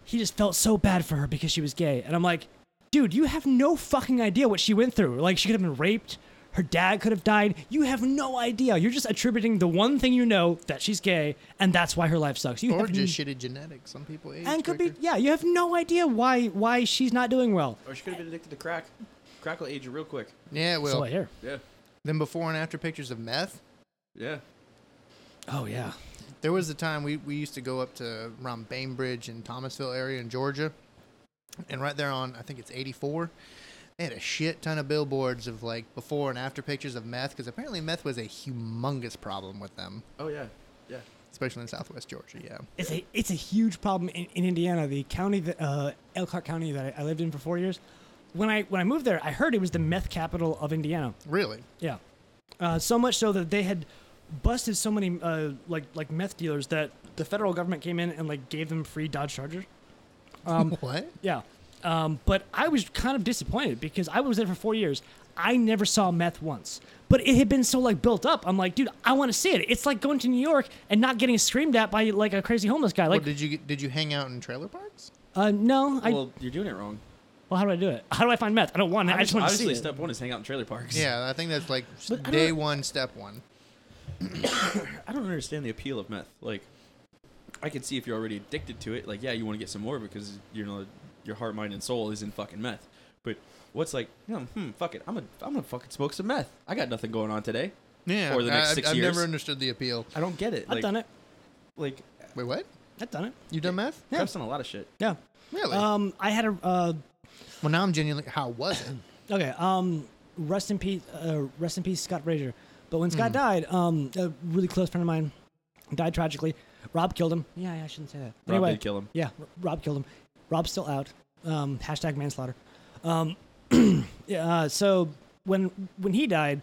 Speaker 2: he just felt so bad for her because she was gay. And I'm like, dude, you have no fucking idea what she went through. Like, she could have been raped. Her dad could have died. You have no idea. You're just attributing the one thing you know that she's gay, and that's why her life sucks. You
Speaker 3: Or
Speaker 2: have
Speaker 3: just
Speaker 2: n-
Speaker 3: shitty genetics. Some people age
Speaker 2: and could be
Speaker 3: quicker.
Speaker 2: yeah. You have no idea why why she's not doing well.
Speaker 4: Or Oh, she could have been addicted to crack. Crack will age you real quick.
Speaker 3: Yeah, well,
Speaker 2: so I hear.
Speaker 4: Yeah.
Speaker 3: then before and after pictures of meth.
Speaker 4: Yeah.
Speaker 2: Oh yeah.
Speaker 3: There was a time we, we used to go up to around Bainbridge and Thomasville area in Georgia, and right there on I think it's 84, they had a shit ton of billboards of like before and after pictures of meth because apparently meth was a humongous problem with them,
Speaker 4: Oh yeah. Yeah.
Speaker 3: especially in Southwest Georgia. Yeah,
Speaker 2: It's a it's a huge problem in, in Indiana, the county that uh, Elkhart County that I, I lived in for four years. When I when I moved there, I heard it was the meth capital of Indiana.
Speaker 3: really.
Speaker 2: Yeah, uh, so much so that they had busted so many uh, like like meth dealers that the federal government came in and like gave them free Dodge Chargers.
Speaker 3: what?
Speaker 2: Yeah, um, but I was kind of disappointed because I was there for four years. I never saw meth once, but it had been so like built up. I'm like, dude, I want to see it. It's like going to New York and not getting screamed at by like a crazy homeless guy.
Speaker 3: Well,
Speaker 2: Like,
Speaker 3: did you get- did you hang out in trailer parks?
Speaker 2: uh, no, I
Speaker 4: well, you're doing it wrong.
Speaker 2: Well, how do I do it? How do I find meth? I don't want it. I just want to see
Speaker 4: Obviously,
Speaker 2: it.
Speaker 4: step one is hang out in trailer parks.
Speaker 3: Yeah, I think that's like
Speaker 2: But I
Speaker 3: day
Speaker 2: don't-
Speaker 3: one, step one.
Speaker 4: I don't understand the appeal of meth. Like, I could see if you're already addicted to it. Like, yeah, you want to get some more because you know your heart, mind, and soul is in fucking meth. But what's like, you know, hmm, fuck it. I'm gonna I'm gonna fucking smoke some meth. I got nothing going on today.
Speaker 3: Yeah.
Speaker 4: Or the next
Speaker 3: I,
Speaker 4: six
Speaker 3: I've
Speaker 4: years.
Speaker 3: never understood the appeal.
Speaker 4: I don't get it.
Speaker 2: I've
Speaker 4: like,
Speaker 2: done it.
Speaker 4: Like,
Speaker 3: Wait, what?
Speaker 2: I've done it.
Speaker 3: You done math?
Speaker 2: Yeah.
Speaker 4: I've done a lot of shit.
Speaker 2: Yeah.
Speaker 3: Really?
Speaker 2: Um, I had a uh,
Speaker 3: well, now I'm genuinely. How was it?
Speaker 2: okay. Um, rest in peace. Uh, rest in peace, Scott Brazier. But when Scott died, um, a really close friend of mine died tragically. Rob killed him. Yeah, yeah I shouldn't say that.
Speaker 4: Rob
Speaker 2: anyway,
Speaker 4: did kill him.
Speaker 2: Yeah, R- Rob killed him. Rob's still out. Um, hashtag manslaughter. Um, yeah, uh, so when when he died,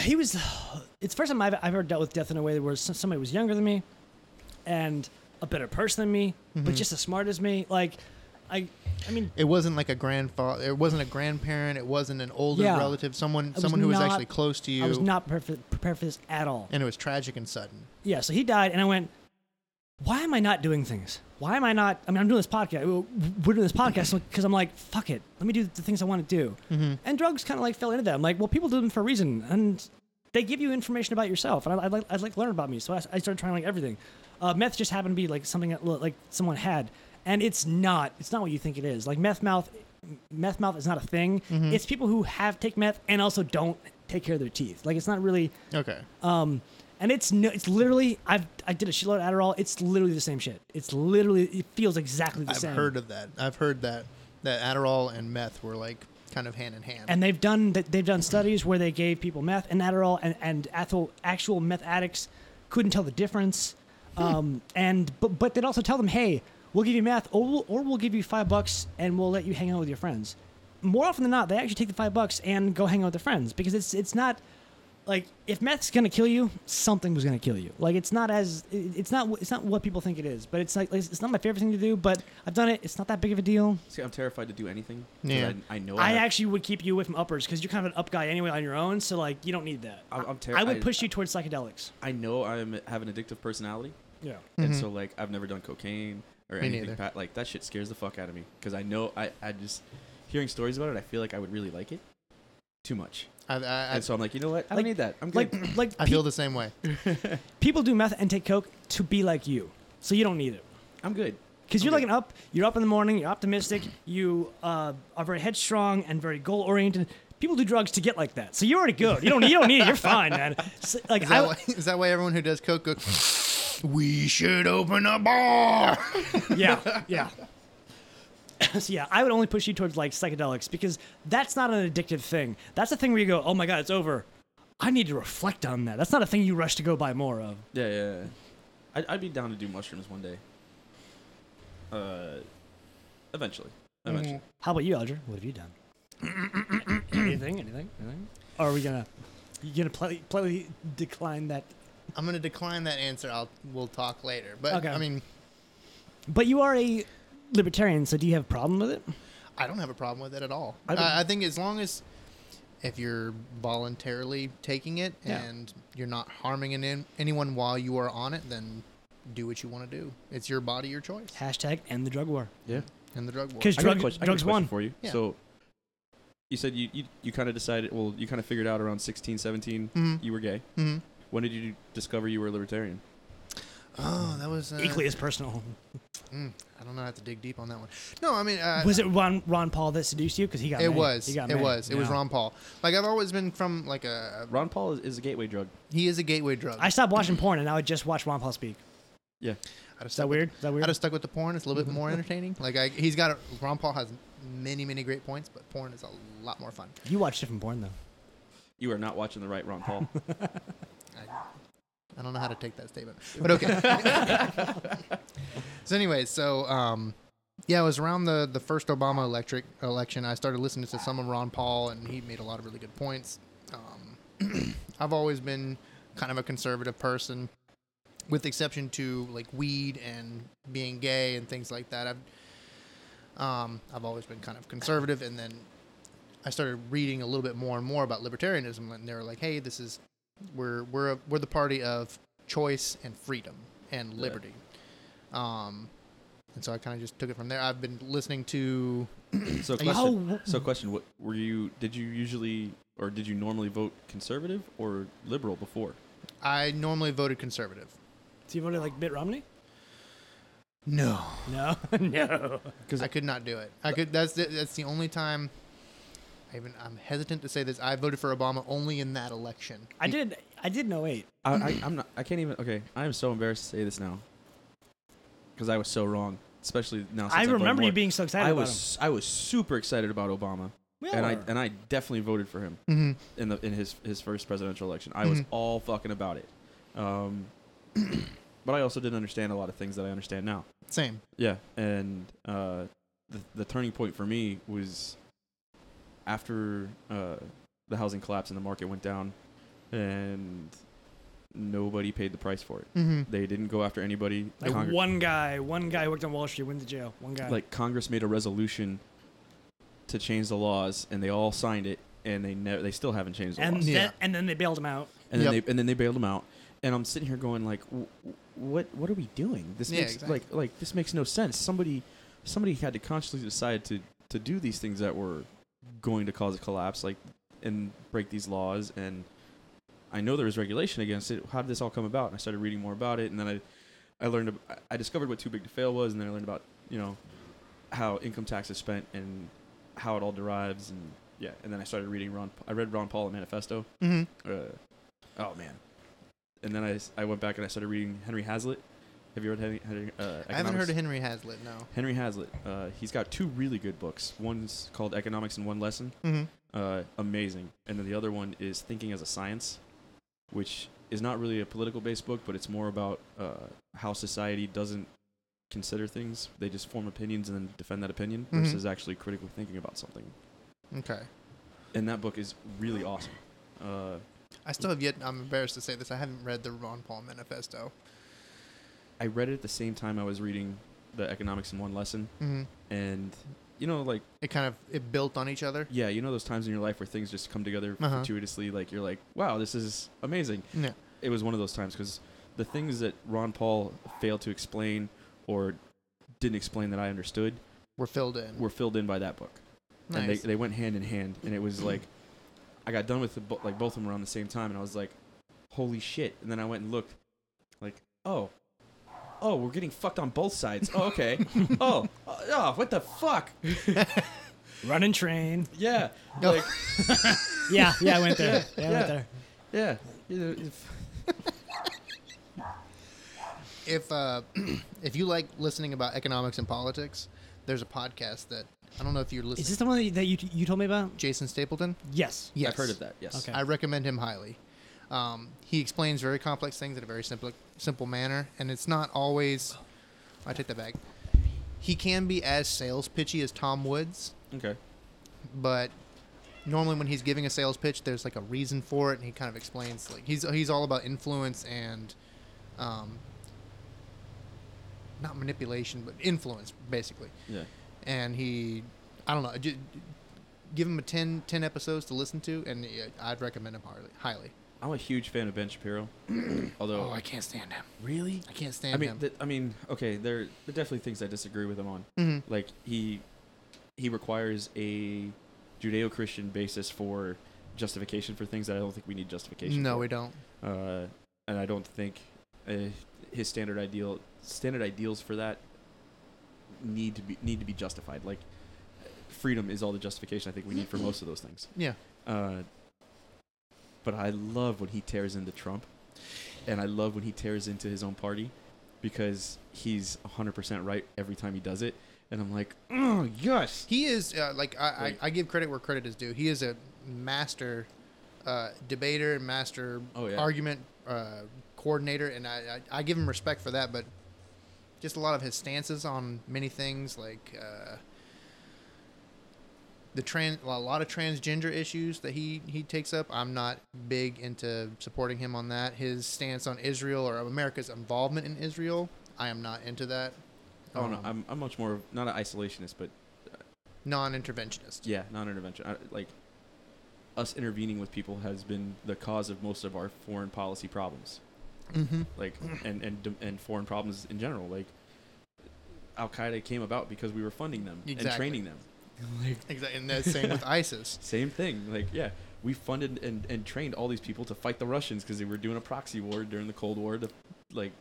Speaker 2: he was. It's the first time I've, I've ever dealt with death in a way where s- somebody was younger than me, and a better person than me, but just as smart as me. Like, I, I mean,
Speaker 3: It wasn't like a grandfather. It wasn't a grandparent. It wasn't an older
Speaker 2: Yeah.
Speaker 3: relative. Someone,
Speaker 2: was
Speaker 3: someone who was
Speaker 2: not-
Speaker 3: actually close to you.
Speaker 2: I was not prepared for, prepared for this at all.
Speaker 3: and it was tragic and sudden.
Speaker 2: yeah, so he died, and I went, why am I not doing things? Why am I not? I mean, I'm doing this podcast. We're doing this podcast because I'm like, fuck it. Let me do the things I want to do. And drugs kind of like fell into that. I'm like, well, people do them for a reason, and they give you information about yourself. And I, I'd like, I'd like to learn about me. So I, I started trying like everything. Uh, meth just happened to be like something that like someone had, and it's not. It's not what you think it is. Like meth mouth, meth mouth is not a thing. It's people who have take meth and also don't take care of their teeth. Like it's not really.
Speaker 3: Okay.
Speaker 2: Um, and it's no, it's literally I've I did a shitload of Adderall. It's literally the same shit. It's literally it feels exactly the
Speaker 3: I've
Speaker 2: same.
Speaker 3: heard of that. I've heard that that Adderall and meth were like kind of hand in hand.
Speaker 2: and they've done that. They've done studies where they gave people meth and Adderall, and and actual, actual meth addicts couldn't tell the difference. Um, and but but they'd also tell them, hey, we'll give you meth, or we'll, or we'll give you five bucks, and we'll let you hang out with your friends. More often than not, they actually take the five bucks and go hang out with their friends because it's it's not like if meth's gonna kill you, something was gonna kill you. Like it's not as it- it's not it's not what people think it is, but it's like it's it's not my favorite thing to do. But I've done it. It's not that big of a deal.
Speaker 4: See, I'm terrified to do anything. 'cause
Speaker 3: Yeah.
Speaker 4: I, I know.
Speaker 2: I
Speaker 4: have-
Speaker 2: actually would keep you away from uppers because you're kind of an up guy anyway on your own, so like you don't need that.
Speaker 4: I'm- I'm
Speaker 2: I would
Speaker 4: terrified.
Speaker 2: push you towards psychedelics.
Speaker 4: I know I'm have an addictive personality,
Speaker 2: Yeah.
Speaker 4: and so like I've never done cocaine or
Speaker 3: Me
Speaker 4: anything.
Speaker 3: neither.
Speaker 4: Pat, like that shit scares the fuck out of me because I know I I just hearing stories about it. I feel like I would really like it too much,
Speaker 3: I, I, I,
Speaker 4: and so I'm like, you know what? I
Speaker 2: Like-
Speaker 4: don't need that. I'm good.
Speaker 2: Like like
Speaker 3: I feel the same way.
Speaker 2: pe- people do meth and take coke to be like you, so you don't need it.
Speaker 4: I'm good.
Speaker 2: Because you're
Speaker 4: Okay.
Speaker 2: like an up, you're up in the morning, you're optimistic, you uh, are very headstrong and very goal oriented. People do drugs to get like that, so you're already good. You don't, you don't need it. You're fine, man. So, like
Speaker 3: Is that,
Speaker 2: I,
Speaker 3: why, is that why everyone who does coke goes? We should open a bar.
Speaker 2: yeah, yeah. so yeah, I would only push you towards like psychedelics because that's not an addictive thing. That's a thing where you go, oh my god, it's over. I need to reflect on that. That's not a thing you rush to go buy more of.
Speaker 4: Yeah, yeah. yeah. I'd, I'd be down to do mushrooms one day. Uh, eventually, eventually.
Speaker 2: How about you, Alger? What have you done? anything? Anything? Anything? Or are we gonna you gonna play, play decline that?
Speaker 3: I'm gonna decline that answer. I'll we'll talk later. But
Speaker 2: Okay.
Speaker 3: I mean,
Speaker 2: But you are a libertarian, so do you have a problem with it?
Speaker 3: I don't have a problem with it at all.
Speaker 4: I don't-
Speaker 3: I, I think as long as if you're voluntarily taking it
Speaker 2: Yeah.
Speaker 3: and you're not harming an in, anyone while you are on it, then do what you want to do. It's your body, your choice,
Speaker 2: Hashtag end the drug war.
Speaker 4: Yeah.
Speaker 3: and the drug war.
Speaker 2: Because
Speaker 4: I got a
Speaker 2: drug,
Speaker 4: question- I got a
Speaker 2: drugs
Speaker 4: question
Speaker 2: won.
Speaker 4: for you.
Speaker 3: Yeah.
Speaker 4: So you said you, you, you kind of decided, well, you kind of figured out around 16, 17,
Speaker 3: Mhm.
Speaker 2: Mm-hmm.
Speaker 4: you were gay.
Speaker 3: Mhm.
Speaker 4: When did you discover you were a libertarian?
Speaker 3: Oh, that was uh,
Speaker 2: Equally as personal.
Speaker 3: mm, I don't know. I have to dig deep on that one. No, I mean, uh,
Speaker 2: Was it Ron, Ron Paul that seduced you? Because he got
Speaker 3: It
Speaker 2: mad.
Speaker 3: was.
Speaker 2: He got
Speaker 3: It
Speaker 2: mad.
Speaker 3: was. It was
Speaker 2: Yeah.
Speaker 3: Ron Paul. Like I've always been from like a.
Speaker 4: Ron Paul is, is a gateway drug.
Speaker 3: He is a gateway drug.
Speaker 2: I stopped watching porn and now I just watch Ron Paul speak.
Speaker 4: Yeah.
Speaker 3: I'd have
Speaker 2: Is that
Speaker 3: stuck with-
Speaker 2: weird? Is that
Speaker 3: I'd
Speaker 2: weird? Mm-hmm.
Speaker 3: have stuck with the porn. It's a little bit more entertaining. Like I, he's got a, Ron Paul has many many great points, but porn is a lot more fun.
Speaker 2: you watch different porn though.
Speaker 4: You are not watching the right Ron Paul.
Speaker 3: I don't know how to take that statement, but okay. so anyway, so um, yeah, it was around the the first Obama electric election. I started listening to some of Ron Paul, and he made a lot of really good points. Um, I've always been kind of a conservative person, with the exception to like weed and being gay and things like that. I've um, I've always been kind of conservative, and then I started reading a little bit more and more about libertarianism, and they were like, "Hey, this is we're we're we're the party of choice and freedom and liberty." Um, and so I kind of just took it from there. I've been listening to
Speaker 4: So
Speaker 3: I used
Speaker 2: Oh,
Speaker 4: question.
Speaker 2: w-
Speaker 4: So question. What were you? Did you usually or did you normally vote conservative or liberal before?
Speaker 3: I normally voted conservative.
Speaker 2: so you voted like Mitt Romney?
Speaker 3: No,
Speaker 2: No, no.
Speaker 3: I could not do it. I could. That's the, that's the only time. I even I'm hesitant to say this. I voted for Obama only in that election.
Speaker 2: I did. I did know eight.
Speaker 4: I, I, I'm not. I can't even. Okay, I am so embarrassed to say this now. Because I was so wrong, especially now. Since
Speaker 2: I
Speaker 4: I've learned
Speaker 2: remember you
Speaker 4: more.
Speaker 2: being so excited
Speaker 4: I
Speaker 2: about him.
Speaker 4: was I was super excited about Obama,
Speaker 2: We
Speaker 4: and I
Speaker 2: are.
Speaker 4: and I definitely voted for him
Speaker 3: Mhm.
Speaker 4: in the in his his first presidential election. I was
Speaker 2: Mm-hmm.
Speaker 4: all fucking about it, um, but I also didn't understand a lot of things that I understand now.
Speaker 3: Same.
Speaker 4: Yeah, and uh, the the turning point for me was after uh, the housing collapse and the market went down, and nobody paid the price for it.
Speaker 3: Mm-hmm.
Speaker 4: They didn't go after anybody.
Speaker 2: Like
Speaker 4: Congre-
Speaker 2: one guy, one guy worked on Wall Street, went to jail. One guy.
Speaker 4: like Congress made a resolution to change the laws, and they all signed it, and they never, they still haven't changed the
Speaker 2: and
Speaker 4: laws.
Speaker 2: then,
Speaker 3: Yeah.
Speaker 2: and then they bailed him out.
Speaker 4: And then
Speaker 3: Yep.
Speaker 4: they and then they bailed them out. And I'm sitting here going like, w- w- what what are we doing? This
Speaker 3: Yeah,
Speaker 4: makes
Speaker 3: exactly.
Speaker 4: like like this makes no sense. Somebody somebody had to consciously decide to to do these things that were going to cause a collapse, like and break these laws. And I know there was regulation against it. How did this all come about? And I started reading more about it, and then I I learned ab- I- I discovered what too big to fail was, and then I learned about you know how income tax is spent and how it all derives, and yeah. And then I started reading Ron. I read Ron Paul and Manifesto
Speaker 3: Mm-hmm.
Speaker 4: uh, oh man. And then I, s- I went back and I started reading Henry Hazlitt. Have you read Henry? Henry
Speaker 3: I
Speaker 4: uh,
Speaker 3: haven't heard
Speaker 4: Economics?
Speaker 3: of Henry Hazlitt. No.
Speaker 4: Henry Hazlitt. Uh, he's got two really good books. One's called Economics in One Lesson,
Speaker 3: Mm-hmm.
Speaker 4: uh, amazing, and then the other one is Thinking as a Science, which is not really a political based book, but it's more about uh, how society doesn't consider things. They just form opinions and then defend that opinion
Speaker 3: Mhm.
Speaker 4: versus actually critically thinking about something.
Speaker 3: Okay.
Speaker 4: And that book is really awesome. Uh,
Speaker 3: I still have yet. I'm embarrassed to say this. I haven't read the Ron Paul Manifesto.
Speaker 4: I read it at the same time I was reading the economics in one lesson,
Speaker 3: Mm-hmm.
Speaker 4: and you know, like
Speaker 3: It kind of it built on each other.
Speaker 4: yeah, you know those times in your life where things just come together
Speaker 3: Uh-huh.
Speaker 4: fortuitously. Like you're like, wow, this is amazing.
Speaker 3: Yeah.
Speaker 4: It was one of those times because the things that Ron Paul failed to explain or didn't explain that I understood
Speaker 3: Were filled in.
Speaker 4: were filled in by that book, and they
Speaker 3: nice.
Speaker 4: they went hand in hand, and it was like I got done with the bo- like both of them around the same time, and I was like, holy shit! And then I went and looked, like, oh, oh, we're getting fucked on both sides. Oh, okay. oh, oh, oh, what the fuck?
Speaker 2: Running train.
Speaker 4: Yeah,
Speaker 3: Oh.
Speaker 4: like,
Speaker 2: Yeah, yeah, I went there. Yeah, I
Speaker 4: yeah.
Speaker 2: went there.
Speaker 4: yeah. You know, if-
Speaker 3: if uh, if you like listening about economics and politics, there's a podcast that I don't know if you're listening.
Speaker 2: Is this the one that you, that you you told me about?
Speaker 3: Jason Stapleton?
Speaker 2: Yes.
Speaker 3: Yes,
Speaker 4: I've heard of that. Yes.
Speaker 2: Okay.
Speaker 3: I recommend him highly. Um, he explains very complex things in a very simple simple manner, and it's not always. I take that back. He can be as sales pitchy as Tom Woods,
Speaker 4: Okay.
Speaker 3: but normally when he's giving a sales pitch, there's like a reason for it, and he kind of explains like he's he's all about influence and, um, not manipulation, but influence basically.
Speaker 4: Yeah.
Speaker 3: And he, I don't know, ju- give him a 10, 10 episodes to listen to, and uh, I'd recommend him highly. highly.
Speaker 4: I'm a huge fan of Ben Shapiro, although
Speaker 3: Oh, I can't stand him.
Speaker 4: really.
Speaker 3: I can't stand
Speaker 4: I mean,
Speaker 3: him.
Speaker 4: th- I mean, okay. There, there are definitely things I disagree with him on.
Speaker 3: Mhm.
Speaker 4: Like he, he requires a Judeo-Christian basis for justification for things that I don't think we need justification.
Speaker 3: no,
Speaker 4: for.
Speaker 3: we don't.
Speaker 4: Uh, and I don't think uh, his standard ideal, standard ideals for that need to be need to be justified. Like freedom is all the justification I think we need for most of those things.
Speaker 3: Yeah.
Speaker 4: Uh, but I love when he tears into Trump, and I love when he tears into his own party because he's 100% right every time he does it. And I'm like, oh, yes.
Speaker 3: He is, uh, like, I,
Speaker 4: Like-
Speaker 3: I, I give credit where credit is due. He is a master uh, debater, master
Speaker 4: Oh, yeah.
Speaker 3: argument uh, coordinator, and I, I, I give him respect for that, but just a lot of his stances on many things, like uh, the trans, a lot of transgender issues that he he takes up. I'm not big into supporting him on that. His stance on Israel or America's involvement in Israel, I am not into that.
Speaker 4: Oh, no,
Speaker 3: Um,
Speaker 4: I'm, I'm much more, of- not an isolationist, but
Speaker 3: non-interventionist.
Speaker 4: yeah, non intervention. I- Like, us intervening with people has been the cause of most of our foreign policy problems.
Speaker 3: Mm-hmm.
Speaker 4: like and and and foreign problems in general like al qaeda came about because we were funding them and
Speaker 3: Exactly.
Speaker 4: training them like
Speaker 3: Exactly, and that's same with ISIS.
Speaker 4: same thing like yeah we funded and, and trained all these people to fight the russians because they were doing a proxy war during the cold war to like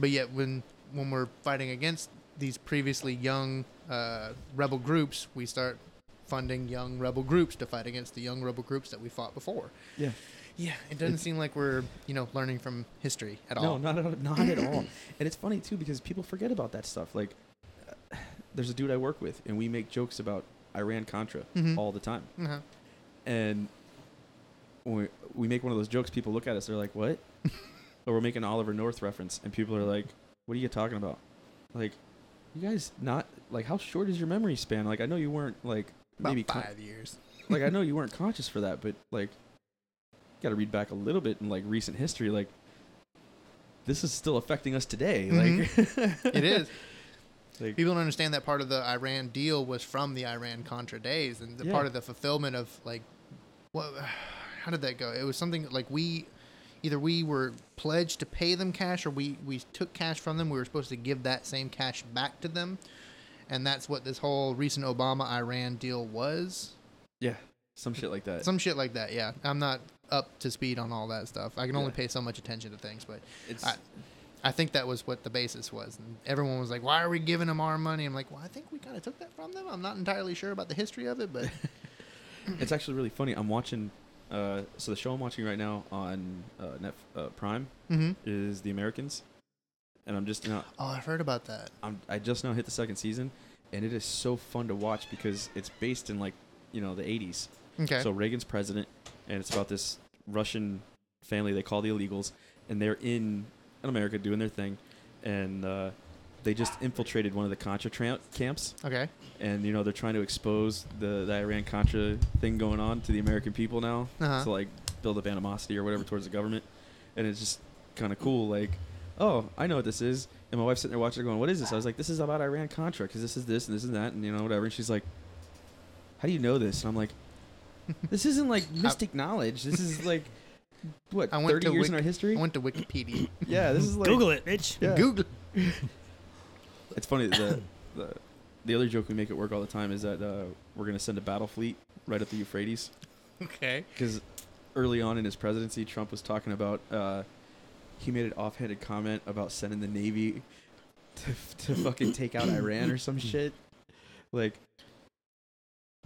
Speaker 3: But yet, when when we're fighting against these previously young uh, rebel groups, we start funding young rebel groups to fight against the young rebel groups that we fought before.
Speaker 2: Yeah.
Speaker 3: Yeah, it doesn't seem like we're you know learning from history at all.
Speaker 4: No, not at, all- not at all. And it's funny too because people forget about that stuff. Like, uh, there's a dude I work with, and we make jokes about Iran Contra
Speaker 3: Mhm.
Speaker 4: all the time.
Speaker 3: Uh-huh.
Speaker 4: And when we, we make one of those jokes, people look at us, they're like, "What?" or we're making an Oliver North reference, and people are like, "What are you talking about?" Like, you guys not like how short is your memory span? Like, I know you weren't like
Speaker 3: About
Speaker 4: maybe con-
Speaker 3: five years.
Speaker 4: like I know you weren't conscious for that, but like, got to read back a little bit in like recent history. Like, this is still affecting us today. Like,
Speaker 3: Mm-hmm. it is.
Speaker 4: Like,
Speaker 3: People don't understand that part of the Iran deal was from the Iran Contra days, and the
Speaker 4: Yeah.
Speaker 3: part of the fulfillment of like, what? How did that go? It was something like we, either we were pledged to pay them cash, or we we took cash from them. We were supposed to give that same cash back to them, and that's what this whole recent Obama Iran deal was.
Speaker 4: yeah, some shit like that.
Speaker 3: Some shit like that. Yeah, I'm not up to speed on all that stuff. I can only
Speaker 4: Yeah.
Speaker 3: pay so much attention to things, but
Speaker 4: it's
Speaker 3: I, I think that was what the basis was. And everyone was like, why are we giving them our money? I'm like, well, I think we kind of took that from them. I'm not entirely sure about the history of it, but
Speaker 4: it's actually really funny. I'm watching. Uh, so the show I'm watching right now on uh, Net uh, Prime
Speaker 3: Mhm.
Speaker 4: is The Americans, and I'm just now
Speaker 3: oh, I've heard about that.
Speaker 4: I'm, I just now hit the second season, and it is so fun to watch because it's based in like you know the 80s.
Speaker 3: Okay.
Speaker 4: So Reagan's president, and it's about this Russian family they call the illegals, and they're in, in America doing their thing, and uh, they just infiltrated one of the Contra tra- camps,
Speaker 3: okay.
Speaker 4: and you know they're trying to expose the, the Iran Contra thing going on to the American people now
Speaker 3: Uh-huh.
Speaker 4: to like build up animosity or whatever towards the government, and it's just kind of cool like. Oh, I know what this is. And my wife's sitting there watching it going, What is this? I was like, This is about Iran Contra because this is this and this and that and you know, whatever. And she's like, How do you know this? And I'm like, this isn't like mystic knowledge. This is like what
Speaker 3: I went
Speaker 4: thirty
Speaker 3: to
Speaker 4: years in
Speaker 3: Wik-
Speaker 4: our history.
Speaker 3: I went to Wikipedia.
Speaker 4: yeah, this is like
Speaker 2: Google it, bitch.
Speaker 4: Yeah.
Speaker 3: Google.
Speaker 4: It's funny that the, the the other joke we make at work all the time is that uh, we're gonna send a battle fleet right up the Euphrates
Speaker 3: Okay.
Speaker 4: because early on in his presidency, Trump was talking about uh, he made an offhanded comment about sending the Navy to, to fucking take out Iran or some shit. Like,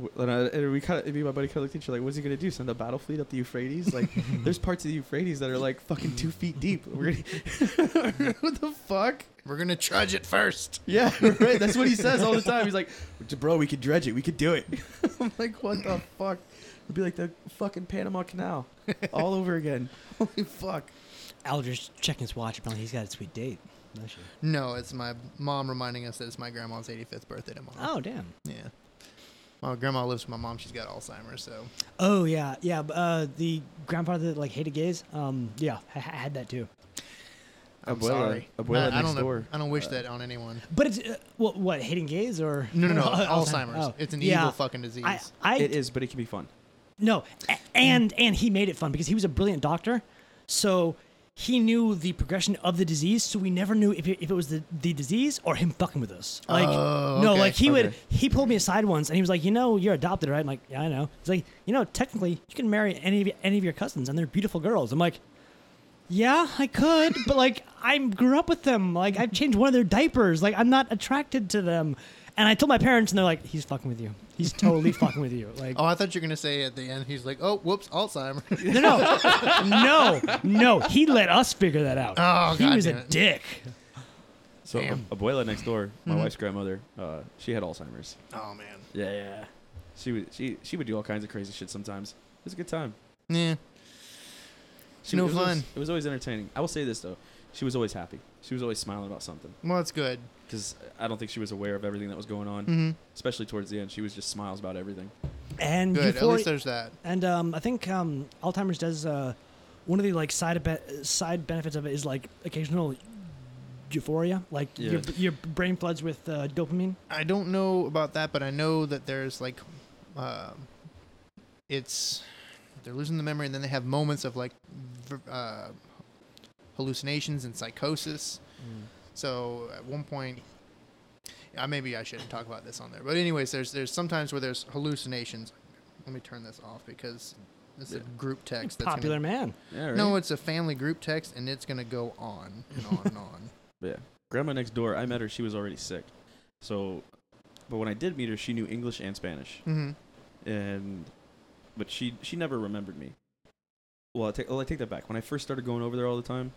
Speaker 4: wh- and, I, and we kind of me and my buddy kind of looked at each other like, "What's he gonna do? Send a battle fleet up the Euphrates? Like, there's parts of the Euphrates that are like fucking two feet deep. We're gonna, what the fuck?"
Speaker 3: We're going to trudge it first.
Speaker 4: Yeah, right. That's what he says all the time. He's like, "Bro, we could dredge it. We could do it." I'm like, "What the fuck?" It'd be like the fucking Panama Canal all over again. Holy fuck!
Speaker 2: Alger's checking his watch. Apparently, he's got a sweet date. No shit.
Speaker 3: No, it's my mom reminding us that it's my grandma's 85th birthday tomorrow.
Speaker 2: Oh damn.
Speaker 3: Yeah. My grandma lives with my mom. She's got Alzheimer's, so
Speaker 2: Oh yeah, yeah. b- Uh, the grandfather that like hated gays. Um, yeah, I, I had that too.
Speaker 3: I'm
Speaker 4: Abuela-
Speaker 3: sorry.
Speaker 4: Abuela
Speaker 3: I, I
Speaker 4: next
Speaker 3: don't, know-
Speaker 4: door. Uh,
Speaker 3: I don't wish that on anyone.
Speaker 2: But it's uh, what what hating gays or
Speaker 3: No, no, no.
Speaker 2: Oh,
Speaker 3: Alzheimer's.
Speaker 2: oh.
Speaker 3: It's an
Speaker 2: Yeah.
Speaker 3: evil fucking disease.
Speaker 2: I, I
Speaker 4: It is, but it can be fun.
Speaker 2: No, a- and and he made it fun because he was a brilliant doctor, so he knew the progression of the disease. So we never knew if it, if it was the, the disease or him fucking with us. Like
Speaker 3: Oh,
Speaker 2: no,
Speaker 3: okay,
Speaker 2: like he would
Speaker 4: okay.
Speaker 2: he pulled me aside once and he was like, you know, you're adopted, right? I'm like, yeah, I know. He's like, you know, technically you can marry any of y- any of your cousins and they're beautiful girls. I'm like. Yeah, I could, but like I grew up with them. Like I've changed one of their diapers. Like I'm not attracted to them. And I told my parents, and they're like, "He's fucking with you. He's totally fucking with you." Like,
Speaker 3: Oh, I thought you were gonna say at the end he's like, "Oh, whoops, Alzheimer's."
Speaker 2: No, no, no, no. He let us figure that out.
Speaker 3: Oh,
Speaker 2: he
Speaker 3: God
Speaker 2: was
Speaker 3: damn
Speaker 2: a
Speaker 3: it.
Speaker 2: dick.
Speaker 4: So,
Speaker 3: Damn.
Speaker 4: Abuela next door, my wife's grandmother, uh, she had Alzheimer's.
Speaker 3: oh man.
Speaker 4: Mm-hmm. Yeah, yeah. She would she she would do all kinds of crazy shit sometimes. It was a good time.
Speaker 3: Yeah.
Speaker 4: She
Speaker 3: No
Speaker 4: it was always-
Speaker 3: fun.
Speaker 4: it was always entertaining. I will say this though, she was always happy. She was always smiling about something.
Speaker 3: Well, it's good. Mm-hmm.
Speaker 4: because I don't think she was aware of everything that was going on, especially towards the end. She was just smiles about everything.
Speaker 2: And
Speaker 3: Good. At
Speaker 2: euphori-
Speaker 3: least there's that.
Speaker 2: and um, I think um, Alzheimer's does uh, one of the like side ebe- side benefits of it is like occasional euphoria. Like
Speaker 4: Yeah.
Speaker 2: your your brain floods with uh, dopamine.
Speaker 3: I don't know about that, but I know that there's like, uh, it's they're losing the memory, and then they have moments of like v- uh, hallucinations and psychosis. So at one point, uh, maybe I shouldn't talk about this on there. But anyways, there's there's sometimes where there's hallucinations. Let me turn this off because this is
Speaker 4: Yeah.
Speaker 3: a group text. that's gonna-
Speaker 2: Popular man.
Speaker 4: Yeah, right?
Speaker 3: No, it's a family group text, and it's gonna go on and on and on.
Speaker 4: But yeah. grandma next door, I met her. She was already sick. So, but when I did meet her, she knew English and Spanish,
Speaker 3: Mm-hmm.
Speaker 4: and but she she never remembered me. Well, I take well, I take that back. When I first started going over there all the time,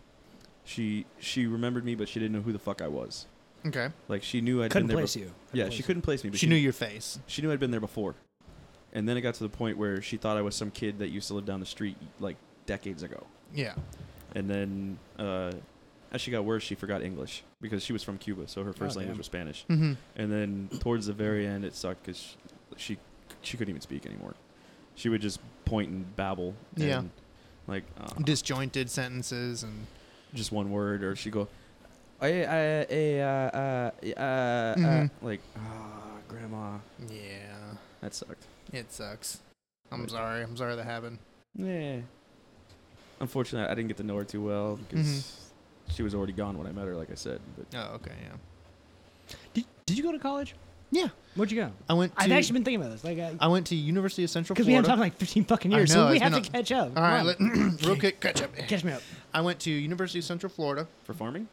Speaker 4: she she remembered me, but she didn't know who the fuck I was.
Speaker 3: Okay.
Speaker 4: Like she knew I'd
Speaker 2: Couldn't
Speaker 4: been there.
Speaker 2: place
Speaker 4: bef-
Speaker 2: you.
Speaker 4: yeah, she couldn't place me. But
Speaker 3: She knew your face.
Speaker 4: she knew I'd been there before. And then it got to the point where she thought I was some kid that used to live down the street like decades ago.
Speaker 3: Yeah.
Speaker 4: And then uh, as she got worse, she forgot English because she was from Cuba, so her first
Speaker 2: Oh,
Speaker 4: language
Speaker 2: damn.
Speaker 4: was Spanish.
Speaker 3: Mm-hmm.
Speaker 4: And then towards the very end, it sucked because she, she she couldn't even speak anymore. She would just point and babble. And,
Speaker 3: Yeah.
Speaker 4: Like uh,
Speaker 3: Disjointed sentences and
Speaker 4: just one word, or she would go
Speaker 5: I, I, I, uh, uh, uh,
Speaker 3: Mhm.
Speaker 5: uh, like, ah, grandma.
Speaker 3: yeah,
Speaker 4: that sucked.
Speaker 3: it sucks. I'm sorry. I'm sorry that happened.
Speaker 4: Yeah. Unfortunately, I didn't get to know her too well because
Speaker 3: Mm-hmm.
Speaker 4: she was already gone when I met her, like I said. But
Speaker 3: Oh, okay. Yeah.
Speaker 2: Did, did you go to college?
Speaker 3: Yeah.
Speaker 2: Where'd you go?
Speaker 3: I went. To,
Speaker 2: I've actually been thinking about this. Like, because
Speaker 3: I went to University of Central
Speaker 2: we haven't
Speaker 3: Florida.
Speaker 2: talked in like 15 fucking
Speaker 3: I
Speaker 2: years,
Speaker 3: know,
Speaker 2: so we
Speaker 3: it's
Speaker 2: have to
Speaker 3: been a-
Speaker 2: catch up.
Speaker 3: All right,
Speaker 2: Come on.
Speaker 3: let, real quick, catch up.
Speaker 2: catch me up.
Speaker 3: I went to University of Central Florida.
Speaker 4: for farming,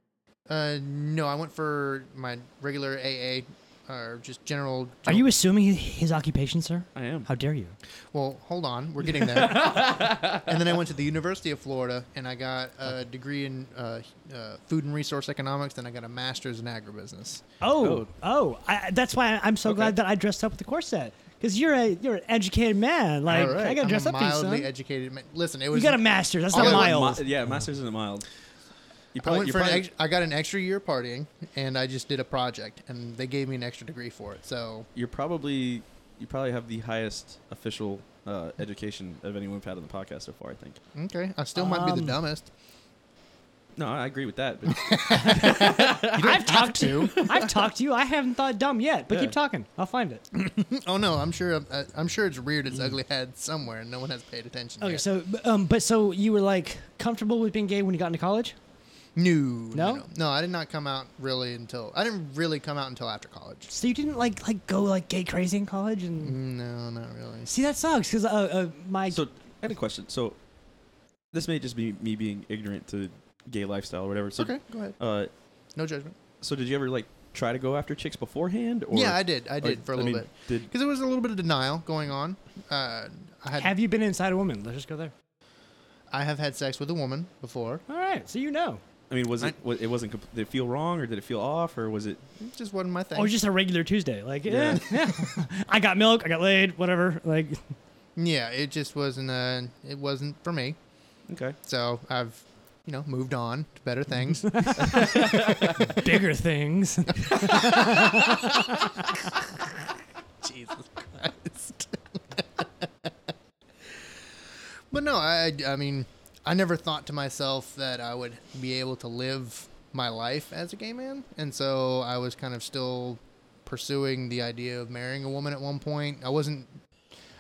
Speaker 3: Uh, no, I went for my regular AA, or just general.
Speaker 2: Are
Speaker 3: general-
Speaker 2: you assuming his occupation, sir?
Speaker 4: I am.
Speaker 2: How dare you?
Speaker 3: Well, hold on, we're getting there. and then I went to the University of Florida, and I got a degree in uh, uh, food and resource economics. Then I got a master's in agribusiness.
Speaker 2: Oh, oh, I, that's why I'm so glad that I dressed up with the corset. Because you're a you're an educated man. Like
Speaker 3: All right,
Speaker 2: I gotta
Speaker 3: I'm
Speaker 2: dress
Speaker 3: a
Speaker 2: up for you, son.
Speaker 3: Mildly educated. uh, Man. Listen, it
Speaker 2: you
Speaker 3: was.
Speaker 2: got a master's. That's not
Speaker 3: I
Speaker 4: Yeah,
Speaker 3: went-
Speaker 2: miles.
Speaker 4: mi- yeah, masters isn't mild. You
Speaker 3: I went
Speaker 4: you
Speaker 3: for an ex- I got an extra year partying, and I just did a project, and they gave me an extra degree for it. So
Speaker 4: you're probably you probably have the highest official uh, education of anyone we've had on the podcast so far. I think.
Speaker 3: okay, I still might be
Speaker 2: Um,
Speaker 3: the dumbest.
Speaker 4: No, I agree with that. But
Speaker 2: I've talked to. I've talked to you. I haven't thought dumb yet, but
Speaker 4: Yeah.
Speaker 2: keep talking. I'll find it.
Speaker 3: Oh no, I'm sure. I'm, I'm sure it's reared its ugly head somewhere, and no one has paid attention.
Speaker 2: Okay,
Speaker 3: yet.
Speaker 2: so um, but so you were like comfortable with being gay when you got into college?
Speaker 3: No,
Speaker 2: No?
Speaker 3: no, no, no. I did not come out really until I didn't really come out until after college.
Speaker 2: So you didn't like like go like gay crazy in college and
Speaker 3: Mm-hmm. No, not really.
Speaker 2: see that sucks because uh, uh, my
Speaker 4: so I had a question. So this may just be me being ignorant to gay lifestyle or whatever. So,
Speaker 3: okay, go ahead.
Speaker 4: Uh,
Speaker 3: No judgment.
Speaker 4: so did you ever like try to go after chicks beforehand? Or
Speaker 3: yeah, I did. I
Speaker 4: or-
Speaker 3: did for a little
Speaker 4: mean,
Speaker 3: bit
Speaker 4: Did
Speaker 3: because there was a little bit of denial going on. Uh, I had
Speaker 2: have you been inside a woman? Let's just go there.
Speaker 3: I have had sex with a woman before.
Speaker 2: All right, so you know,
Speaker 4: I mean was
Speaker 3: I-
Speaker 4: it wa- it wasn't compl- did it feel wrong or did it feel off or was it
Speaker 3: It just wasn't my thing.
Speaker 2: or just a regular Tuesday, like yeah,
Speaker 4: Yeah.
Speaker 2: yeah. I got milk, I got laid, whatever. Like
Speaker 3: yeah, it just wasn't. Uh, it wasn't for me.
Speaker 4: okay?
Speaker 3: So I've, you know, moved on to better things.
Speaker 2: bigger things.
Speaker 3: Jesus Christ. but no, I I mean, I never thought to myself that I would be able to live my life as a gay man, and so I was kind of still pursuing the idea of marrying a woman at one point. I wasn't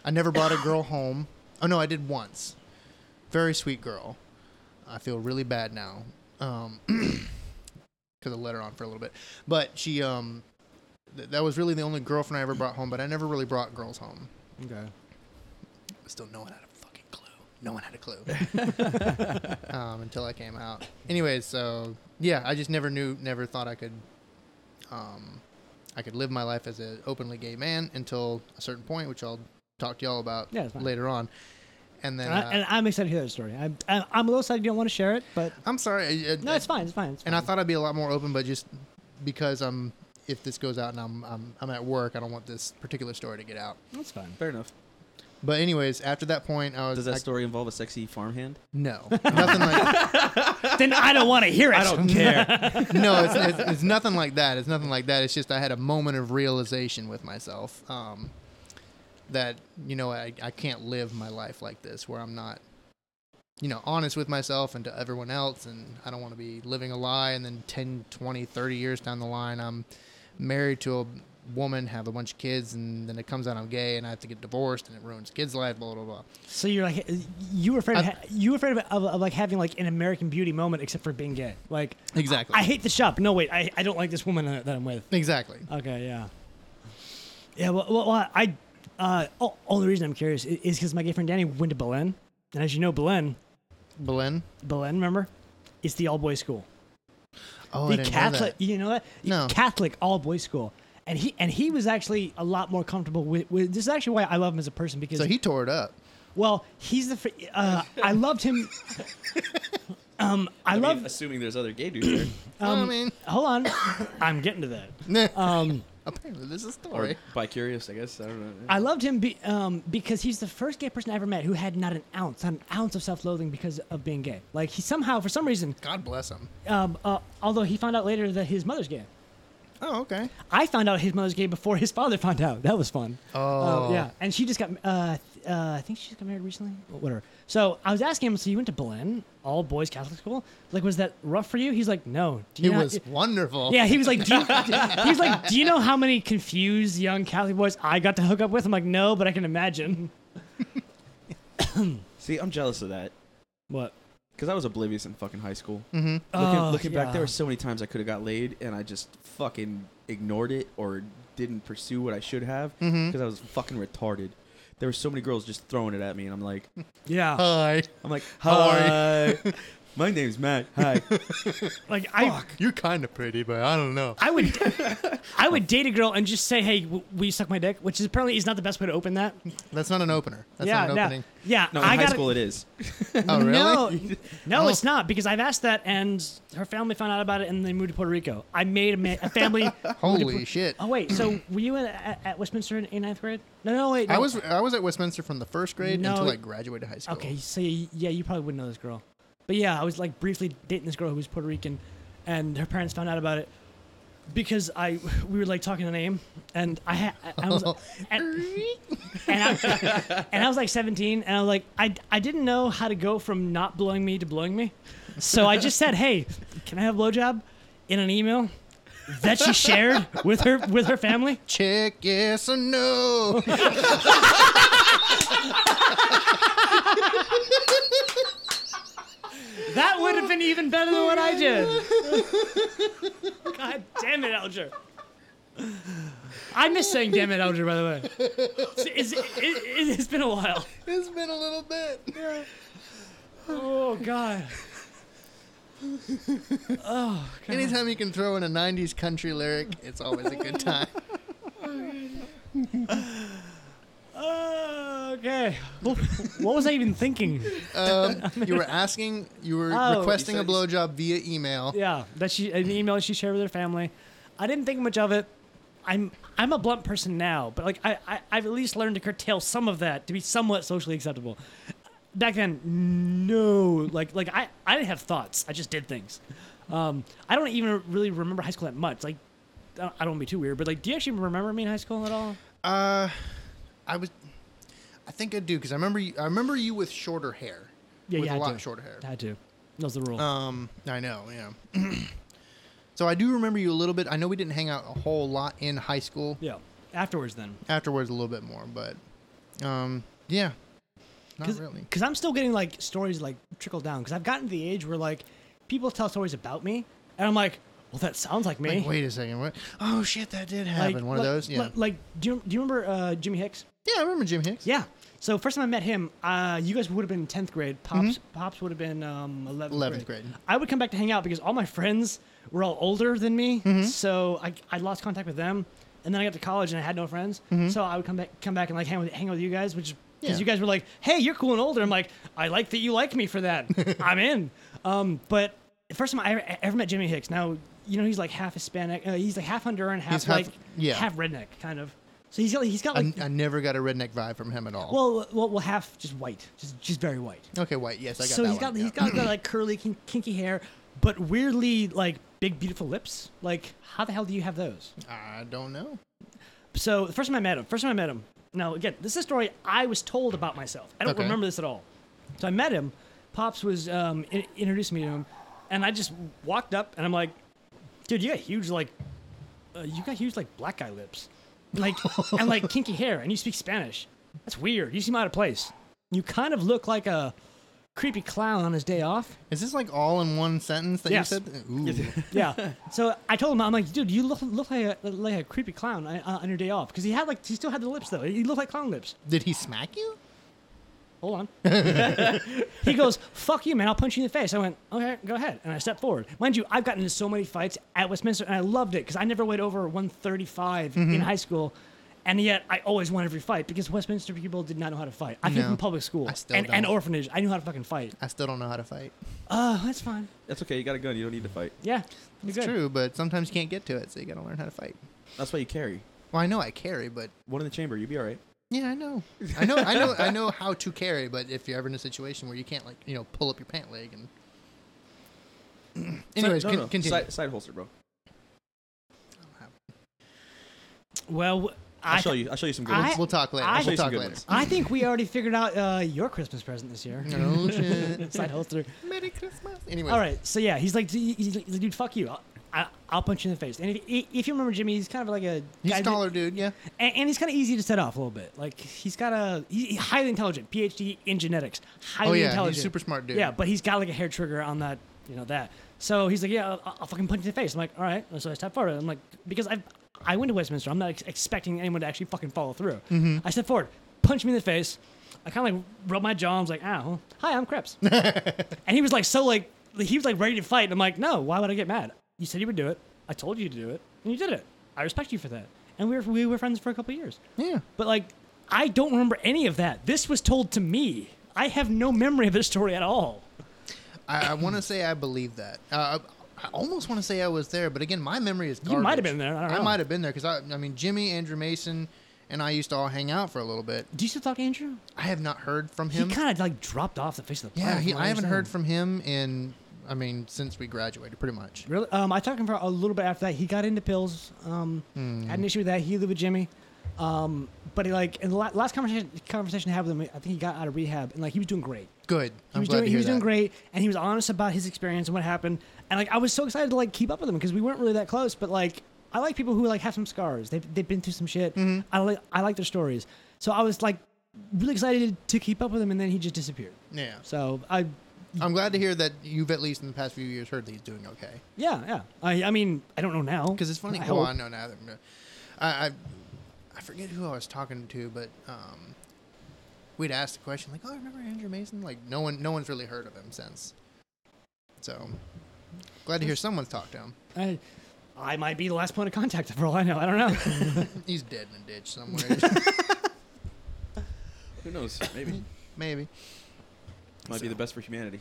Speaker 3: I never brought a girl home. Oh no, I did once. Very sweet girl. I feel really bad now. Um cuz I let her on for a little bit. But she um th- that was really the only girlfriend I ever brought home, but I never really brought girls home.
Speaker 2: okay.
Speaker 3: Still, no one had a fucking clue. No one had a clue um, until I came out. Anyways, so yeah, I just never knew, never thought I could, um, I could live my life as an openly gay man until a certain point, which I'll talk to y'all about
Speaker 2: Yeah, it's fine.
Speaker 3: later on. And then
Speaker 2: And, I,
Speaker 3: uh,
Speaker 2: and I'm excited to hear that story. I'm, I'm I'm a little sad you don't want to share it, but
Speaker 3: I'm sorry. I, I-
Speaker 2: no, it's fine. It's fine. It's
Speaker 3: And I
Speaker 2: fine.
Speaker 3: thought I'd be a lot more open, but just because I'm, if this goes out and I'm, I'm, I'm at work, I don't want this particular story to get out.
Speaker 2: that's fine.
Speaker 4: Fair enough.
Speaker 3: But anyways, after that point, I was
Speaker 4: Does that
Speaker 3: I-
Speaker 4: story involve a sexy farmhand?
Speaker 3: no nothing like
Speaker 2: then I don't want to hear it. I
Speaker 4: don't care.
Speaker 3: no, it's, it's, it's nothing like that. It's nothing like that. It's just I had a moment of realization with myself um, that you know I, I can't live my life like this, where I'm not, you know, honest with myself and to everyone else, and I don't want to be living a lie. And then 10, 20, 30 years down the line, I'm married to a woman, have a bunch of kids, and then it comes out I'm gay, and I have to get divorced, and it ruins kids' life. Blah blah blah.
Speaker 2: so you're like you were afraid of,
Speaker 3: I-
Speaker 2: ha- you were afraid of, of, of like having like an American Beauty moment, except for being gay. Like
Speaker 3: Exactly.
Speaker 2: I hate the shop. No wait, I, I don't like this woman that that I'm with.
Speaker 3: exactly.
Speaker 2: Okay, yeah. Yeah, well, well, well I, uh, oh, only reason I'm curious i- is because my gay friend Danny went to Belen. And as you know, Belen,
Speaker 3: Belen.
Speaker 2: Belen, remember? It's the all boys school.
Speaker 3: Oh, I
Speaker 2: the
Speaker 3: didn't know
Speaker 2: Catholic,
Speaker 3: that.
Speaker 2: you know that The
Speaker 3: No.
Speaker 2: Catholic all boys school, and he and he was actually a lot more comfortable with. with this is actually why I love him as a person because
Speaker 3: So he tore it up.
Speaker 2: well, he's the. fr- Uh, I loved him. um, I,
Speaker 4: I mean,
Speaker 2: love.
Speaker 4: assuming there's other gay dudes there.
Speaker 2: Um,
Speaker 3: Well, I mean,
Speaker 2: Hold on, I'm getting to that. Um, Oh.
Speaker 3: apparently this is a
Speaker 4: or
Speaker 3: story.
Speaker 4: bi curious, I guess. I don't know.
Speaker 2: I loved him be, um, because he's the first gay person I ever met who had not an ounce, not an ounce of self-loathing because of being gay. Like he somehow, for some reason,
Speaker 3: God bless him.
Speaker 2: um, uh, although he found out later that his mother's gay.
Speaker 3: Oh, okay.
Speaker 2: I found out his mother's gay before his father found out. That was fun. Uh,
Speaker 3: Oh.
Speaker 2: yeah. And she just got, uh, th- uh, I think she just got married recently. Wh- Whatever. So I was asking him, so you went to Belen, all boys Catholic school? Like, was that rough for you? He's like, no. Do you
Speaker 3: It
Speaker 2: not-
Speaker 3: was wonderful.
Speaker 2: Yeah, he was like, do you, he was like, do you know how many confused young Catholic boys I got to hook up with? I'm like, no, but I can imagine.
Speaker 5: See, I'm jealous of that
Speaker 2: What?
Speaker 5: because I was oblivious in fucking high school.
Speaker 3: Mm-hmm.
Speaker 5: Looking,
Speaker 2: Oh,
Speaker 5: looking back,
Speaker 2: yeah.
Speaker 5: there were so many times I could have got laid, and I just fucking ignored it or didn't pursue what I should have because I was fucking retarded. There were so many girls just throwing it at me, and I'm like,
Speaker 2: Yeah.
Speaker 3: Hi.
Speaker 5: I'm like,
Speaker 3: How are
Speaker 5: hi, my name's Matt. Hi.
Speaker 2: like, I,
Speaker 3: You're kind of pretty, but I don't know.
Speaker 2: I would, I would date a girl and just say, "Hey, w- will you suck my dick?" Which is apparently is not the best way to open that.
Speaker 3: That's not an opener. That's
Speaker 2: yeah,
Speaker 3: not an
Speaker 2: no.
Speaker 3: opening.
Speaker 2: yeah.
Speaker 5: No, in
Speaker 2: I
Speaker 5: high
Speaker 2: gotta-
Speaker 5: school it is.
Speaker 3: Oh, really?
Speaker 2: No, no,
Speaker 3: Oh.
Speaker 2: it's not because I've asked that, and her family found out about it, and they moved to Puerto Rico. I made a, ma- a family.
Speaker 3: Holy shit.
Speaker 2: oh wait, so were you in, at, at Westminster in, in ninth grade? No, no, wait.
Speaker 3: I
Speaker 2: no.
Speaker 3: was I was at Westminster from the first grade
Speaker 2: No,
Speaker 3: until
Speaker 2: it-
Speaker 3: I graduated high school.
Speaker 2: Okay, so y- yeah, you probably wouldn't know this girl, but yeah, I was like briefly dating this girl who was Puerto Rican, and her parents found out about it because I we were like talking the name, and I had I was and, and I, and I was like 17, and I was like I I didn't know how to go from not blowing me to blowing me, so I just said, hey, can I have a blowjob in an email that she shared with her with her family.
Speaker 3: Check yes or no.
Speaker 2: That would have been even better than what I did. God damn it, Alger. I miss saying damn it, Alger, by the way. It's, it, it, has been a while.
Speaker 3: it's been a little bit.
Speaker 2: Oh, God.
Speaker 3: Anytime you can throw in a '90s country lyric, it's always a good time.
Speaker 2: Oh, okay. What what was I even thinking?
Speaker 3: Um, you were asking, you were
Speaker 2: Oh.
Speaker 3: requesting
Speaker 4: You
Speaker 3: a
Speaker 4: said-
Speaker 3: blowjob via email.
Speaker 2: Yeah, that she an email she shared with her family. I didn't think much of it. I'm I'm a blunt person now, but like I, I I've at least learned to curtail some of that to be somewhat socially acceptable. Back then, no, like like I I didn't have thoughts. I just did things. Um, I don't even really remember high school that much. Like, I don't, I don't want to be too weird, but like, do you actually remember me in high school at all?
Speaker 3: Uh, I was, I think I do because I remember you, I remember you with shorter hair.
Speaker 2: Yeah,
Speaker 3: with
Speaker 2: you
Speaker 3: a
Speaker 2: had
Speaker 3: lot
Speaker 2: to.
Speaker 3: shorter hair.
Speaker 2: I had to. That was the rule.
Speaker 3: Um, I know, yeah. so I do remember you a little bit. I know we didn't hang out a whole lot in high school.
Speaker 2: yeah. Afterwards, then.
Speaker 3: Afterwards, a little bit more, but, um, yeah, not
Speaker 2: Cause,
Speaker 3: really.
Speaker 2: Because I'm still getting like stories like trickle down. Because I've gotten to the age where like people tell stories about me, and I'm like, well, that sounds like me.
Speaker 3: Like, wait a second, what? Oh shit, that did
Speaker 2: Like-
Speaker 3: happen.
Speaker 2: like-
Speaker 3: One of those, yeah.
Speaker 2: Like, like, do you do you remember uh, Jimmy Hicks?
Speaker 3: yeah, I remember Jim Hicks.
Speaker 2: Yeah. So first time I met him, uh, you guys would have been in tenth grade. Pops, pops would have been um, eleventh.
Speaker 3: 11th
Speaker 2: grade.
Speaker 3: Mm-hmm. grade.
Speaker 2: I would come back to hang out because all my friends were all older than me,
Speaker 3: Mm-hmm.
Speaker 2: so I, I lost contact with them. And then I got to college and I had no friends, so I would come back come back and like hang with hang out with you guys, which because
Speaker 3: Mm-hmm. Yeah.
Speaker 2: you guys were like, hey, you're cool and older. I'm like, I like that you like me for that. I'm in. Um, but the first time I ever, I ever met Jimmy Hicks. Now you know he's like half Hispanic. Uh, he's like half Honduran, half,
Speaker 3: He's half-
Speaker 2: like
Speaker 3: yeah.
Speaker 2: half redneck kind of. So he's got he's got like
Speaker 3: I, I never got a redneck vibe from him at all.
Speaker 2: well, well, well, half just white, just just very white.
Speaker 3: okay, wait, yes, I got
Speaker 2: So
Speaker 3: that
Speaker 2: he's
Speaker 3: one,
Speaker 2: got
Speaker 3: yeah.
Speaker 2: he's got the like curly kin- kinky hair, but weirdly like big beautiful lips. Like how the hell do you have those?
Speaker 3: I don't know.
Speaker 2: So the first time I met him, first time I met him. Now again, this is a story I was told about myself. I don't
Speaker 3: Okay.
Speaker 2: remember this at all. So I met him. Pops was um, in- introduced me to him, and I just walked up and I'm like, dude, you got huge like, uh, you got huge like black guy lips, like and like kinky hair, and you speak Spanish. That's weird. You seem out of place. You kind of look like a creepy clown on his day off.
Speaker 3: Is this like all in one sentence that
Speaker 2: Yes.
Speaker 3: you said? Ooh.
Speaker 2: yeah. So I told him, I'm like, dude, you look, look like, a, like a creepy clown uh, on your day off. Because he had like, he still had the lips though. He looked like clown lips.
Speaker 3: Did he smack you?
Speaker 2: hold on. he goes, fuck you, man. I'll punch you in the face. I went, okay, go ahead. And I stepped forward. Mind you, I've gotten into so many fights at Westminster, and I loved it because I never weighed over 135
Speaker 3: Mm-hmm.
Speaker 2: in high school. And yet, I always won every fight because Westminster people did not know how to fight. I came
Speaker 3: No.
Speaker 2: from public school
Speaker 3: I still
Speaker 2: and, and
Speaker 3: don't.
Speaker 2: orphanage. I knew how to fucking fight.
Speaker 3: I still don't know how to fight.
Speaker 2: Oh, that's fine.
Speaker 4: That's okay. You got a gun. You don't need to fight.
Speaker 2: Yeah, you're
Speaker 3: It's
Speaker 2: good.
Speaker 3: true, but sometimes you can't get to it, so you gotta learn how to fight.
Speaker 4: That's why you carry
Speaker 3: Well, I know I carry, but
Speaker 4: one in the chamber. You'll be all right.
Speaker 3: yeah, I know, I know, I know, I know how to carry. But if you're ever in a situation where you can't, like, you know, pull up your pant leg and. Anyways,
Speaker 4: no,
Speaker 3: con-
Speaker 4: no, no.
Speaker 3: continue.
Speaker 4: Side, side holster, bro.
Speaker 2: Well,
Speaker 4: I'll
Speaker 2: I,
Speaker 4: show you. I'll show you some good.
Speaker 2: I-
Speaker 4: ones.
Speaker 3: we'll, we'll talk later.
Speaker 2: I-
Speaker 4: Show
Speaker 3: we'll
Speaker 4: you some
Speaker 3: talk
Speaker 4: good
Speaker 3: later.
Speaker 4: ones.
Speaker 2: I think we already figured out uh, your Christmas present this year.
Speaker 3: No shit.
Speaker 2: Side holster.
Speaker 3: Merry Christmas. Anyway,
Speaker 2: All right, so yeah, he's like, he's like dude, fuck you. I'll, I- I'll punch you in the face. And if, if you remember Jimmy, he's kind of like a
Speaker 3: He's
Speaker 2: guy
Speaker 3: a
Speaker 2: that-
Speaker 3: taller dude, yeah.
Speaker 2: and, and he's kind of easy to set off a little bit. Like he's got a he- he's highly intelligent PhD in genetics, highly
Speaker 3: Oh yeah,
Speaker 2: intelligent,
Speaker 3: he's super smart dude.
Speaker 2: Yeah, but he's got like a hair trigger on that, you know that. So he's like, yeah, I'll, I'll fucking punch you in the face. I'm like, all right. So I step forward. I'm like, because I I went to Westminster. I'm not ex- expecting anyone to actually fucking follow through.
Speaker 3: Mm-hmm.
Speaker 2: I step forward, punch me in the face. I kind of like rub my jaw. I was like, ah, well, hi, I'm Krebs. and he was like, so like he was like ready to fight. And I'm like, no, why would I get mad? You said you would do it. I told you to do it, and you did it. I respect you for that. And we were we were friends for a couple years.
Speaker 3: yeah.
Speaker 2: But like, I don't remember any of that. This was told to me. I have no memory of this story at all.
Speaker 3: I, I want to say I believe that. Uh, I, I almost want to say I was there, but again, my memory is. Garbage.
Speaker 2: might have been there, I don't know.
Speaker 3: might have been there because I, I mean, Jimmy, Andrew Mason, and I used to all hang out for a little bit.
Speaker 2: Do you still talk to Andrew?
Speaker 3: I have not heard from him.
Speaker 2: He kind of like dropped off the face of the planet.
Speaker 3: yeah, he,
Speaker 2: from what
Speaker 3: I haven't heard
Speaker 2: understand.
Speaker 3: from him in. I mean, since we graduated, pretty much.
Speaker 2: Really? Um, I talked to him for a little bit after that. He got into pills. Um,
Speaker 3: Hmm.
Speaker 2: had an issue with that. He lived with Jimmy. Um, but he, like in the la- last conversation conversation I had with him, I think he got out of rehab and like he was doing great.
Speaker 3: Good.
Speaker 2: He
Speaker 3: I'm
Speaker 2: was
Speaker 3: glad
Speaker 2: doing
Speaker 3: to
Speaker 2: he
Speaker 3: hear
Speaker 2: was doing
Speaker 3: that.
Speaker 2: great, and he was honest about his experience and what happened. And like I was so excited to like keep up with him because we weren't really that close, but like I like people who like have some scars. They've they've been through some shit.
Speaker 3: Mm-hmm.
Speaker 2: I like I like their stories. So I was like really excited to keep up with him, and then he just disappeared.
Speaker 3: Yeah,
Speaker 2: So I
Speaker 3: I'm glad to hear that you've at least in the past few years heard that he's doing okay.
Speaker 2: yeah yeah I I mean I don't know now
Speaker 3: Because it's funny.
Speaker 2: I
Speaker 3: oh,
Speaker 2: hope.
Speaker 3: I know now. That, I, I I forget who I was talking to, but um, we'd asked the question like, "Oh, remember Andrew Mason?" Like no one, no one's really heard of him since. So glad to hear someone's talked to him.
Speaker 2: I, I might be the last point of contact for all I know. I don't know.
Speaker 3: He's dead in a ditch somewhere,
Speaker 4: Who knows? Maybe
Speaker 3: maybe.
Speaker 4: might be the best for humanity.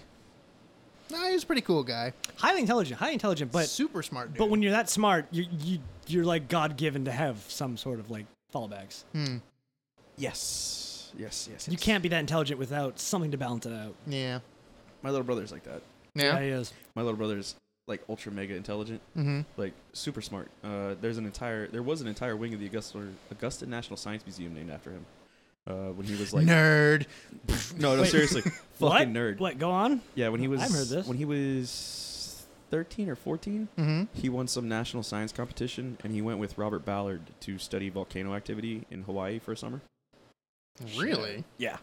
Speaker 3: No, he's a pretty cool guy,
Speaker 2: highly intelligent, highly intelligent, but
Speaker 3: super smart dude.
Speaker 2: but when you're that smart, you you you're like God given to have some sort of like fallbacks.
Speaker 3: Hmm.
Speaker 4: Yes. Yes. Yes.
Speaker 2: You
Speaker 4: yes.
Speaker 2: can't be that intelligent without something to balance it out.
Speaker 3: yeah,
Speaker 4: My little brother's like that.
Speaker 2: Yeah,
Speaker 3: yeah,
Speaker 2: he is.
Speaker 4: My little brother's like ultra mega intelligent.
Speaker 3: mm-hmm.
Speaker 4: like super smart. Uh, there's an entire there was an entire wing of the Augusta Augusta National Science Museum named after him. Uh, when he was like
Speaker 3: nerd.
Speaker 4: no no
Speaker 2: Wait.
Speaker 4: seriously fucking
Speaker 2: what?
Speaker 4: nerd
Speaker 2: What? Go on.
Speaker 4: yeah when he was
Speaker 2: I've heard this.
Speaker 4: when he was thirteen or fourteen
Speaker 3: Mm-hmm.
Speaker 4: he won some national science competition and he went with Robert Ballard to study volcano activity in Hawaii for a summer.
Speaker 3: Really?
Speaker 4: Yeah.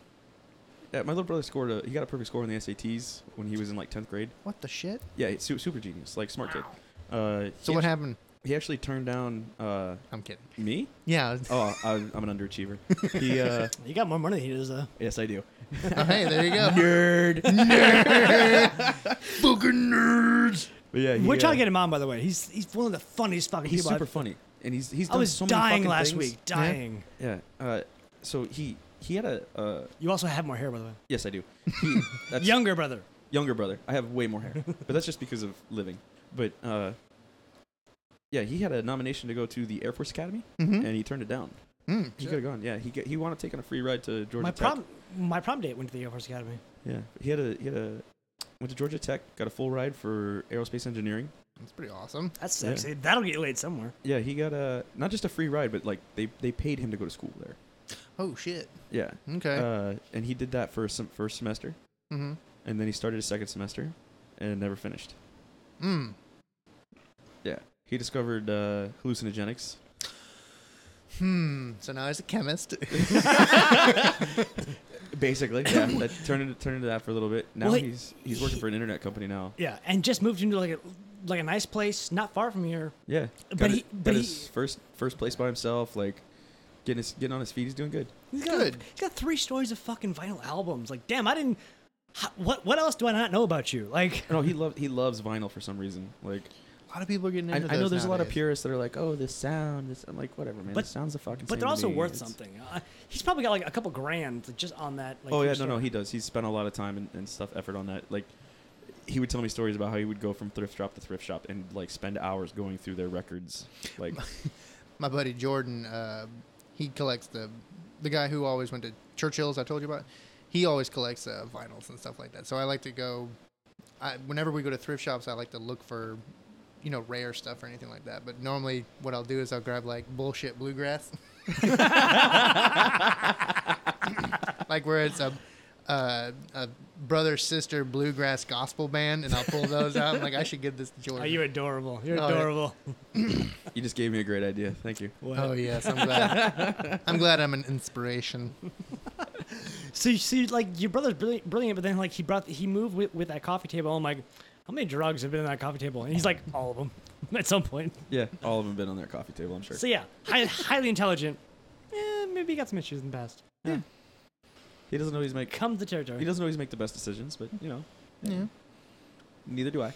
Speaker 4: Yeah, my little brother scored a he got a perfect score on the SATs when he was in like tenth grade.
Speaker 3: What the shit?
Speaker 4: Yeah, he's su- super genius, like smart kid. Uh,
Speaker 3: So
Speaker 4: he
Speaker 3: what
Speaker 4: actu-
Speaker 3: happened?
Speaker 4: He actually turned down uh,
Speaker 3: I'm kidding.
Speaker 4: me.
Speaker 3: Yeah.
Speaker 4: Oh, I, I'm an underachiever. He, uh,
Speaker 2: You got more money than he does, though.
Speaker 4: yes, I do.
Speaker 3: oh, hey, there you go.
Speaker 4: But yeah, he,
Speaker 2: We're trying
Speaker 4: uh,
Speaker 2: to get him on, by the way. He's he's one of the funniest fucking
Speaker 4: He's
Speaker 2: people.
Speaker 4: super
Speaker 2: I've-
Speaker 4: funny, and he's he's.
Speaker 2: I
Speaker 4: done
Speaker 2: was
Speaker 4: so many
Speaker 2: dying
Speaker 4: fucking
Speaker 2: last
Speaker 4: things.
Speaker 2: week, dying.
Speaker 4: Yeah. Uh, so he he had a uh,
Speaker 2: You also have more hair, by the way.
Speaker 4: yes, I do. He, that's
Speaker 2: Younger brother.
Speaker 4: younger brother. I have way more hair, but that's just because of living. But uh, yeah, he had a nomination to go to the Air Force Academy,
Speaker 3: Mhm.
Speaker 4: and he turned it down.
Speaker 3: Hmm.
Speaker 4: He could have gone. Yeah, he get, he wanted to take on a free ride to Georgia
Speaker 2: my
Speaker 4: Tech.
Speaker 2: prom my prom date went to the Air Force Academy.
Speaker 4: Yeah, he had a he had a went to Georgia Tech, got a full ride for aerospace engineering.
Speaker 3: That's pretty awesome.
Speaker 2: That's
Speaker 4: Yeah.
Speaker 2: sexy. That'll get you laid somewhere.
Speaker 4: Yeah, he got a not just a free ride, but like they they paid him to go to school there.
Speaker 3: Oh shit.
Speaker 4: Yeah.
Speaker 3: Okay.
Speaker 4: Uh, and he did that for some first semester,
Speaker 3: mm-hmm.
Speaker 4: and then he started his second semester, and never finished.
Speaker 3: Mm.
Speaker 4: Yeah. He discovered uh, hallucinogenics.
Speaker 3: Hmm. So now he's a chemist.
Speaker 4: Basically, yeah. that turned into turned into that for a little bit. Now
Speaker 2: Well, he-
Speaker 4: he's he's working for an internet company now.
Speaker 2: Yeah, and just moved into like a like a nice place not far from here.
Speaker 4: Yeah.
Speaker 2: But
Speaker 4: got
Speaker 2: he-
Speaker 4: it-
Speaker 2: but
Speaker 4: got
Speaker 2: he-
Speaker 4: his first first place by himself. Like
Speaker 5: Getting his, getting on his feet. He's doing good.
Speaker 2: He's got,
Speaker 3: Good.
Speaker 2: He's got three stories of fucking vinyl albums. Like, damn, I didn't. ho- What what else do I not know about you? Like,
Speaker 5: No, he loved he loves vinyl for some reason. Like
Speaker 3: A lot of people are getting
Speaker 5: I, I
Speaker 3: into
Speaker 5: know
Speaker 3: those
Speaker 5: there's a lot of
Speaker 3: nowadays.
Speaker 5: purists that are like, oh, this sound. This I'm like, whatever, man.
Speaker 2: But-
Speaker 5: this sounds the fucking.
Speaker 2: but
Speaker 5: same
Speaker 2: they're
Speaker 5: to
Speaker 2: also
Speaker 5: me.
Speaker 2: worth
Speaker 5: It's-
Speaker 2: something. Uh, he's probably got like a couple grand just on that. Like,
Speaker 5: oh yeah,
Speaker 2: first
Speaker 5: no, no,
Speaker 2: story.
Speaker 5: he does. He's spent a lot of time and, and stuff effort on that. Like, he would tell me stories about how he would go from thrift shop to thrift shop and like spend hours going through their records. Like,
Speaker 3: my buddy Jordan, uh, he collects the the guy who always went to Churchill's. I told you about. He always collects uh, vinyls and stuff like that. So I like to go. I, whenever we go to thrift shops, I like to look for, you know, rare stuff or anything like that. But normally, what I'll do is I'll grab like bullshit bluegrass, like where it's a. Uh, a brother sister bluegrass gospel band, and I'll pull those out. I'm like, I should give this to Jordan.
Speaker 2: Oh, you're adorable. You're
Speaker 3: Oh, yeah.
Speaker 2: adorable.
Speaker 5: you just gave me a great idea. Thank you.
Speaker 2: What?
Speaker 3: oh yes, I'm glad. I'm glad I'm an inspiration.
Speaker 2: So you see, like your brother's brilliant, brilliant, but then like he brought, he moved with, with that coffee table. I'm like, how many drugs have been on that coffee table? And he's like, all of them, at some point.
Speaker 5: Yeah, all of them been on their coffee table. I'm sure.
Speaker 2: So yeah, high, highly intelligent. Eh, maybe he got some issues in the past.
Speaker 5: He doesn't always make
Speaker 2: Comes the
Speaker 5: he
Speaker 2: territory.
Speaker 5: doesn't always make the best decisions, but you know,
Speaker 3: Yeah.
Speaker 5: neither do I.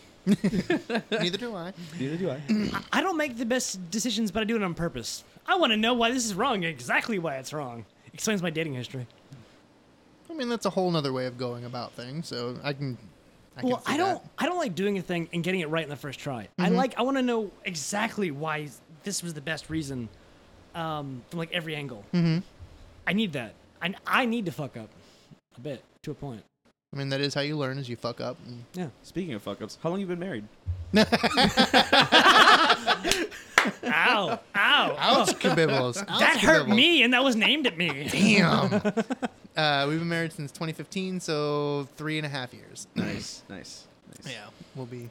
Speaker 3: Neither do I.
Speaker 5: Neither do I.
Speaker 2: I, I don't make the best decisions, but I do it on purpose. I want to know why this is wrong. Exactly why it's wrong. Explains my dating history.
Speaker 3: I mean, that's a whole nother way of going about things. So I can. I
Speaker 2: well,
Speaker 3: can see
Speaker 2: I don't.
Speaker 3: that. Mm-hmm.
Speaker 2: I don't like doing a thing and getting it right in the first try. I like. I want to know exactly why this was the best reason, um, from like every angle.
Speaker 3: Mm-hmm.
Speaker 2: I need that, and I need to fuck up a bit to a point.
Speaker 3: I mean, that is how you learn: is you fuck up. And
Speaker 2: Yeah.
Speaker 5: Speaking of fuck ups, how long you been married?
Speaker 2: Ow! Ow!
Speaker 3: ouch, kibibbles. Ouch,
Speaker 2: That hurt
Speaker 3: kibibbles.
Speaker 2: me, and that was named at me.
Speaker 3: Damn. uh, we've been married since 2015, so three and a half years.
Speaker 5: Nice, nice, nice.
Speaker 3: Yeah, we'll be.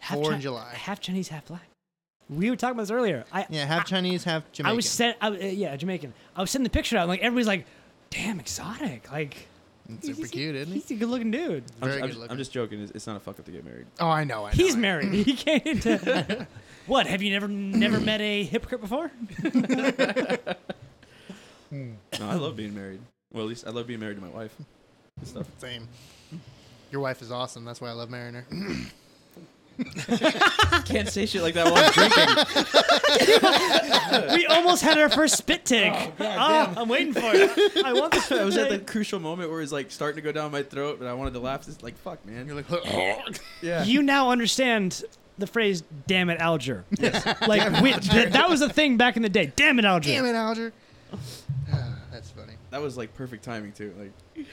Speaker 2: Half
Speaker 3: Four in
Speaker 2: Chi-
Speaker 3: July.
Speaker 2: Half Chinese, half black. We were talking about this earlier. I
Speaker 3: Yeah, half Chinese, half Jamaican.
Speaker 2: I was sent. I, uh, yeah, Jamaican. I was sending the picture out. And, like everybody's like, "Damn, exotic!" Like.
Speaker 3: It's
Speaker 2: he's-
Speaker 3: super
Speaker 2: he's-
Speaker 3: cute, isn't he?
Speaker 2: He's a good-looking dude.
Speaker 5: I'm,
Speaker 3: Very
Speaker 5: I'm-
Speaker 3: good looking.
Speaker 5: I'm just joking. It's, it's not a fuck up to get married.
Speaker 3: Oh, I know. I know
Speaker 2: He's
Speaker 3: I know.
Speaker 2: married. He came into. what? Have you never never met a hypocrite before?
Speaker 5: No, I love being married. Well, at least I love being married to my wife. Good Stuff.
Speaker 3: Same. Your wife is awesome. That's why I love marrying her.
Speaker 5: Can't say shit like that while I'm drinking.
Speaker 2: we almost had our first spit take. Oh, I'm waiting for it. I want the spit
Speaker 5: I was at the
Speaker 2: take.
Speaker 5: crucial moment where it's like starting to go down my throat, and I wanted to laugh. It's like fuck, man.
Speaker 3: You're like,
Speaker 5: yeah.
Speaker 2: You now understand the phrase "damn it, Alger." Like we, th- that was a thing back in the day. Damn it, Alger.
Speaker 3: damn it, Alger. Ah, That's funny.
Speaker 5: that was like perfect timing too. Like,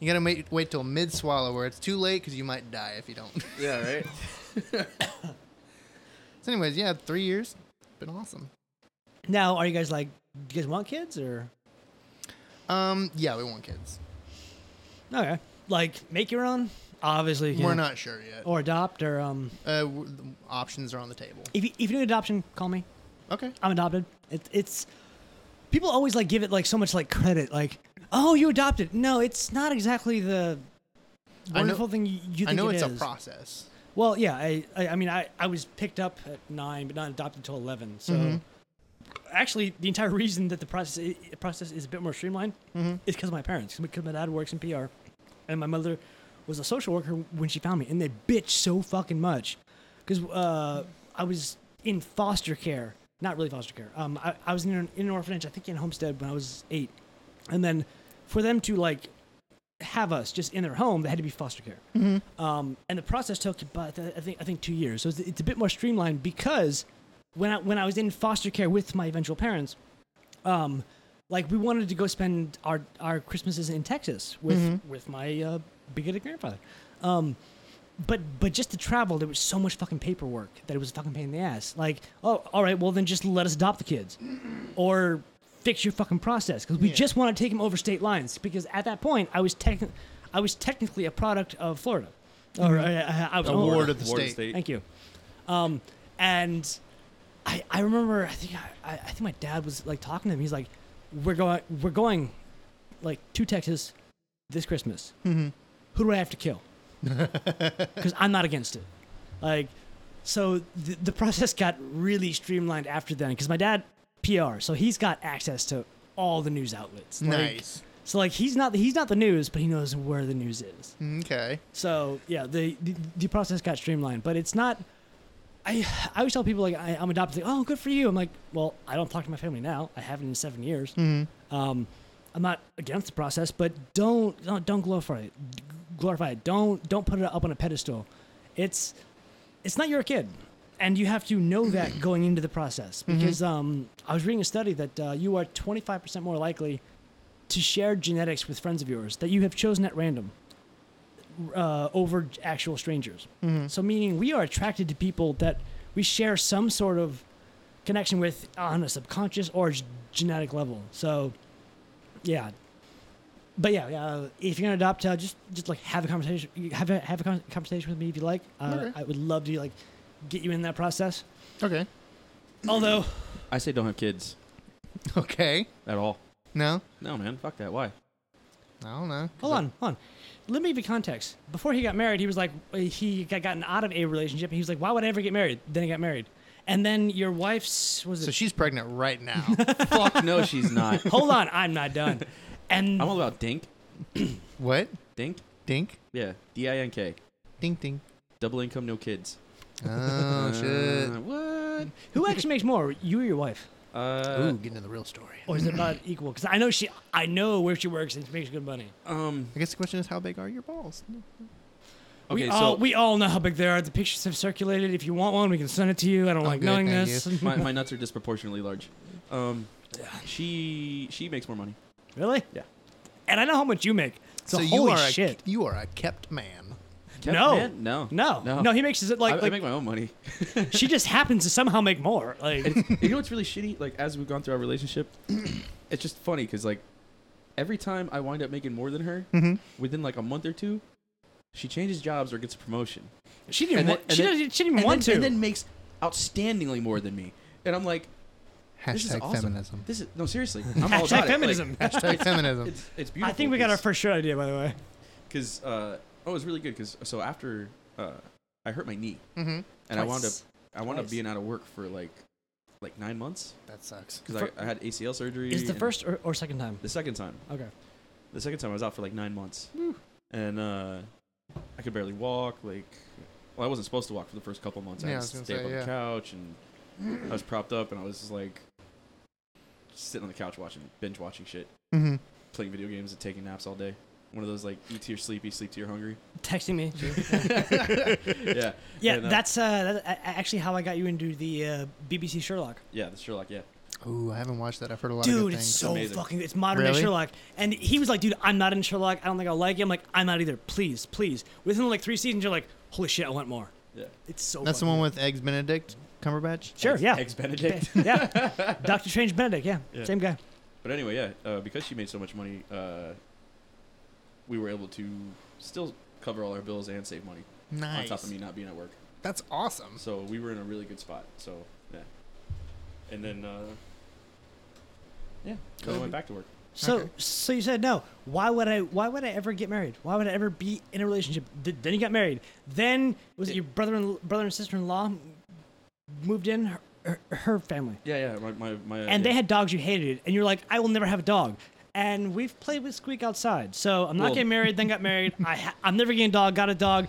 Speaker 3: You gotta wait, wait till mid swallow where it's too late because you might die if you don't.
Speaker 5: yeah, right.
Speaker 3: So, anyways, yeah, three years. Been awesome.
Speaker 2: Now, are you guys like, do you guys want kids or?
Speaker 3: Um, yeah, we want kids.
Speaker 2: Okay. Like, make your own. Obviously, you
Speaker 3: We're
Speaker 2: can't.
Speaker 3: not sure yet.
Speaker 2: Or adopt, or um,
Speaker 3: Uh, w- the options are on the table.
Speaker 2: if you, if you need adoption, call me.
Speaker 3: Okay.
Speaker 2: I'm adopted. It, it's people always like give it like so much like credit, like oh you adopted. No, it's not exactly the
Speaker 3: I know-
Speaker 2: wonderful thing you, you think
Speaker 3: I know
Speaker 2: it
Speaker 3: it's a
Speaker 2: is.
Speaker 3: process.
Speaker 2: Well, yeah, I, I I mean I I was picked up at nine, but not adopted until eleven. So actually, the entire reason that the process i- process is a bit more streamlined is because of my parents. Because my dad works in PR, and my mother was a social worker when she found me, and they bitched so fucking much because uh, I was in foster care, not really foster care. Um, I, I was in an, in an orphanage, I think in Homestead when I was eight, and then for them to like have us just in their home, they had to be foster care. Um, and the process took about I think I think two years, so it's, it's a bit more streamlined because when I when I was in foster care with my eventual parents, um, like we wanted to go spend our our Christmases in Texas with with my uh, bigoted grandfather. Um, but but just to travel, there was so much fucking paperwork that it was a fucking pain in the ass. Like, oh, all right, well then just let us adopt the kids, or fix your fucking process because we just want to take them over state lines. Because at that point, I was tech, I was technically a product of Florida, or I, I, I was an
Speaker 3: Award
Speaker 2: owner.
Speaker 3: of the
Speaker 5: Ward
Speaker 3: state.
Speaker 2: Thank you. Um, and I, I remember I think I, I I think my dad was like talking to him. He's like, "We're going, we're going, like to Texas this Christmas. Who do I have to kill? Because I'm not against it. Like, so the, the process got really streamlined after then. Because my dad PR, so he's got access to all the news outlets.
Speaker 3: Mm.
Speaker 2: Like,
Speaker 3: nice.
Speaker 2: So like he's not he's not the news, but he knows where the news is.
Speaker 3: Okay.
Speaker 2: So yeah, the the, the process got streamlined, but it's not. I I always tell people like I, I'm adopted. Like, oh, good for you. I'm like, well, I don't talk to my family now. I haven't in seven years. Um, I'm not against the process, but don't don't, don't glorify it. Glorify it. Don't don't put it up on a pedestal. It's it's not your kid, and you have to know that going into the process because um, I was reading a study that uh, you are 25 percent more likely to share genetics with friends of yours that you have chosen at random uh, over actual strangers. So, meaning we are attracted to people that we share some sort of connection with on a subconscious or g- genetic level. So, yeah. But yeah, uh, if you're gonna adopt, uh, just just like have a conversation, you have a, have a con- conversation with me if you like. Uh,
Speaker 3: Okay.
Speaker 2: I would love to like get you in that process.
Speaker 3: Okay.
Speaker 2: Although,
Speaker 4: I say don't have kids
Speaker 3: Okay.
Speaker 4: at all.
Speaker 3: No.
Speaker 4: No, man. Fuck that. Why?
Speaker 3: I don't know.
Speaker 2: hold on, hold on. Let me give you context. Before he got married, he was like he got gotten out of a relationship, and he was like, "Why would I ever get married?" Then he got married, and then your wife's was it
Speaker 3: So she's pregnant right now.
Speaker 4: Fuck no, she's not.
Speaker 2: Hold on, I'm not done. And
Speaker 4: I'm all about dink.
Speaker 3: what?
Speaker 4: Dink?
Speaker 3: Dink.
Speaker 4: Yeah. D I N K.
Speaker 3: Dink. Dink.
Speaker 4: Double income, no kids.
Speaker 3: Oh shit.
Speaker 4: Uh, what?
Speaker 2: who actually makes more, you or your wife?
Speaker 4: Uh,
Speaker 3: Ooh, getting to the real story.
Speaker 2: Or is it about equal? Because I know she, I know where she works and she makes good money.
Speaker 4: um.
Speaker 3: I guess the question is, how big are your balls?
Speaker 4: Okay,
Speaker 2: we
Speaker 4: so
Speaker 2: all we all know how big they are. The pictures have circulated. If you want one, we can send it to you. I don't like
Speaker 3: good,
Speaker 2: knowing
Speaker 3: thank
Speaker 2: this.
Speaker 4: my, my nuts are disproportionately large. Um, she she makes more money.
Speaker 2: really?
Speaker 4: Yeah.
Speaker 2: And I know how much you make. So,
Speaker 3: you
Speaker 2: holy
Speaker 3: are
Speaker 2: shit.
Speaker 3: A, you are a kept man.
Speaker 4: Kept
Speaker 2: No.
Speaker 4: man? no,
Speaker 2: no, no,
Speaker 4: no.
Speaker 2: He makes it
Speaker 4: I,
Speaker 2: like,
Speaker 4: I
Speaker 2: like
Speaker 4: make my own money.
Speaker 2: she just happens to somehow make more. Like
Speaker 4: And you know what's really shitty? Like as we've gone through our relationship, it's just funny because like every time I wind up making more than her,
Speaker 2: Mm-hmm.
Speaker 4: within like a month or two, she changes jobs or gets a promotion.
Speaker 2: she didn't.
Speaker 4: And then-
Speaker 2: want,
Speaker 4: and
Speaker 2: she,
Speaker 4: then-
Speaker 2: didn't she didn't
Speaker 4: and
Speaker 2: want
Speaker 4: then,
Speaker 2: to.
Speaker 4: and then makes outstandingly more than me. And I'm like,
Speaker 3: Hashtag
Speaker 4: this is awesome.
Speaker 3: feminism.
Speaker 4: This is no seriously. I'm all
Speaker 2: Hashtag
Speaker 4: about
Speaker 2: feminism.
Speaker 4: It. Like,
Speaker 3: Hashtag feminism.
Speaker 4: it's it's
Speaker 2: I
Speaker 4: beautiful.
Speaker 2: think we got our
Speaker 4: because-
Speaker 2: first shirt idea, by the way.
Speaker 4: because uh, oh, it was really good. Because so after uh, I hurt my knee, mm-hmm. and I wound up
Speaker 2: Twice.
Speaker 4: I wound up
Speaker 2: Twice.
Speaker 4: being out of work for like like nine months
Speaker 3: That sucks.
Speaker 4: because
Speaker 2: For-
Speaker 4: I, I had ACL surgery.
Speaker 2: Is the
Speaker 4: and-
Speaker 2: first or, or second time?
Speaker 4: the second time?
Speaker 2: Okay.
Speaker 4: The second time I was out for like nine months, and uh, I could barely walk. Like, well, I wasn't supposed to walk for the first couple months. I
Speaker 3: Yeah, I
Speaker 4: had
Speaker 3: was
Speaker 4: to
Speaker 3: gonna
Speaker 4: stay up
Speaker 3: say,
Speaker 4: on
Speaker 3: yeah.
Speaker 4: the couch, and I was propped up, and I was just like sitting on the couch watching binge watching shit,
Speaker 3: Mm-hmm.
Speaker 4: playing video games, and taking naps all day. One of those like eat till you're sleepy, sleep till you're hungry.
Speaker 2: Texting me.
Speaker 4: yeah.
Speaker 2: Yeah,
Speaker 4: And, uh,
Speaker 2: that's uh, that, a- actually how I got you into the uh, BBC Sherlock.
Speaker 4: Yeah, the Sherlock. Yeah,
Speaker 3: Ooh, I haven't watched that. I've heard a lot of
Speaker 2: Dude,
Speaker 3: good
Speaker 2: it's
Speaker 3: things.
Speaker 2: so
Speaker 4: Amazing.
Speaker 2: fucking. It's modern day
Speaker 3: Really?
Speaker 2: Sherlock, and he was like, "Dude, I'm not in Sherlock. I don't think I'll like it." I'm like, "I'm not either. Please, please." Within like three seasons, you're like, "Holy shit, I want more."
Speaker 4: yeah.
Speaker 2: It's so.
Speaker 3: That's the
Speaker 2: fucking
Speaker 3: one
Speaker 2: good.
Speaker 3: with Eggs Benedict Cumberbatch.
Speaker 2: Sure. Yeah.
Speaker 4: Ex Benedict.
Speaker 2: yeah. Doctor Strange Benedict. Yeah,
Speaker 4: Yeah.
Speaker 2: Same guy.
Speaker 4: but anyway, yeah. Uh, because she made so much money, uh, we were able to still cover all our bills and save money
Speaker 3: Nice.
Speaker 4: on top of me not being at work.
Speaker 3: That's awesome.
Speaker 4: So we were in a really good spot. So yeah. And then uh, yeah, then I went back to work.
Speaker 2: So,
Speaker 3: Okay.
Speaker 2: so you said no. Why would I? Why would I ever get married? Why would I ever be in a relationship? Th- then you got married. Then was it your brother and brother and sister in law moved in her, her, her family?
Speaker 4: Yeah, yeah. My my, my
Speaker 2: and they had dogs you hated, and you're like, I will never have a dog. And we've played with Squeak outside, so I'm not
Speaker 4: Well-
Speaker 2: getting married, then got married. I ha- I'm never getting a dog. Got a dog.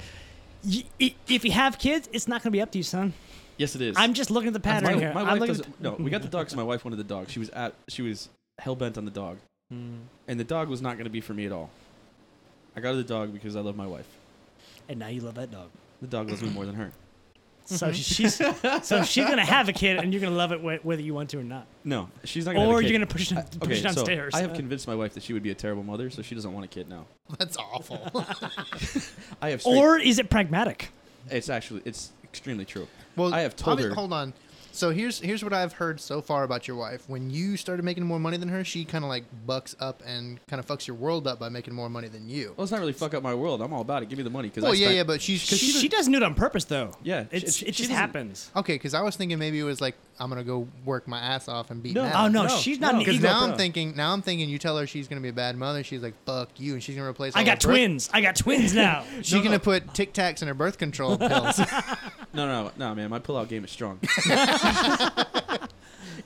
Speaker 2: Y- i- if you have kids, it's not going to be up to you, son.
Speaker 4: yes, it is.
Speaker 2: I'm just looking at the pattern
Speaker 4: my,
Speaker 2: here.
Speaker 4: my
Speaker 2: I'm
Speaker 4: wife
Speaker 2: looking at
Speaker 4: doesn't. no, we got the dog 'cause my wife wanted the dog. She was at. She was hell bent on the dog,
Speaker 2: Hmm.
Speaker 4: and the dog was not going to be for me at all. I got her the dog because I love my wife.
Speaker 2: the- and now you love that dog.
Speaker 4: The dog loves me more than her. Mm-hmm.
Speaker 2: So she's so she's going to have a kid, and you're going to love it wh- whether you want to or not.
Speaker 4: No, she's not. Gonna have
Speaker 2: Or
Speaker 4: a kid.
Speaker 2: you're going to push it, push
Speaker 4: Okay,
Speaker 2: it
Speaker 4: so
Speaker 2: downstairs.
Speaker 4: I have convinced my wife that she would be a terrible mother, so she doesn't want a kid now.
Speaker 3: That's awful.
Speaker 4: I have. Straight,
Speaker 2: or is it pragmatic?
Speaker 4: it's actually it's extremely true.
Speaker 3: well,
Speaker 4: I have told
Speaker 3: obvi-
Speaker 4: her-
Speaker 3: Hold on. So here's here's what I've heard so far about your wife. When you started making more money than her, she kind of like bucks up and kind of fucks your world up by making more money than you.
Speaker 4: Well, it's not really fuck up my world. I'm all about it. Give me the money because
Speaker 3: Well,
Speaker 4: I
Speaker 3: yeah,
Speaker 4: spent-
Speaker 3: yeah, but she's
Speaker 2: She,
Speaker 3: cause she,
Speaker 2: she doesn't do it on purpose, though.
Speaker 4: Yeah, she-
Speaker 2: it's,
Speaker 4: she-
Speaker 2: it
Speaker 4: she
Speaker 2: just
Speaker 4: doesn't-
Speaker 2: happens.
Speaker 3: okay. Because I was thinking maybe it was like I'm gonna go work my ass off and beat.
Speaker 4: No.
Speaker 3: Matt.
Speaker 2: Oh no,
Speaker 4: No,
Speaker 2: she's not
Speaker 4: no.
Speaker 2: an
Speaker 3: Because
Speaker 2: ego.
Speaker 3: now I'm
Speaker 4: bro.
Speaker 3: thinking, now I'm thinking. You tell her she's gonna be a bad mother. She's like, "Fuck you," and she's gonna replace.
Speaker 2: I
Speaker 3: all
Speaker 2: got
Speaker 3: her birth-
Speaker 2: twins. I got twins now.
Speaker 3: She's gonna put Tic Tacs in her birth control pills.
Speaker 4: No, no, no, man. My pullout game is strong.
Speaker 5: It's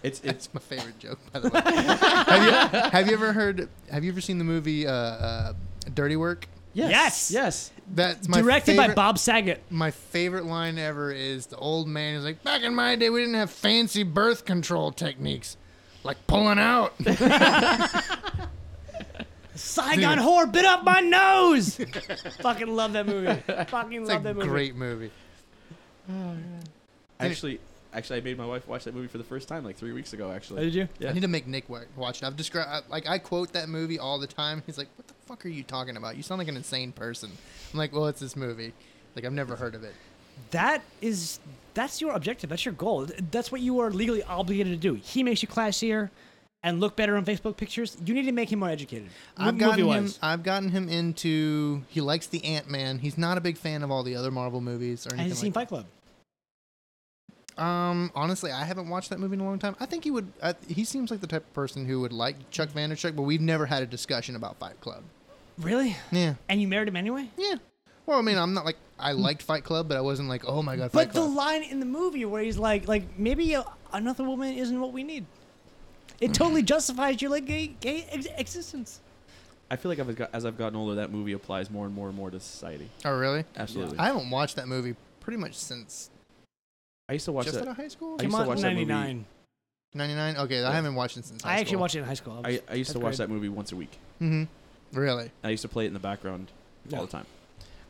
Speaker 5: it's
Speaker 3: It's my favorite joke, by the way. have, you, have you ever heard? Have you ever seen the movie uh, uh, Dirty Work?
Speaker 2: Yes.
Speaker 5: yes. yes.
Speaker 3: That's my
Speaker 2: Directed by
Speaker 3: favorite-
Speaker 2: Bob Saget.
Speaker 3: My favorite line ever is the old man is like, "Back in my day, we didn't have fancy birth control techniques, like pulling out."
Speaker 2: Saigon whore bit up my nose. Fucking love that movie. Fucking
Speaker 3: It's
Speaker 2: love
Speaker 3: a
Speaker 2: that movie.
Speaker 3: great movie.
Speaker 4: Actually, actually, I made my wife watch that movie for the first time like three weeks ago.
Speaker 2: Oh,
Speaker 4: Actually,
Speaker 2: did you?
Speaker 4: Yeah.
Speaker 3: I need to make Nick wa- watch it. I've described like I quote that movie all the time. He's like, "What the fuck are you talking about? You sound like an insane person." I'm like, "Well, it's this movie. Like I've never heard of it."
Speaker 2: That is that's your objective. That's your goal. That's what you are legally obligated to do. He makes you classier and look better on Facebook pictures. You need to make him more educated.
Speaker 3: I've
Speaker 2: movie
Speaker 3: gotten him.
Speaker 2: wise.
Speaker 3: I've gotten him into. He likes the Ant Man. He's not a big fan of all the other Marvel movies or
Speaker 2: Has
Speaker 3: uh, anything.
Speaker 2: he seen
Speaker 3: like
Speaker 2: Fight Club?
Speaker 3: that. Um, honestly, I haven't watched that movie in a long time. I think he would. I, he seems like the type of person who would like Chuck Vanderchuck, but we've never had a discussion about Fight Club.
Speaker 2: Really?
Speaker 3: Yeah,
Speaker 2: And you married him anyway?
Speaker 3: yeah. Well, I mean, I'm not like I liked Fight Club, but I wasn't like, oh my god,
Speaker 2: Hmm.
Speaker 3: Fight
Speaker 2: But the
Speaker 3: Club.
Speaker 2: line in the movie where he's like, like maybe a, another woman isn't what we need. It totally justifies your like gay, gay ex- existence.
Speaker 4: I feel like I've got, as I've gotten older, that movie applies more and more and more to society.
Speaker 3: oh, really?
Speaker 4: Absolutely.
Speaker 3: I haven't watched that movie pretty much since
Speaker 4: I used to watch
Speaker 3: just out
Speaker 4: that.
Speaker 3: of high school.
Speaker 4: I used
Speaker 2: Came
Speaker 4: to
Speaker 2: out
Speaker 4: watch
Speaker 2: in
Speaker 4: that movie.
Speaker 2: '99.
Speaker 3: Ninety nine. Okay, I haven't watched it since. High
Speaker 2: I actually
Speaker 3: school.
Speaker 2: watched it in high school.
Speaker 4: I, I used to
Speaker 2: Fifth
Speaker 4: watch
Speaker 2: grade.
Speaker 4: that movie once a week.
Speaker 3: Mm-hmm. Really?
Speaker 4: I used to play it in the background all the time.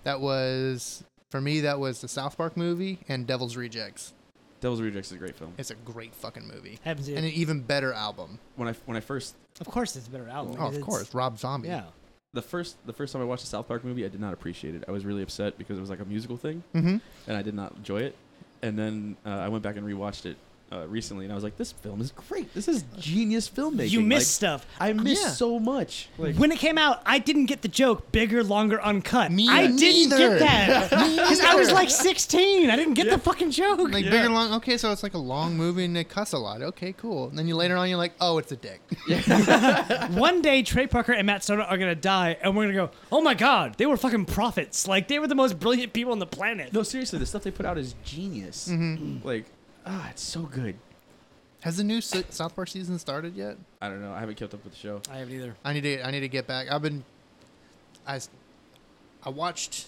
Speaker 3: That was for me. That was the South Park movie and Devil's Rejects.
Speaker 4: Devil's Rejects is a great film.
Speaker 3: It's a great fucking movie
Speaker 2: Haven't seen
Speaker 3: and
Speaker 2: it.
Speaker 3: an even better album.
Speaker 4: When I when I first
Speaker 2: Of course, it's a better album.
Speaker 3: Oh,
Speaker 2: because
Speaker 3: of
Speaker 2: it's-
Speaker 3: course, Rob Zombie.
Speaker 2: Yeah.
Speaker 4: the first the first time I watched a South Park movie, I did not appreciate it. I was really upset because it was like a musical thing,
Speaker 3: Mm-hmm.
Speaker 4: and I did not enjoy it. And then uh, I went back and rewatched it uh, recently, and I was like, "This film is great. This is genius filmmaking."
Speaker 2: You
Speaker 4: Like,
Speaker 2: missed stuff.
Speaker 4: I missed
Speaker 3: Yeah.
Speaker 4: so much. Like,
Speaker 2: when it came out, I didn't get the joke. Bigger, longer, uncut.
Speaker 3: Me
Speaker 2: I didn't
Speaker 3: neither.
Speaker 2: get that because I was
Speaker 3: neither.
Speaker 2: like 16. I didn't get the fucking joke.
Speaker 3: Like bigger, long. Okay, so it's like a long movie and they cuss a lot. Okay, cool. And then you later on, you're like, oh, it's a dick.
Speaker 2: One day, Trey Parker and Matt Soda are gonna die, and we're gonna go, "Oh my God, they were fucking prophets! Like they were the most brilliant people on the planet."
Speaker 4: no, seriously, the stuff they put out is genius.
Speaker 3: Mm-hmm.
Speaker 4: Like, ah, it's so good.
Speaker 3: Has the new S- South Park season started yet?
Speaker 4: I don't know. I haven't kept up with the show.
Speaker 2: I haven't either.
Speaker 3: I need to. I need to get back. I've been. I. s- I watched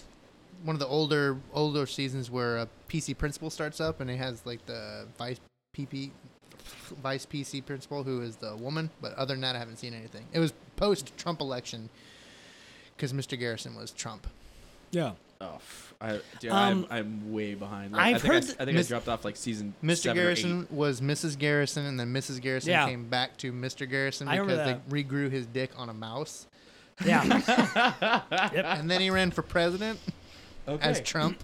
Speaker 3: one of the older older seasons where a PC principal starts up and it has like the vice PP vice PC principal who is the woman. But other than that, I haven't seen anything. It was post Trump election because Mr. Garrison was Trump.
Speaker 2: Yeah.
Speaker 4: Oh, f- I, dude,
Speaker 2: Um,
Speaker 4: I'm, I'm way behind.
Speaker 2: I've
Speaker 4: I think, I,
Speaker 2: heard
Speaker 4: s-
Speaker 2: th-
Speaker 4: I, think
Speaker 3: Mis-
Speaker 4: I dropped off like season
Speaker 3: Mr.
Speaker 4: seven or
Speaker 3: Garrison was Mrs. Garrison, and then Mrs. Garrison
Speaker 2: Yeah.
Speaker 3: came back to Mr. Garrison
Speaker 2: I
Speaker 3: because
Speaker 2: remember
Speaker 3: they regrew his dick on a mouse,
Speaker 2: Yeah.
Speaker 3: and then he ran for president
Speaker 4: eight. Okay.
Speaker 3: as Trump,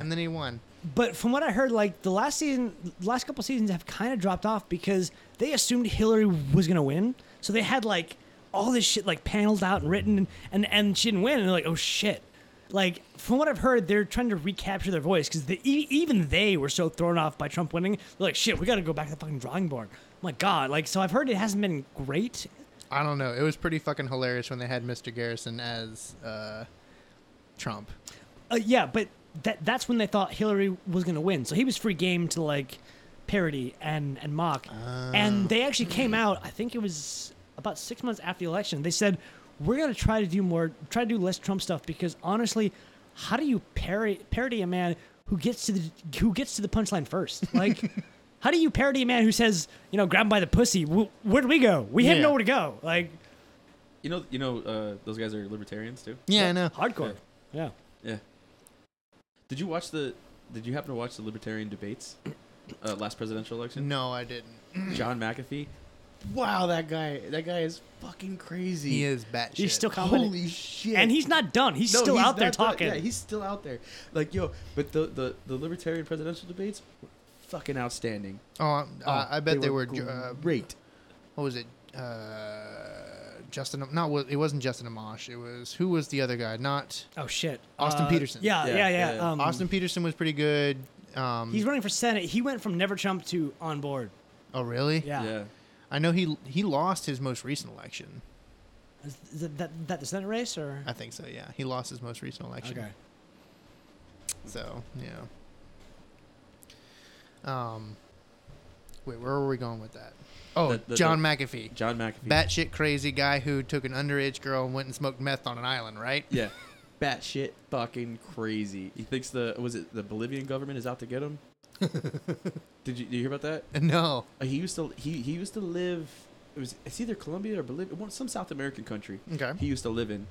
Speaker 3: and then he won.
Speaker 2: but from what I heard, like the last season, the last couple seasons have kind of dropped off because they assumed Hillary was gonna win, so they had like all this shit like paneled out and written, and and, and she didn't win, and they're like, "Oh shit." Like from what I've heard, they're trying to recapture their voice because the, e- even they were so thrown off by Trump winning. They're like, "Shit, we got to go back to the fucking drawing board." My God, like so I've heard it hasn't been great
Speaker 3: I don't know. It was pretty fucking hilarious when they had Mr. Garrison as uh, Trump.
Speaker 2: Uh, yeah, but that that's when they thought Hillary was going to win. So he was free game to like parody and and mock.
Speaker 5: Oh.
Speaker 2: and they actually
Speaker 5: Hmm.
Speaker 2: came out. I think it was about six months after the election. They said we're going to try to do more, try to do less Trump stuff because honestly, how do you parody parody a man who gets to the who gets to the punchline first? Like. How do you parody a man who says, you know, grab him by the pussy? Wh- Where do we go? We have
Speaker 3: Yeah.
Speaker 2: nowhere to go. Like,
Speaker 4: You know, you know, uh, those guys are libertarians too.
Speaker 3: Yeah, I know.
Speaker 2: hardcore. Yeah.
Speaker 4: Did you watch the? Did you happen to watch the libertarian debates? Uh, last presidential election.
Speaker 3: No, I didn't.
Speaker 4: John McAfee. Wow, that guy. That guy is fucking crazy.
Speaker 3: He is batshit.
Speaker 2: He's still comedy.
Speaker 5: Holy shit.
Speaker 2: And he's not done. He's
Speaker 5: No,
Speaker 2: still
Speaker 5: he's
Speaker 2: out there
Speaker 5: not the-
Speaker 2: talking.
Speaker 5: yeah, he's still out there. Like yo, but the the the libertarian presidential debates were fucking outstanding.
Speaker 3: Oh, I'm- uh, I bet they, were. ju- uh,
Speaker 5: great.
Speaker 3: what was it? Uh, Justin? Not. wa- It wasn't Justin Amash. It was who was the other guy? Not
Speaker 2: Oh shit.
Speaker 3: Austin Peterson.
Speaker 2: Yeah, yeah,
Speaker 5: Yeah,
Speaker 2: yeah.
Speaker 5: yeah, yeah.
Speaker 2: Um,
Speaker 3: Austin Peterson was pretty good. Um,
Speaker 2: He's running for senate. He went from never Trump to on board.
Speaker 3: oh really?
Speaker 2: Yeah.
Speaker 4: Yeah.
Speaker 3: I know he he lost his most recent election.
Speaker 2: Is is that, that, that the senate race or?
Speaker 3: I think so. Yeah, he lost his most recent election.
Speaker 2: Okay.
Speaker 3: So yeah. Um, Wait, where were we going with that? Oh,
Speaker 4: The- the-
Speaker 3: John
Speaker 4: the-
Speaker 3: McAfee.
Speaker 4: John McAfee.
Speaker 3: batshit crazy guy who took an underage girl and went and smoked meth on an island, right?
Speaker 4: Yeah.
Speaker 5: batshit fucking crazy.
Speaker 4: He thinks the was it the Bolivian government is out to get him. did you did you hear about that?
Speaker 3: No.
Speaker 4: Uh, he used to he he used to live. It was it's either Colombia or Bolivia, one- some South American country.
Speaker 3: Okay.
Speaker 4: He used to live in,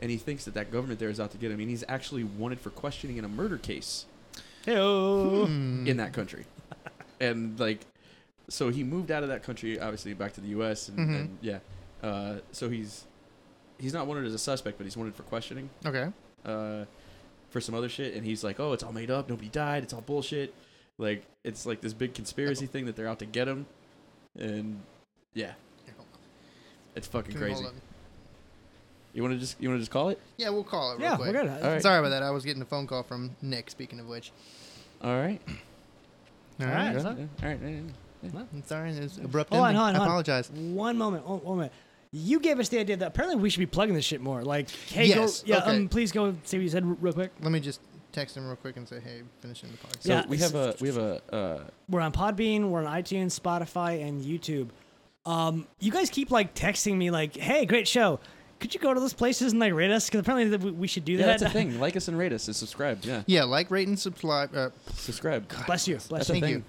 Speaker 4: and he thinks that that government there is out to get him. And he's actually wanted for questioning in a murder case
Speaker 2: Hmm.
Speaker 3: Hmm.
Speaker 4: in
Speaker 3: Mm.
Speaker 4: that country, and like, so he moved out of that country, obviously back to the U.S. and,
Speaker 3: Mhm.
Speaker 4: and yeah, uh, so he's he's not wanted as a suspect, but he's wanted for questioning
Speaker 3: Okay.
Speaker 4: uh, for some other shit, and he's like, "Oh, it's all made up. Nobody died. It's all bullshit." Like it's like this big conspiracy thing that they're out to get him, and yeah,
Speaker 3: Here, hold on.
Speaker 4: it's fucking
Speaker 3: Can we hold
Speaker 4: crazy.
Speaker 3: on?
Speaker 4: You want to just you want to just call it?
Speaker 3: Yeah, we'll call it real
Speaker 2: yeah,
Speaker 3: quick.
Speaker 2: we're good.
Speaker 4: All right.
Speaker 3: Sorry about that. I was getting a phone call from Nick, speaking of which.
Speaker 4: All right.
Speaker 2: All right.
Speaker 3: good.
Speaker 2: All
Speaker 4: Yeah, all right. yeah, yeah.
Speaker 3: I'm sorry, it was abrupt.
Speaker 2: Hold on,
Speaker 3: ending.
Speaker 2: hold on,
Speaker 3: I
Speaker 2: hold on.
Speaker 3: apologize.
Speaker 2: One moment. One, one moment. You gave us the idea that apparently we should be plugging this shit more. Like, hey,
Speaker 3: Yes,
Speaker 2: go, yeah,
Speaker 3: okay.
Speaker 2: um, please go say what you said r- real quick.
Speaker 3: Let me just text him real quick and say, hey, finishing the podcast.
Speaker 4: So
Speaker 2: Yeah,
Speaker 4: we
Speaker 2: it's-
Speaker 4: have a we have a uh,
Speaker 2: We're on Podbean, we're on iTunes, Spotify, and YouTube. Um, you guys keep like texting me like, "Hey, great show! Could you go to those places and like rate us? Because apparently that we- we should do
Speaker 4: yeah.
Speaker 2: that."
Speaker 4: That's a thing. Like us and rate us and subscribe. Yeah,
Speaker 3: Yeah, like, rate, and subscribe. Uh,
Speaker 4: subscribe.
Speaker 2: Bless you. Bless
Speaker 4: That's
Speaker 2: you.
Speaker 4: a
Speaker 3: thank
Speaker 4: thing.
Speaker 3: you.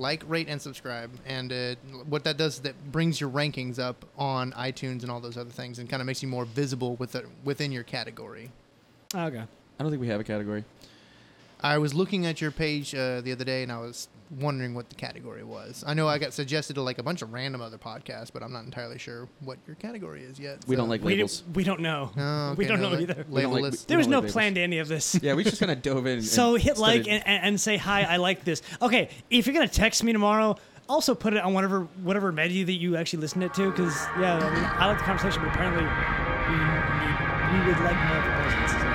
Speaker 3: Like, rate, and subscribe. And uh, what that does is that brings your rankings up on iTunes and all those other things and kind of makes you more visible with the, within your category.
Speaker 2: Oh, okay.
Speaker 4: I don't think we have a category.
Speaker 3: I was looking at your page uh, the other day and I was wondering what the category was. I know I got suggested to like a bunch of random other podcasts, but I'm not entirely sure what your category is yet.
Speaker 4: We
Speaker 3: so-
Speaker 4: don't like
Speaker 2: We,
Speaker 4: labels.
Speaker 2: don't- we don't know.
Speaker 3: No, Oh, okay,
Speaker 2: we don't
Speaker 3: no,
Speaker 2: know
Speaker 3: la-
Speaker 2: either.
Speaker 4: We don't like-
Speaker 3: Labelless.
Speaker 2: There was
Speaker 4: we
Speaker 2: no
Speaker 4: don't like
Speaker 2: plan to any of this.
Speaker 5: Yeah, we just kind of dove in. and
Speaker 2: So hit like
Speaker 5: started-
Speaker 2: and, and, and say hi. I like this. Okay, if you're gonna text me tomorrow, also put it on whatever whatever media that you actually listen it to. Because yeah, I, mean, I like the conversation, but apparently we, need, we would like more of the presence. so.